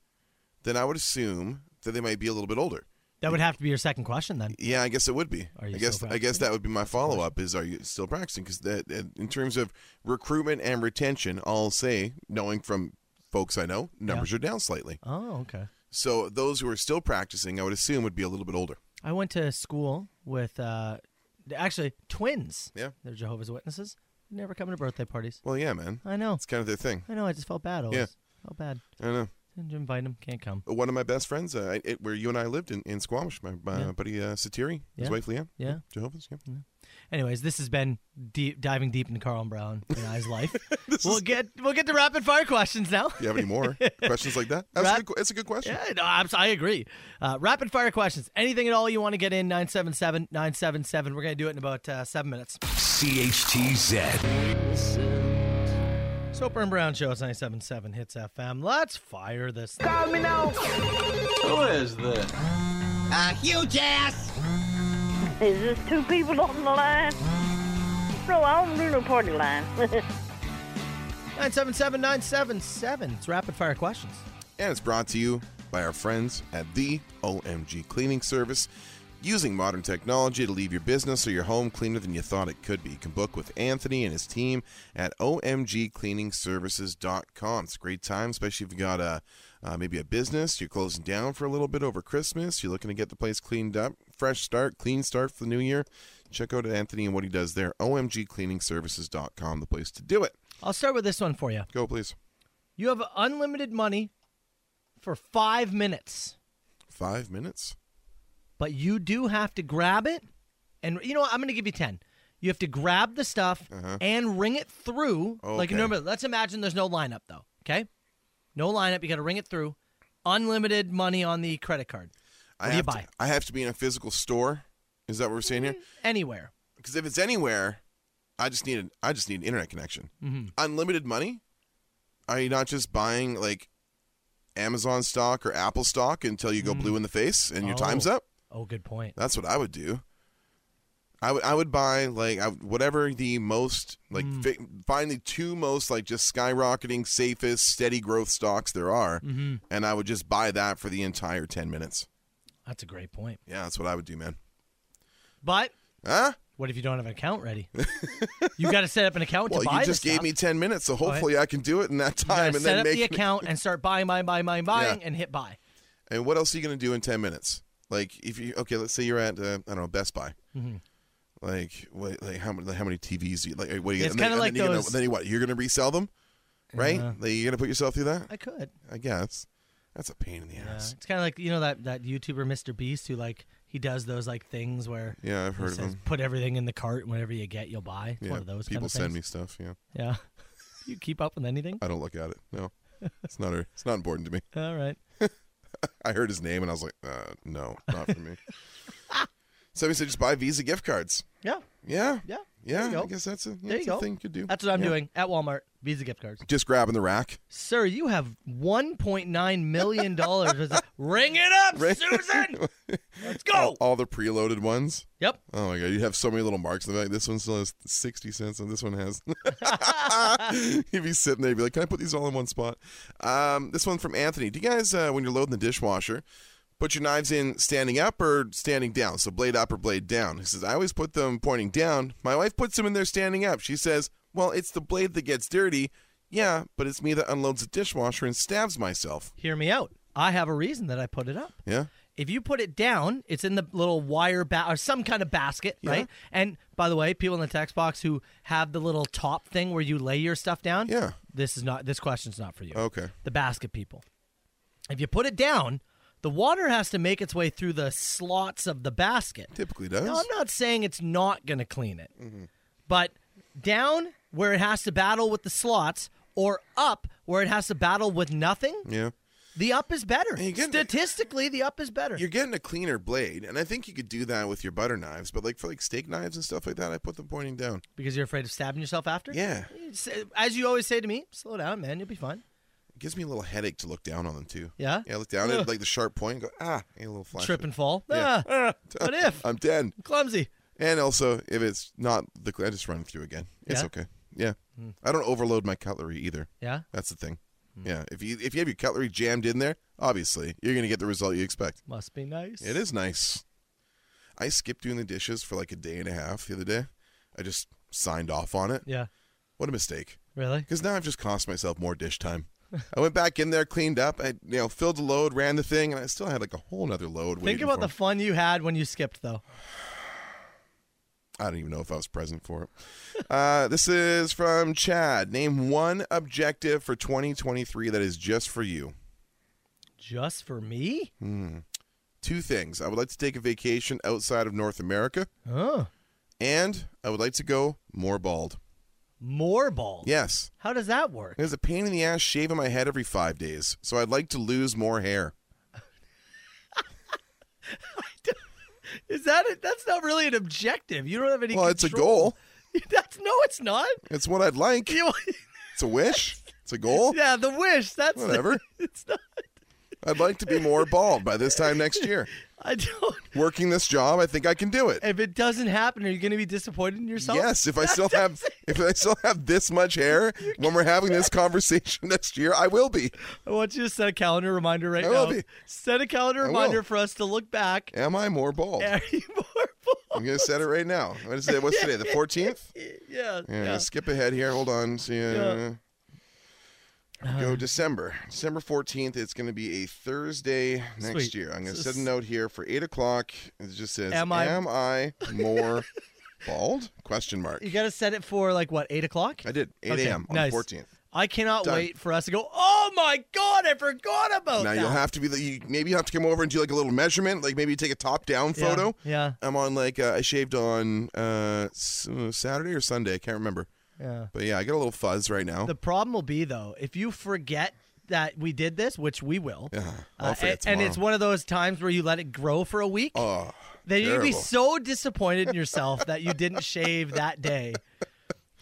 Speaker 5: then I would assume that they might be a little bit older.
Speaker 4: That would have to be your second question then.
Speaker 5: Yeah, I guess it would be.
Speaker 4: you
Speaker 5: I guess
Speaker 4: still
Speaker 5: I guess that would be my follow up is are you still practicing? Because that uh, in terms of recruitment and retention, I'll say knowing from folks I know, numbers are down slightly.
Speaker 4: Oh, okay.
Speaker 5: So those who are still practicing, I would assume, would be a little bit older.
Speaker 4: I went to school with uh, actually twins.
Speaker 5: Yeah.
Speaker 4: They're Jehovah's Witnesses. Never coming to birthday parties.
Speaker 5: Well, yeah, man.
Speaker 4: I know.
Speaker 5: It's kind of their thing.
Speaker 4: I know. I just felt bad. Always.
Speaker 5: Yeah.
Speaker 4: Felt bad.
Speaker 5: I don't know.
Speaker 4: Didn't invite him. Can't come.
Speaker 5: One of my best friends, uh, I- it, where you and I lived in, in Squamish, my, my
Speaker 4: Yeah.
Speaker 5: buddy uh, Satiri, his
Speaker 4: Yeah.
Speaker 5: wife Leanne.
Speaker 4: Yeah.
Speaker 5: Jehovah's. Yeah.
Speaker 4: Anyways, this has been deep, diving deep into Carl Brown and I's life. we'll get we'll get to rapid fire questions now.
Speaker 5: Do you have any more questions like that? That's,
Speaker 4: Rap-
Speaker 5: a, good, that's a good question.
Speaker 4: Yeah, no, I'm, I agree. Uh, rapid fire questions. Anything at all you want to get in, 977 977. We're going to do it in about uh, seven minutes.
Speaker 1: CHTZ.
Speaker 4: Soper and Brown Show, it's 977 Hits FM. Let's fire this. thing.
Speaker 2: Call me now.
Speaker 4: Who is this?
Speaker 2: A huge ass. Is this two people on the line?
Speaker 15: No, I don't do no party line.
Speaker 4: 977 977. It's rapid fire questions.
Speaker 5: And it's brought to you by our friends at the OMG Cleaning Service. Using modern technology to leave your business or your home cleaner than you thought it could be. You can book with Anthony and his team at omgcleaningservices.com. It's a great time, especially if you've got a, uh, maybe a business, you're closing down for a little bit over Christmas, you're looking to get the place cleaned up, fresh start, clean start for the new year. Check out Anthony and what he does there. omgcleaningservices.com, the place to do it.
Speaker 4: I'll start with this one for you.
Speaker 5: Go, please.
Speaker 4: You have unlimited money for five minutes,
Speaker 5: Five minutes.
Speaker 4: but you do have to grab it. And you know what? I'm going to give you 10. You have to grab the stuff and ring it through. Like,
Speaker 5: Uh-huh. Okay.
Speaker 4: remember, let's imagine there's no lineup, though. Okay? No lineup. You got to ring it through. Unlimited money on the credit card. What
Speaker 5: I
Speaker 4: do
Speaker 5: have
Speaker 4: you buy?
Speaker 5: To, I have to be in a physical store. Is that what we're saying here?
Speaker 4: Mm-hmm. Anywhere.
Speaker 5: Because if it's anywhere, I just need an, I just need an internet connection.
Speaker 4: Mhm.
Speaker 5: Unlimited money. Are you not just buying like Amazon stock or Apple stock until you go blue in the face and your time's
Speaker 4: Mm-hmm. Oh.
Speaker 5: up?
Speaker 4: Oh, good point.
Speaker 5: That's what I would do. I would I would buy like I, would- whatever the most like
Speaker 4: Mm.
Speaker 5: fi- find the two most like just skyrocketing safest steady growth stocks there are,
Speaker 4: Mhm.
Speaker 5: and I would just buy that for the entire ten minutes.
Speaker 4: That's a great point.
Speaker 5: Yeah, that's what I would do, man.
Speaker 4: But
Speaker 5: Huh?
Speaker 4: what if you don't have an account ready? you got to set up an account
Speaker 5: Well,
Speaker 4: to buy
Speaker 5: you
Speaker 4: the
Speaker 5: just gave
Speaker 4: stuff.
Speaker 5: me ten minutes, so
Speaker 4: Go ahead.
Speaker 5: hopefully I can do it in that
Speaker 4: You gotta
Speaker 5: time,
Speaker 4: set
Speaker 5: and then
Speaker 4: up
Speaker 5: make
Speaker 4: the account and start buying, buying, buying, buying, buying,
Speaker 5: Yeah.
Speaker 4: and hit buy.
Speaker 5: And what else are you gonna do in ten minutes? Like if you okay, let's say you're at uh, I don't know Best Buy.
Speaker 4: Mhm.
Speaker 5: Like what? Like how many? Like how many TVs? Do you, like what? Are you,
Speaker 4: It's
Speaker 5: and then-
Speaker 4: kinda
Speaker 5: and
Speaker 4: like
Speaker 5: then you're
Speaker 4: those-
Speaker 5: Gonna, then you what? You're gonna resell them, right?
Speaker 4: Yeah.
Speaker 5: Like, you're gonna put yourself through that?
Speaker 4: I could.
Speaker 5: I guess. That's a pain in the
Speaker 4: Yeah,
Speaker 5: ass.
Speaker 4: Uh, it's kind of like you know that that YouTuber Mr. Beast who like he does those like things where
Speaker 5: Yeah, I've
Speaker 4: he
Speaker 5: heard of
Speaker 4: says,
Speaker 5: him.
Speaker 4: Put everything in the cart, and whatever you get, you'll buy. It's
Speaker 5: Yeah,
Speaker 4: one of those.
Speaker 5: people
Speaker 4: kind
Speaker 5: send
Speaker 4: of
Speaker 5: me Uh,
Speaker 4: things.
Speaker 5: stuff. Yeah,
Speaker 4: Yeah, you keep up with anything?
Speaker 5: I don't look at it. No, it's not. A, it's not important to me.
Speaker 4: All right.
Speaker 5: I heard his name and I was like, uh, no, not for me. Somebody said just buy Visa gift cards.
Speaker 4: Yeah.
Speaker 5: Yeah.
Speaker 4: Yeah.
Speaker 5: Yeah.
Speaker 4: There you go.
Speaker 5: I guess that's a, yeah,
Speaker 4: there you
Speaker 5: it's a
Speaker 4: go.
Speaker 5: thing you could do.
Speaker 4: That's what I'm
Speaker 5: Yeah.
Speaker 4: doing at Walmart. Visa gift cards.
Speaker 5: Just grabbing the rack.
Speaker 4: Sir, you have 1.9 million dollars. Ring it up, Susan. Let's go.
Speaker 5: All, all the preloaded ones.
Speaker 4: Yep.
Speaker 5: Oh my god, you have so many little marks in the back. This one still has sixty cents, and this one has. He'd be sitting there, he'd be like, "Can I put these all in one spot?" Um, this one from Anthony. Do you guys, uh, when you're loading the dishwasher, put your knives in standing up or standing down? So blade up or blade down? He says, "I always put them pointing down. My wife puts them in there standing up." She says, "Well, it's the blade that gets dirty." Yeah, but it's me that unloads the dishwasher and stabs myself.
Speaker 4: Hear me out. I have a reason that I put it up.
Speaker 5: Yeah.
Speaker 4: If you put it down, it's in the little wire ba- or some kind of basket,
Speaker 5: Yeah.
Speaker 4: right? And by the way, people in the text box who have the little top thing where you lay your stuff down, yeah. This is not this question's not for you.
Speaker 5: Okay.
Speaker 4: The basket people. If you put it down, the water has to make its way through the slots of the basket.
Speaker 5: Typically does. Mm-hmm.
Speaker 4: Now, I'm not saying it's not going to clean it, but down where it has to battle with the slots, or up where it has to battle with nothing.
Speaker 5: Yeah.
Speaker 4: The up is better. Statistically, the up is better.
Speaker 5: You're getting a cleaner blade, and I think you could do that with your butter knives. But like for like steak knives and stuff like that, I put them pointing down.
Speaker 4: Because you're afraid of stabbing yourself after?
Speaker 5: Yeah.
Speaker 4: It's- uh, As you always say to me, slow down, man. You'll be fine.
Speaker 5: It gives me a little headache to look down on them too.
Speaker 4: Yeah?
Speaker 5: Yeah, I look down at
Speaker 4: Ugh.
Speaker 5: like the sharp point and go ah, and a little flash.
Speaker 4: Trip and fall.
Speaker 5: Yeah. Uh,
Speaker 4: Ah, what if?
Speaker 5: I'm dead.
Speaker 4: clumsy.
Speaker 5: And also, if it's not the, I just run through again. It's
Speaker 4: Yeah?
Speaker 5: okay. Yeah.
Speaker 4: Hmm.
Speaker 5: I don't overload my cutlery either.
Speaker 4: Yeah?
Speaker 5: That's the thing. Yeah. If you if you have your cutlery jammed in there, obviously you're gonna get the result you expect.
Speaker 4: Must be nice.
Speaker 5: It is nice. I skipped doing the dishes for like a day and a half the other day. I just signed off on it.
Speaker 4: Yeah.
Speaker 5: What a mistake.
Speaker 4: Really?
Speaker 5: Because now I've just cost myself more dish time. I went back in there, cleaned up, I you know filled the load, ran the thing, and I still had like a whole nother load.
Speaker 4: Think
Speaker 5: waiting
Speaker 4: about
Speaker 5: for
Speaker 4: the
Speaker 5: me.
Speaker 4: fun you had when you skipped, though.
Speaker 5: I don't even know if I was present for it. Uh, this is from Chad. Name one objective for 2023 that is just for you.
Speaker 4: Just for me?
Speaker 5: Hmm. Two things. I would like to take a vacation outside of North America,
Speaker 4: Oh.
Speaker 5: and I would like to go more bald.
Speaker 4: More bald.
Speaker 5: Yes.
Speaker 4: How does that work?
Speaker 5: It was a pain in the ass shaving my head every five days, so I'd like to lose more hair.
Speaker 4: Is that it? That's not really an objective. You don't have any.
Speaker 5: Well, it's a
Speaker 4: control. That's no, it's not.
Speaker 5: It's what I'd like.
Speaker 4: You-
Speaker 5: It's a wish. It's a goal.
Speaker 4: yeah, the wish. That's
Speaker 5: Whatever.
Speaker 4: it's not.
Speaker 5: I'd like to be more bald by this time next year.
Speaker 4: I don't.
Speaker 5: Working this job, I think I can do it.
Speaker 4: If it doesn't happen, are you going to be disappointed in yourself?
Speaker 5: Yes, if I still have if I still have this much hair when we're having this conversation next year, I will be.
Speaker 4: I want you to set a calendar reminder right
Speaker 5: I
Speaker 4: now.
Speaker 5: will be.
Speaker 4: Set a calendar
Speaker 5: I will.
Speaker 4: reminder for us to look back.
Speaker 5: Am I more bald?
Speaker 4: Are you more bald?
Speaker 5: I'm gonna set it right now. What is it? What's today? The 14th?
Speaker 4: Yeah.
Speaker 5: Yeah, let's skip ahead here. Hold on. See, uh,
Speaker 4: Um,
Speaker 5: Go December, December 14th. It's gonna be a Thursday next
Speaker 4: Sweet.
Speaker 5: year. I'm gonna
Speaker 4: So
Speaker 5: set a
Speaker 4: s-
Speaker 5: note here for eight o'clock. It just says,
Speaker 4: Am I-
Speaker 5: am I more bald? Question mark.
Speaker 4: You got to set it for like what eight o'clock?
Speaker 5: I did 8
Speaker 4: Okay,
Speaker 5: a.m. on
Speaker 4: nice.
Speaker 5: the 14th.
Speaker 4: I cannot
Speaker 5: Done.
Speaker 4: wait for us to go. Oh my god, I forgot about
Speaker 5: now
Speaker 4: that.
Speaker 5: you'll have to be the, you, maybe you have to come over and do like a little measurement like maybe you take a top down
Speaker 4: Yeah,
Speaker 5: photo
Speaker 4: yeah.
Speaker 5: i'm on like uh, i shaved on uh s- uh, saturday or sunday i can't remember
Speaker 4: Yeah.
Speaker 5: but yeah i got a little fuzz right now
Speaker 4: The problem will be though if you forget that we did this, which we will.
Speaker 5: yeah, I'll
Speaker 4: uh,
Speaker 5: forget
Speaker 4: and, and it's
Speaker 5: tomorrow.
Speaker 4: one of those times where you let it grow for a week.
Speaker 5: oh
Speaker 4: then you'd be
Speaker 5: terrible.
Speaker 4: so disappointed in yourself that you didn't shave that day.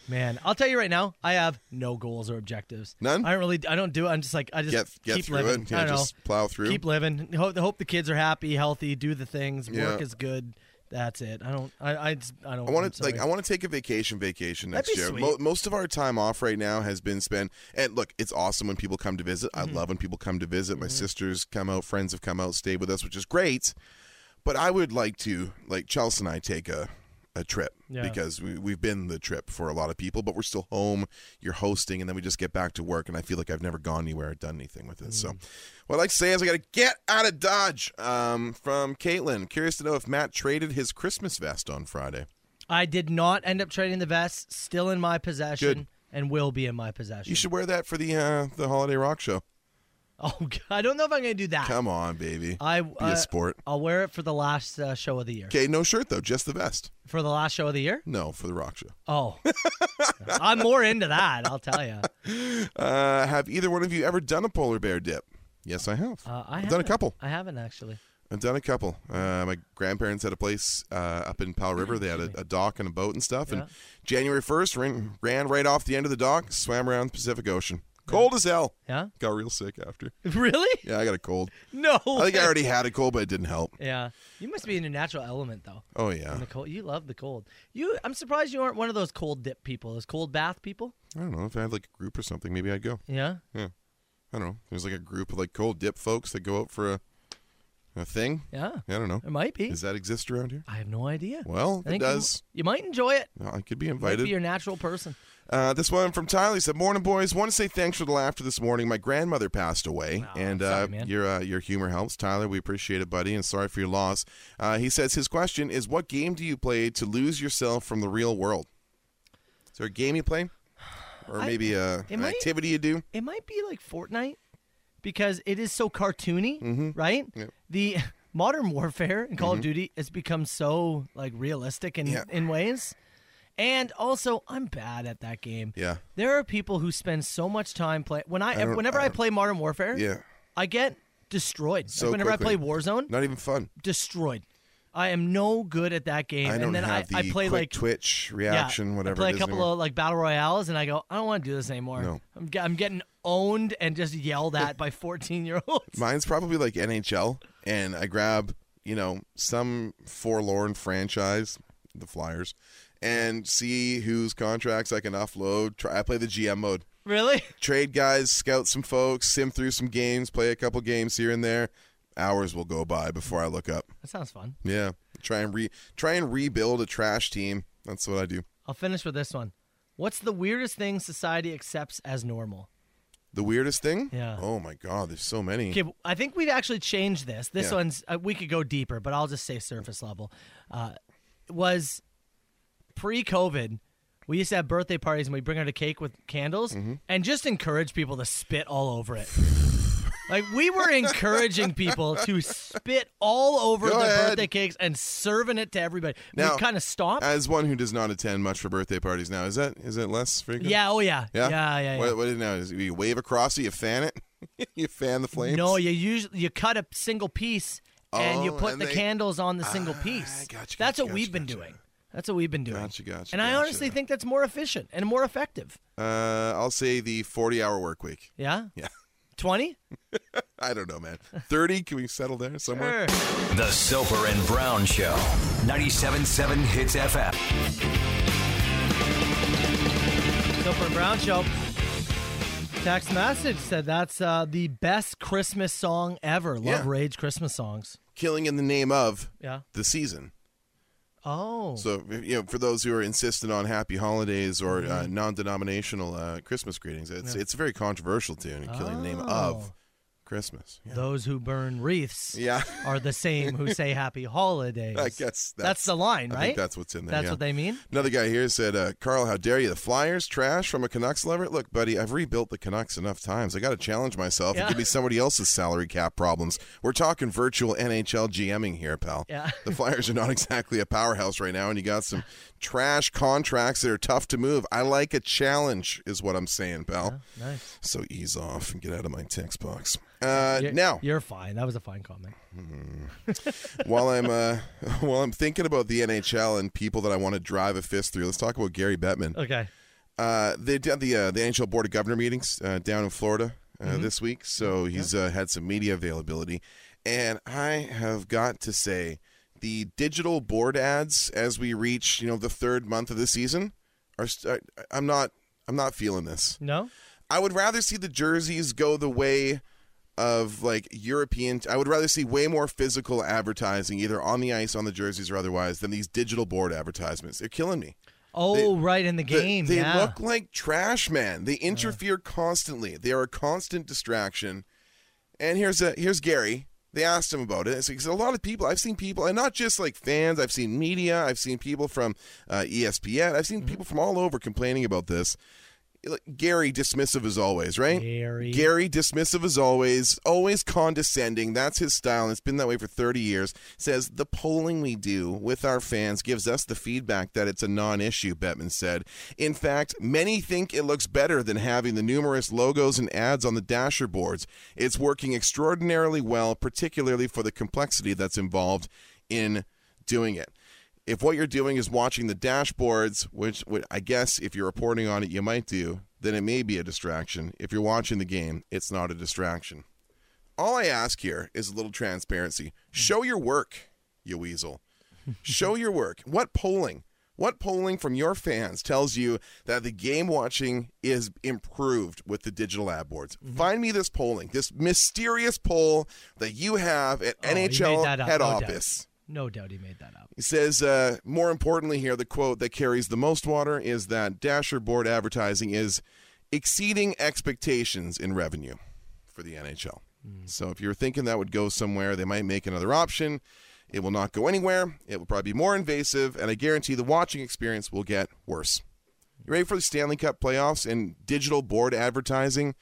Speaker 4: Man, I'll tell you right now, I have no goals or objectives.
Speaker 5: None?
Speaker 4: I don't really. I don't do. it. I'm just like I just
Speaker 5: get get
Speaker 4: keep
Speaker 5: through
Speaker 4: living.
Speaker 5: it
Speaker 4: I
Speaker 5: yeah
Speaker 4: don't know.
Speaker 5: just plow through
Speaker 4: Keep living. Hope, hope the kids are happy, healthy, do the things. Work
Speaker 5: Yeah.
Speaker 4: is good. That's it. I don't. I. I, just- I don't.
Speaker 5: I
Speaker 4: I'm
Speaker 5: want to
Speaker 4: sorry.
Speaker 5: like I want to take a vacation vacation
Speaker 4: That'd
Speaker 5: next
Speaker 4: be
Speaker 5: year.
Speaker 4: sweet.
Speaker 5: Mo- most of our time off right now has been spent and look, it's awesome when people come to visit.
Speaker 4: Mm-hmm.
Speaker 5: I love when people come to visit. My sisters come out, friends have come out, stay with us, which is great. But I would like to like Chelsea and I take a a trip
Speaker 4: Yeah.
Speaker 5: because we, we've been the trip for a lot of people, but we're still home. You're hosting, and then we just get back to work. And I feel like I've never gone anywhere or done anything with it.
Speaker 4: Mm.
Speaker 5: So, what I'd like to say is I got to get out of Dodge. Um, from Caitlin, curious to know if Matt traded his Christmas vest on Friday.
Speaker 4: I did not end up trading the vest. Still in my possession
Speaker 5: Good.
Speaker 4: and will be in my possession.
Speaker 5: You should wear that for the uh, the holiday rock show.
Speaker 4: Oh, God, I don't know if I'm going to do that.
Speaker 5: Come on, baby.
Speaker 4: I
Speaker 5: be
Speaker 4: uh,
Speaker 5: a sport.
Speaker 4: I'll wear it for the last uh, show of the year.
Speaker 5: Okay, no shirt though, just the vest.
Speaker 4: For the last show of the year?
Speaker 5: No, for the rock show.
Speaker 4: Oh, I'm more into that. I'll tell you.
Speaker 5: Uh, have either one of you ever done a polar bear dip? Yes, I have.
Speaker 4: Uh, I
Speaker 5: I've done a
Speaker 4: haven't-
Speaker 5: couple.
Speaker 4: I haven't actually.
Speaker 5: I've done a couple. Uh, my grandparents had a place uh, up in Powell River. They had a, a dock and a boat and stuff.
Speaker 4: Yeah.
Speaker 5: And January first, ran, ran right off the end of the dock, swam around the Pacific Ocean. Cold as hell.
Speaker 4: Yeah.
Speaker 5: Got real sick after.
Speaker 4: Really?
Speaker 5: Yeah, I got a cold.
Speaker 4: No.
Speaker 5: I think I
Speaker 4: way.
Speaker 5: already had a cold, but it didn't help.
Speaker 4: Yeah. You must be in your natural element though.
Speaker 5: Oh yeah.
Speaker 4: In the cold. You love the cold. You I'm surprised you aren't one of those cold dip people, those cold bath people.
Speaker 5: I don't know if I had like a group or something. Maybe I'd go.
Speaker 4: Yeah.
Speaker 5: Yeah. I don't know. There's like a group of like cold dip folks that go out for a a thing.
Speaker 4: Yeah.
Speaker 5: I don't know.
Speaker 4: It might be.
Speaker 5: Does that exist around here?
Speaker 4: I have no idea.
Speaker 5: Well,
Speaker 4: I
Speaker 5: it
Speaker 4: think you-
Speaker 5: does.
Speaker 4: You, might enjoy it.
Speaker 5: No, I could be
Speaker 4: Might
Speaker 5: invited.
Speaker 4: be your natural person.
Speaker 5: Uh, this one from Tyler He said, "Morning, boys. Want to say thanks for the laughter this morning. My grandmother passed away, and uh,
Speaker 4: man.
Speaker 5: your uh, your humor helps, Tyler. We appreciate it, buddy, and sorry for your loss." Uh, he says his question is, "What game do you play to lose yourself from the real world? Is there a game you play, or
Speaker 4: I-
Speaker 5: maybe uh
Speaker 4: it
Speaker 5: an
Speaker 4: might-
Speaker 5: activity you do?
Speaker 4: It might be like Fortnite because it is so cartoony,
Speaker 5: Mm-hmm.
Speaker 4: right? The modern warfare in Call of Duty has become so like realistic in
Speaker 5: Yeah.
Speaker 4: in ways. And also, I'm bad at that game.
Speaker 5: Yeah,
Speaker 4: There are people who spend so much time playing. When I,
Speaker 5: I don't-
Speaker 4: whenever
Speaker 5: I
Speaker 4: I,
Speaker 5: don't-
Speaker 4: play Modern Warfare,
Speaker 5: yeah.
Speaker 4: I get destroyed.
Speaker 5: So
Speaker 4: Like, whenever
Speaker 5: quickly.
Speaker 4: I play Warzone,
Speaker 5: Not even fun.
Speaker 4: destroyed. I am no good at that game.
Speaker 5: I don't
Speaker 4: and then
Speaker 5: have
Speaker 4: I,
Speaker 5: the
Speaker 4: I play
Speaker 5: quick
Speaker 4: like
Speaker 5: twitch
Speaker 4: yeah,
Speaker 5: reaction, whatever.
Speaker 4: I play
Speaker 5: it
Speaker 4: a
Speaker 5: is
Speaker 4: couple
Speaker 5: anymore.
Speaker 4: of like battle royales, and I go, I don't want to do this anymore.
Speaker 5: No.
Speaker 4: I'm, ge- I'm getting owned and just yelled at by 14 year olds.
Speaker 5: Mine's probably like NHL, and I grab you know some forlorn franchise, the Flyers, and see whose contracts I can offload. Try, I play the GM mode.
Speaker 4: Really?
Speaker 5: Trade guys, scout some folks, sim through some games, play a couple games here and there. Hours will go by before I look up.
Speaker 4: That sounds fun.
Speaker 5: Yeah, try and re try and rebuild a trash team. That's what I do.
Speaker 4: I'll finish with this one. What's the weirdest thing society accepts as normal?
Speaker 5: The weirdest thing?
Speaker 4: Yeah.
Speaker 5: Oh my god, there's so many.
Speaker 4: Okay, I think we've actually changed this. This
Speaker 5: Yeah.
Speaker 4: one's uh, we could go deeper, but I'll just say surface level. Uh, was pre-COVID, we used to have birthday parties and we bring out a cake with candles
Speaker 5: Mm-hmm.
Speaker 4: and just encourage people to spit all over it. like we were encouraging people to spit all over
Speaker 5: Go
Speaker 4: their
Speaker 5: ahead.
Speaker 4: birthday cakes and serving it to everybody.
Speaker 5: Now-
Speaker 4: we kind of stopped.
Speaker 5: As one who does not attend much for birthday parties now, is that is it less frequent?
Speaker 4: Yeah, oh yeah.
Speaker 5: Yeah,
Speaker 4: Yeah, yeah, yeah.
Speaker 5: What, what is it now? Is it you wave across it, you fan it, you fan the flames.
Speaker 4: No, you usually you cut a single piece and you
Speaker 5: Oh,
Speaker 4: put
Speaker 5: and
Speaker 4: the
Speaker 5: they- Ah,
Speaker 4: candles on the single piece. that's what we've been doing. That's what we've been doing.
Speaker 5: Gotcha, gotcha.
Speaker 4: And I honestly think that's more efficient and more effective.
Speaker 5: uh, I'll say the forty-hour work week.
Speaker 4: Yeah?
Speaker 5: Yeah,
Speaker 4: 20?
Speaker 5: I don't know, man. Thirty? Can we settle there somewhere?
Speaker 1: The Soper and Brown Show. 97.7 Hits FM.
Speaker 4: Soper and Brown Show. Text message said that's uh, the best Christmas song ever. Love
Speaker 5: Yeah.
Speaker 4: Rage Christmas songs.
Speaker 5: Killing in the name of
Speaker 4: Yeah.
Speaker 5: the season.
Speaker 4: Oh.
Speaker 5: So you know, for those who are insistent on happy holidays or uh, non-denominational uh, Christmas greetings, it's
Speaker 4: Mm-hmm. Yeah. Oh.
Speaker 5: it's a very controversial tune. Killing the name of Christmas.
Speaker 4: Those who burn wreaths
Speaker 5: Yeah.
Speaker 4: are the same who say happy holidays.
Speaker 5: I guess that's,
Speaker 4: the line, right?
Speaker 5: I think that's what's in there.
Speaker 4: That's
Speaker 5: yeah.
Speaker 4: what they mean.
Speaker 5: Another guy here said, uh, "Carl, how dare you? The Flyers trash from a Canucks lover. Look, buddy, I've rebuilt the Canucks enough times. I got to challenge myself.
Speaker 4: Yeah.
Speaker 5: It could be somebody else's salary cap problems. We're talking virtual NHL GMing here, pal.
Speaker 4: Yeah.
Speaker 5: The Flyers are not exactly a powerhouse right now, and you got some trash contracts that are tough to move. I like a challenge, is what I'm saying, pal.
Speaker 4: Nice.
Speaker 5: So ease off and get out of my text box. Uh, now,
Speaker 4: You're fine. That was a fine comment.
Speaker 5: while I'm uh, while I'm thinking about the NHL and people that I want to drive a fist through, let's talk about Gary Bettman.
Speaker 4: Okay.
Speaker 5: Uh, they did the uh, the NHL Board of Governor meetings uh, down in Florida uh, this week, so he's uh, had some media availability, and I have got to say, the digital board ads as we reach you know the third month of the season are st- I- I'm not I'm not feeling this.
Speaker 4: No?
Speaker 5: I would rather see the jerseys go the way of like European. I would rather see way more physical advertising, either on the ice, on the jerseys, or otherwise, than these digital board advertisements. They're killing me.
Speaker 4: Oh, right in the
Speaker 5: They-
Speaker 4: game.
Speaker 5: they
Speaker 4: yeah.
Speaker 5: look like trash, man. They interfere constantly. They are a constant distraction. And here's a here's Gary. They asked him about it. It's because a lot of people I've seen people, and not just like fans. I've seen media. I've seen people from uh, ESPN.
Speaker 4: Mm-hmm.
Speaker 5: I've seen people from all over complaining about this. Like, Gary dismissive as always, right?
Speaker 4: Gary.
Speaker 5: Gary dismissive as always, always condescending. That's his style, and it's been that way for 30 years. Says the polling we do with our fans gives us the feedback that it's a non-issue. Bettman said. In fact, many think it looks better than having the numerous logos and ads on the dasher boards. It's working extraordinarily well, particularly for the complexity that's involved in doing it if what you're doing is watching the dashboards, which would, I guess if you're reporting on it, you might do, then it may be a distraction. If you're watching the game, it's not a distraction. All I ask here is a little transparency. Show your work, you weasel. Show your work. What polling? What polling from your fans tells you that the game watching is improved with the digital ad boards?
Speaker 4: Mm-hmm.
Speaker 5: Find me this polling, this mysterious poll that you have at
Speaker 4: Oh, he made
Speaker 5: NHL
Speaker 4: that up,
Speaker 5: head
Speaker 4: no doubt.
Speaker 5: office.
Speaker 4: No doubt he made that up.
Speaker 5: He says, uh, more importantly, here, the quote that carries the most water is that Dasher board advertising is exceeding expectations in revenue for the NHL. So if you're thinking that would go somewhere, they might make another option. It will not go anywhere. It will probably be more invasive, and I guarantee the watching experience will get worse. You ready for the Stanley Cup playoffs and digital board advertising,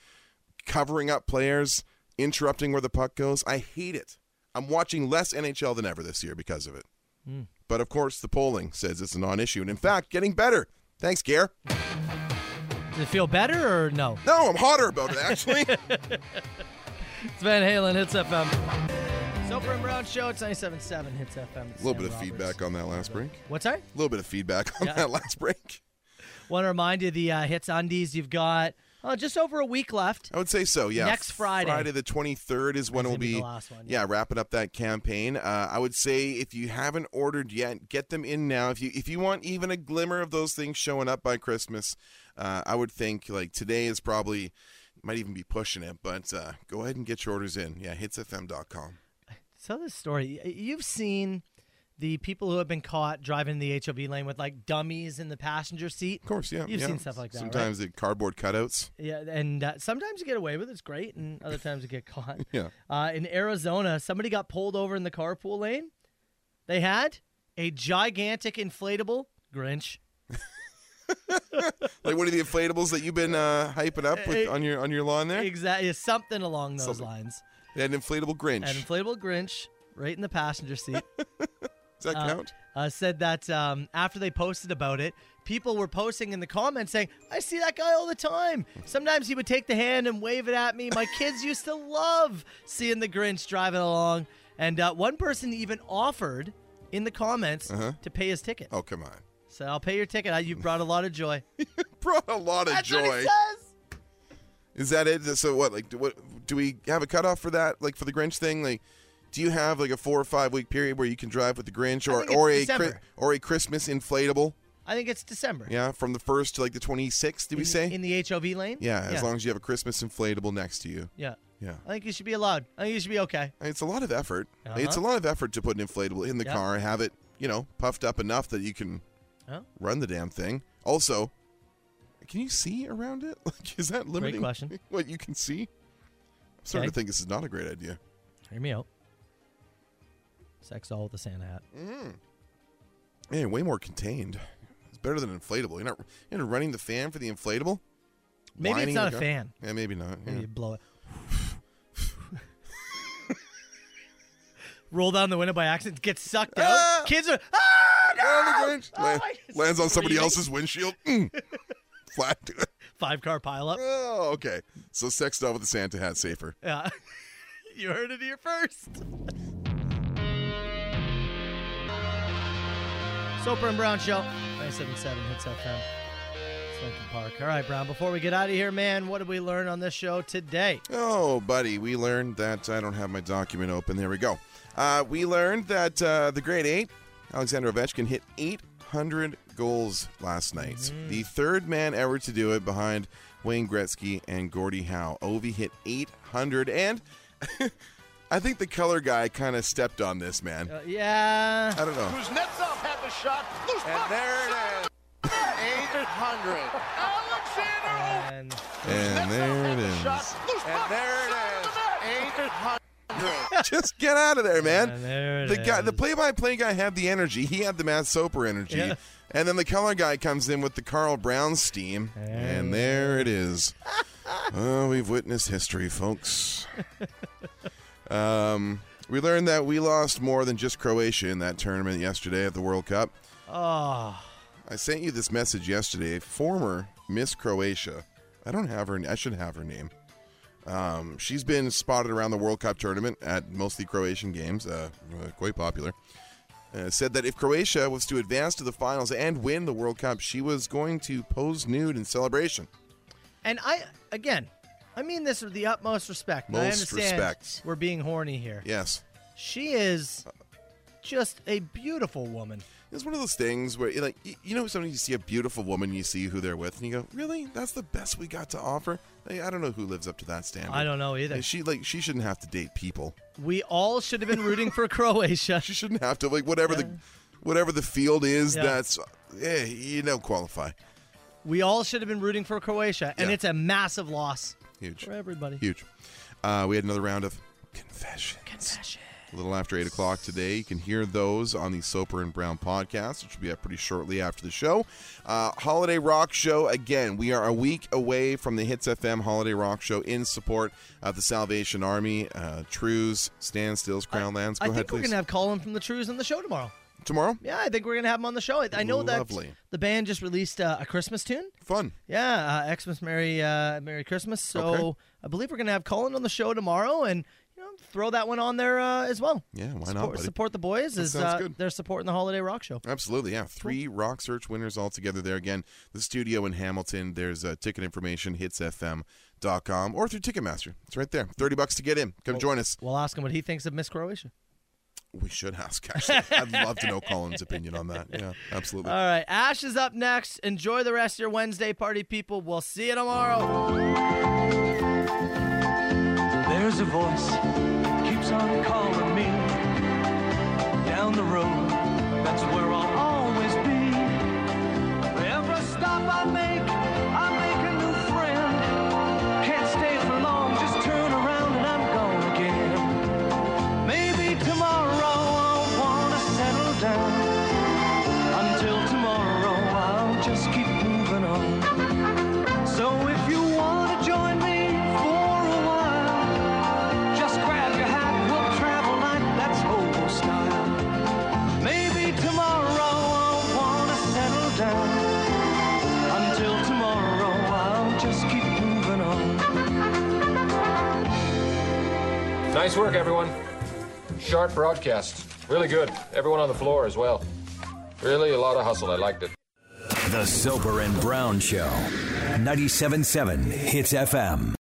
Speaker 5: covering up players, interrupting where the puck goes? I hate it. I'm watching less NHL than ever this year because of it. But of course, the polling says it's a non issue. And in fact, getting better. Thanks, Gare.
Speaker 4: Does it feel better or no?
Speaker 5: No, I'm hotter about it, actually.
Speaker 4: It's Van Halen, Hits FM. Soper and Brown Show, it's 97.7 Hits FM. A
Speaker 5: little bit of feedback on that last break.
Speaker 4: What's that?
Speaker 5: A little bit of feedback on
Speaker 4: Yeah.
Speaker 5: that last break.
Speaker 4: Want to remind you the uh, Hits Undies you've got uh, just over a week left.
Speaker 5: I would say so. Yeah.
Speaker 4: Next Friday.
Speaker 5: Friday the twenty third is when
Speaker 4: That's gonna
Speaker 5: it will
Speaker 4: be
Speaker 5: be.
Speaker 4: the last one,
Speaker 5: yeah. wrapping up that campaign. Uh, I would say if you haven't ordered yet, get them in now. If you if you want even a glimmer of those things showing up by Christmas, uh, I would think like today is probably might even be pushing it, but uh, go ahead and get your orders in. Yeah, hitsfm.com.
Speaker 4: Tell this story. Y- You've seen the people who have been caught driving the HOV lane with like dummies in the passenger seat. Of
Speaker 5: course, Yeah,
Speaker 4: You've
Speaker 5: yeah.
Speaker 4: seen stuff like that. right?
Speaker 5: Sometimes the cardboard cutouts.
Speaker 4: Yeah, and uh, sometimes you get away with it. It's great, and other times you get caught.
Speaker 5: Yeah.
Speaker 4: Uh, in Arizona, somebody got pulled over in the carpool lane. They had a gigantic inflatable Grinch.
Speaker 5: Like one of the inflatables that you've been uh, hyping up with, on your on your lawn there.
Speaker 4: Exactly, something along those
Speaker 5: Eh? Something.
Speaker 4: lines.
Speaker 5: An inflatable Grinch.
Speaker 4: An inflatable Grinch right in the passenger seat.
Speaker 5: Does that
Speaker 4: Uh,
Speaker 5: count?
Speaker 4: Uh, said that um, after they posted about it, people were posting in the comments saying, I see that guy all the time. Sometimes he would take the hand and wave it at me. My kids used to love seeing the Grinch driving along. And uh, one person even offered in the comments
Speaker 5: Uh-huh.
Speaker 4: to pay his ticket.
Speaker 5: Oh come on!
Speaker 4: So I'll pay your ticket. Uh, You've brought a lot of joy.
Speaker 5: brought a lot of joy. Is that it? So what? Like, do, what do we have a cutoff for that? Like for the Grinch thing? Like, do you have like a four or five week period where you can drive with the Grinch, or
Speaker 4: think it's
Speaker 5: or a
Speaker 4: December.
Speaker 5: Chri- or a Christmas inflatable?
Speaker 4: I think it's December.
Speaker 5: Yeah, from the first to like the twenty sixth. Did we
Speaker 4: In-
Speaker 5: say?
Speaker 4: In the HOV lane?
Speaker 5: yeah, as long as you have a Christmas inflatable next to you.
Speaker 4: Yeah.
Speaker 5: Yeah.
Speaker 4: I think you should be allowed. I think you should be okay.
Speaker 5: It's a lot of effort. Like, It's a
Speaker 4: Uh-huh.
Speaker 5: lot of effort to put an inflatable in the
Speaker 4: Yeah.
Speaker 5: car and have it, you know, puffed up enough that you can
Speaker 4: Huh?
Speaker 5: run the damn thing. Also, can you see around it? Like, is that limiting?
Speaker 4: question.
Speaker 5: What you can see? I'm starting to
Speaker 4: Okay.
Speaker 5: think this is not a great idea.
Speaker 4: Hear me out. Sex all with a Santa hat.
Speaker 5: Mm. Yeah, way more contained. It's better than inflatable. You're not you're not running the fan for the inflatable.
Speaker 4: Maybe it's
Speaker 5: Lining
Speaker 4: not
Speaker 5: it
Speaker 4: a
Speaker 5: up?
Speaker 4: fan.
Speaker 5: Yeah, maybe not.
Speaker 4: Maybe
Speaker 5: yeah.
Speaker 4: you blow it. Roll down the window by accident, get sucked out. Kids are ah, no! Oh,
Speaker 5: Land-
Speaker 4: my-
Speaker 5: lands on somebody
Speaker 4: Screaming.
Speaker 5: else's windshield. Mm. Flat.
Speaker 4: Five car pileup.
Speaker 5: Oh, okay. So sex doll with a Santa hat safer.
Speaker 4: Yeah. you heard it here first. Soper and Brown Show, 977 Hits FM. It's Lincoln Park. All right, Brown, before we get out of here, man, what did we learn on this show today?
Speaker 5: Oh, buddy, we learned that I don't have my document open. There we go. Uh, we learned that uh, the grade eight, Alexander Ovechkin, hit 800 goals last night. The third man ever to do it behind Wayne Gretzky and Gordie Howe. Ovi hit 800, and I think the color guy kind of stepped on this, man.
Speaker 4: Uh, yeah.
Speaker 5: I don't know.
Speaker 2: Kuznetsov had the shot. Loose and there it is. 800. Alexander
Speaker 4: And,
Speaker 5: and there it
Speaker 2: shot.
Speaker 5: is.
Speaker 2: Loose and there it is. 800.
Speaker 5: Just get out of there, man.
Speaker 4: there it
Speaker 5: the guy, the play-by-play guy, had the energy. He had the Matt Soper energy,
Speaker 4: Yeah.
Speaker 5: and then the color guy comes in with the Carl Brown steam, and there it is. oh, we've witnessed history, folks. Um, we learned that we lost more than just Croatia in that tournament yesterday at the World Cup.
Speaker 4: Oh,
Speaker 5: I sent you this message yesterday. Former Miss Croatia. I don't have her. I should have her name. Um, she's been spotted around the World Cup tournament at mostly Croatian games. Uh, uh, quite popular. Uh, said that if Croatia was to advance to the finals and win the World Cup, she was going to pose nude in celebration.
Speaker 4: And I, again, I mean this with the utmost respect. and I
Speaker 5: Most
Speaker 4: understand
Speaker 5: respect.
Speaker 4: We're being horny here.
Speaker 5: Yes.
Speaker 4: She is just a beautiful woman.
Speaker 5: It's one of those things where, like, y- you know, sometimes you see a beautiful woman, you see who they're with, and you go, "Really? That's the best we got to offer." Like, I don't know who lives up to that standard.
Speaker 4: I don't know either.
Speaker 5: Like, she like she shouldn't have to date people.
Speaker 4: We all should have been rooting for Croatia.
Speaker 5: She shouldn't have to like whatever the whatever the field is.
Speaker 4: Yeah.
Speaker 5: That's yeah, you don't qualify.
Speaker 4: We all should have been rooting for Croatia, and
Speaker 5: Yeah.
Speaker 4: it's a massive loss
Speaker 5: Huge.
Speaker 4: for everybody.
Speaker 5: Huge. Uh, we had another round of confessions. Confession. A little after 8 o'clock today. You can hear those on the Soper and Brown podcast, which will be up pretty shortly after the show. Uh, Holiday Rock Show, again, we are a week away from the Hits FM Holiday Rock Show in support of the Salvation Army, uh, Trues, Standstills, Crownlands. Go
Speaker 4: I
Speaker 5: ahead,
Speaker 4: think we're
Speaker 5: please.
Speaker 4: gonna have Colin from the Trues on the show tomorrow.
Speaker 5: tomorrow?
Speaker 4: Yeah, I think we're gonna have him on the show. I, I know
Speaker 5: Lovely.
Speaker 4: that the band just released uh, a Christmas tune.
Speaker 5: Fun.
Speaker 4: Yeah, uh, Xmas Merry uh, Merry Christmas. So
Speaker 5: Okay.
Speaker 4: I believe we're gonna have Colin on the show tomorrow, and you know throw that one on there uh, as well.
Speaker 5: Yeah, why not?
Speaker 4: support,
Speaker 5: buddy?
Speaker 4: support the boys
Speaker 5: That
Speaker 4: is
Speaker 5: sounds
Speaker 4: uh,
Speaker 5: good.
Speaker 4: they're supporting the holiday rock show.
Speaker 5: Absolutely, yeah. Three Rock Search winners all together there. Again, the studio in Hamilton. There's uh, ticket information, hitsfm.com, or through Ticketmaster. It's right there. 30 bucks to get in. Come join us.
Speaker 4: We'll ask him what he thinks of Miss Croatia.
Speaker 5: We should ask, actually. I'd love to know Colin's opinion on that. Yeah, absolutely.
Speaker 4: All right, Ash is up next. Enjoy the rest of your Wednesday party, people. We'll see you tomorrow.
Speaker 1: There's a voice keeps on calling me down the road. That's where I'll always be. Every stop I make, I make a new friend. Can't stay for long, just turn around and I'm gone again. Maybe tomorrow I'll wanna settle down. Until tomorrow, I'll just keep moving on. So if you wanna join me for a while. Just grab your hat, we'll travel like that's old style. Maybe tomorrow I'll wanna settle down. Until tomorrow, I'll just keep moving on.
Speaker 2: Nice work, everyone. Sharp broadcast. Really good. Everyone on the floor as well. Really a lot of hustle. I liked it.
Speaker 16: The Soper and Brown Show. 97.7 Hits FM.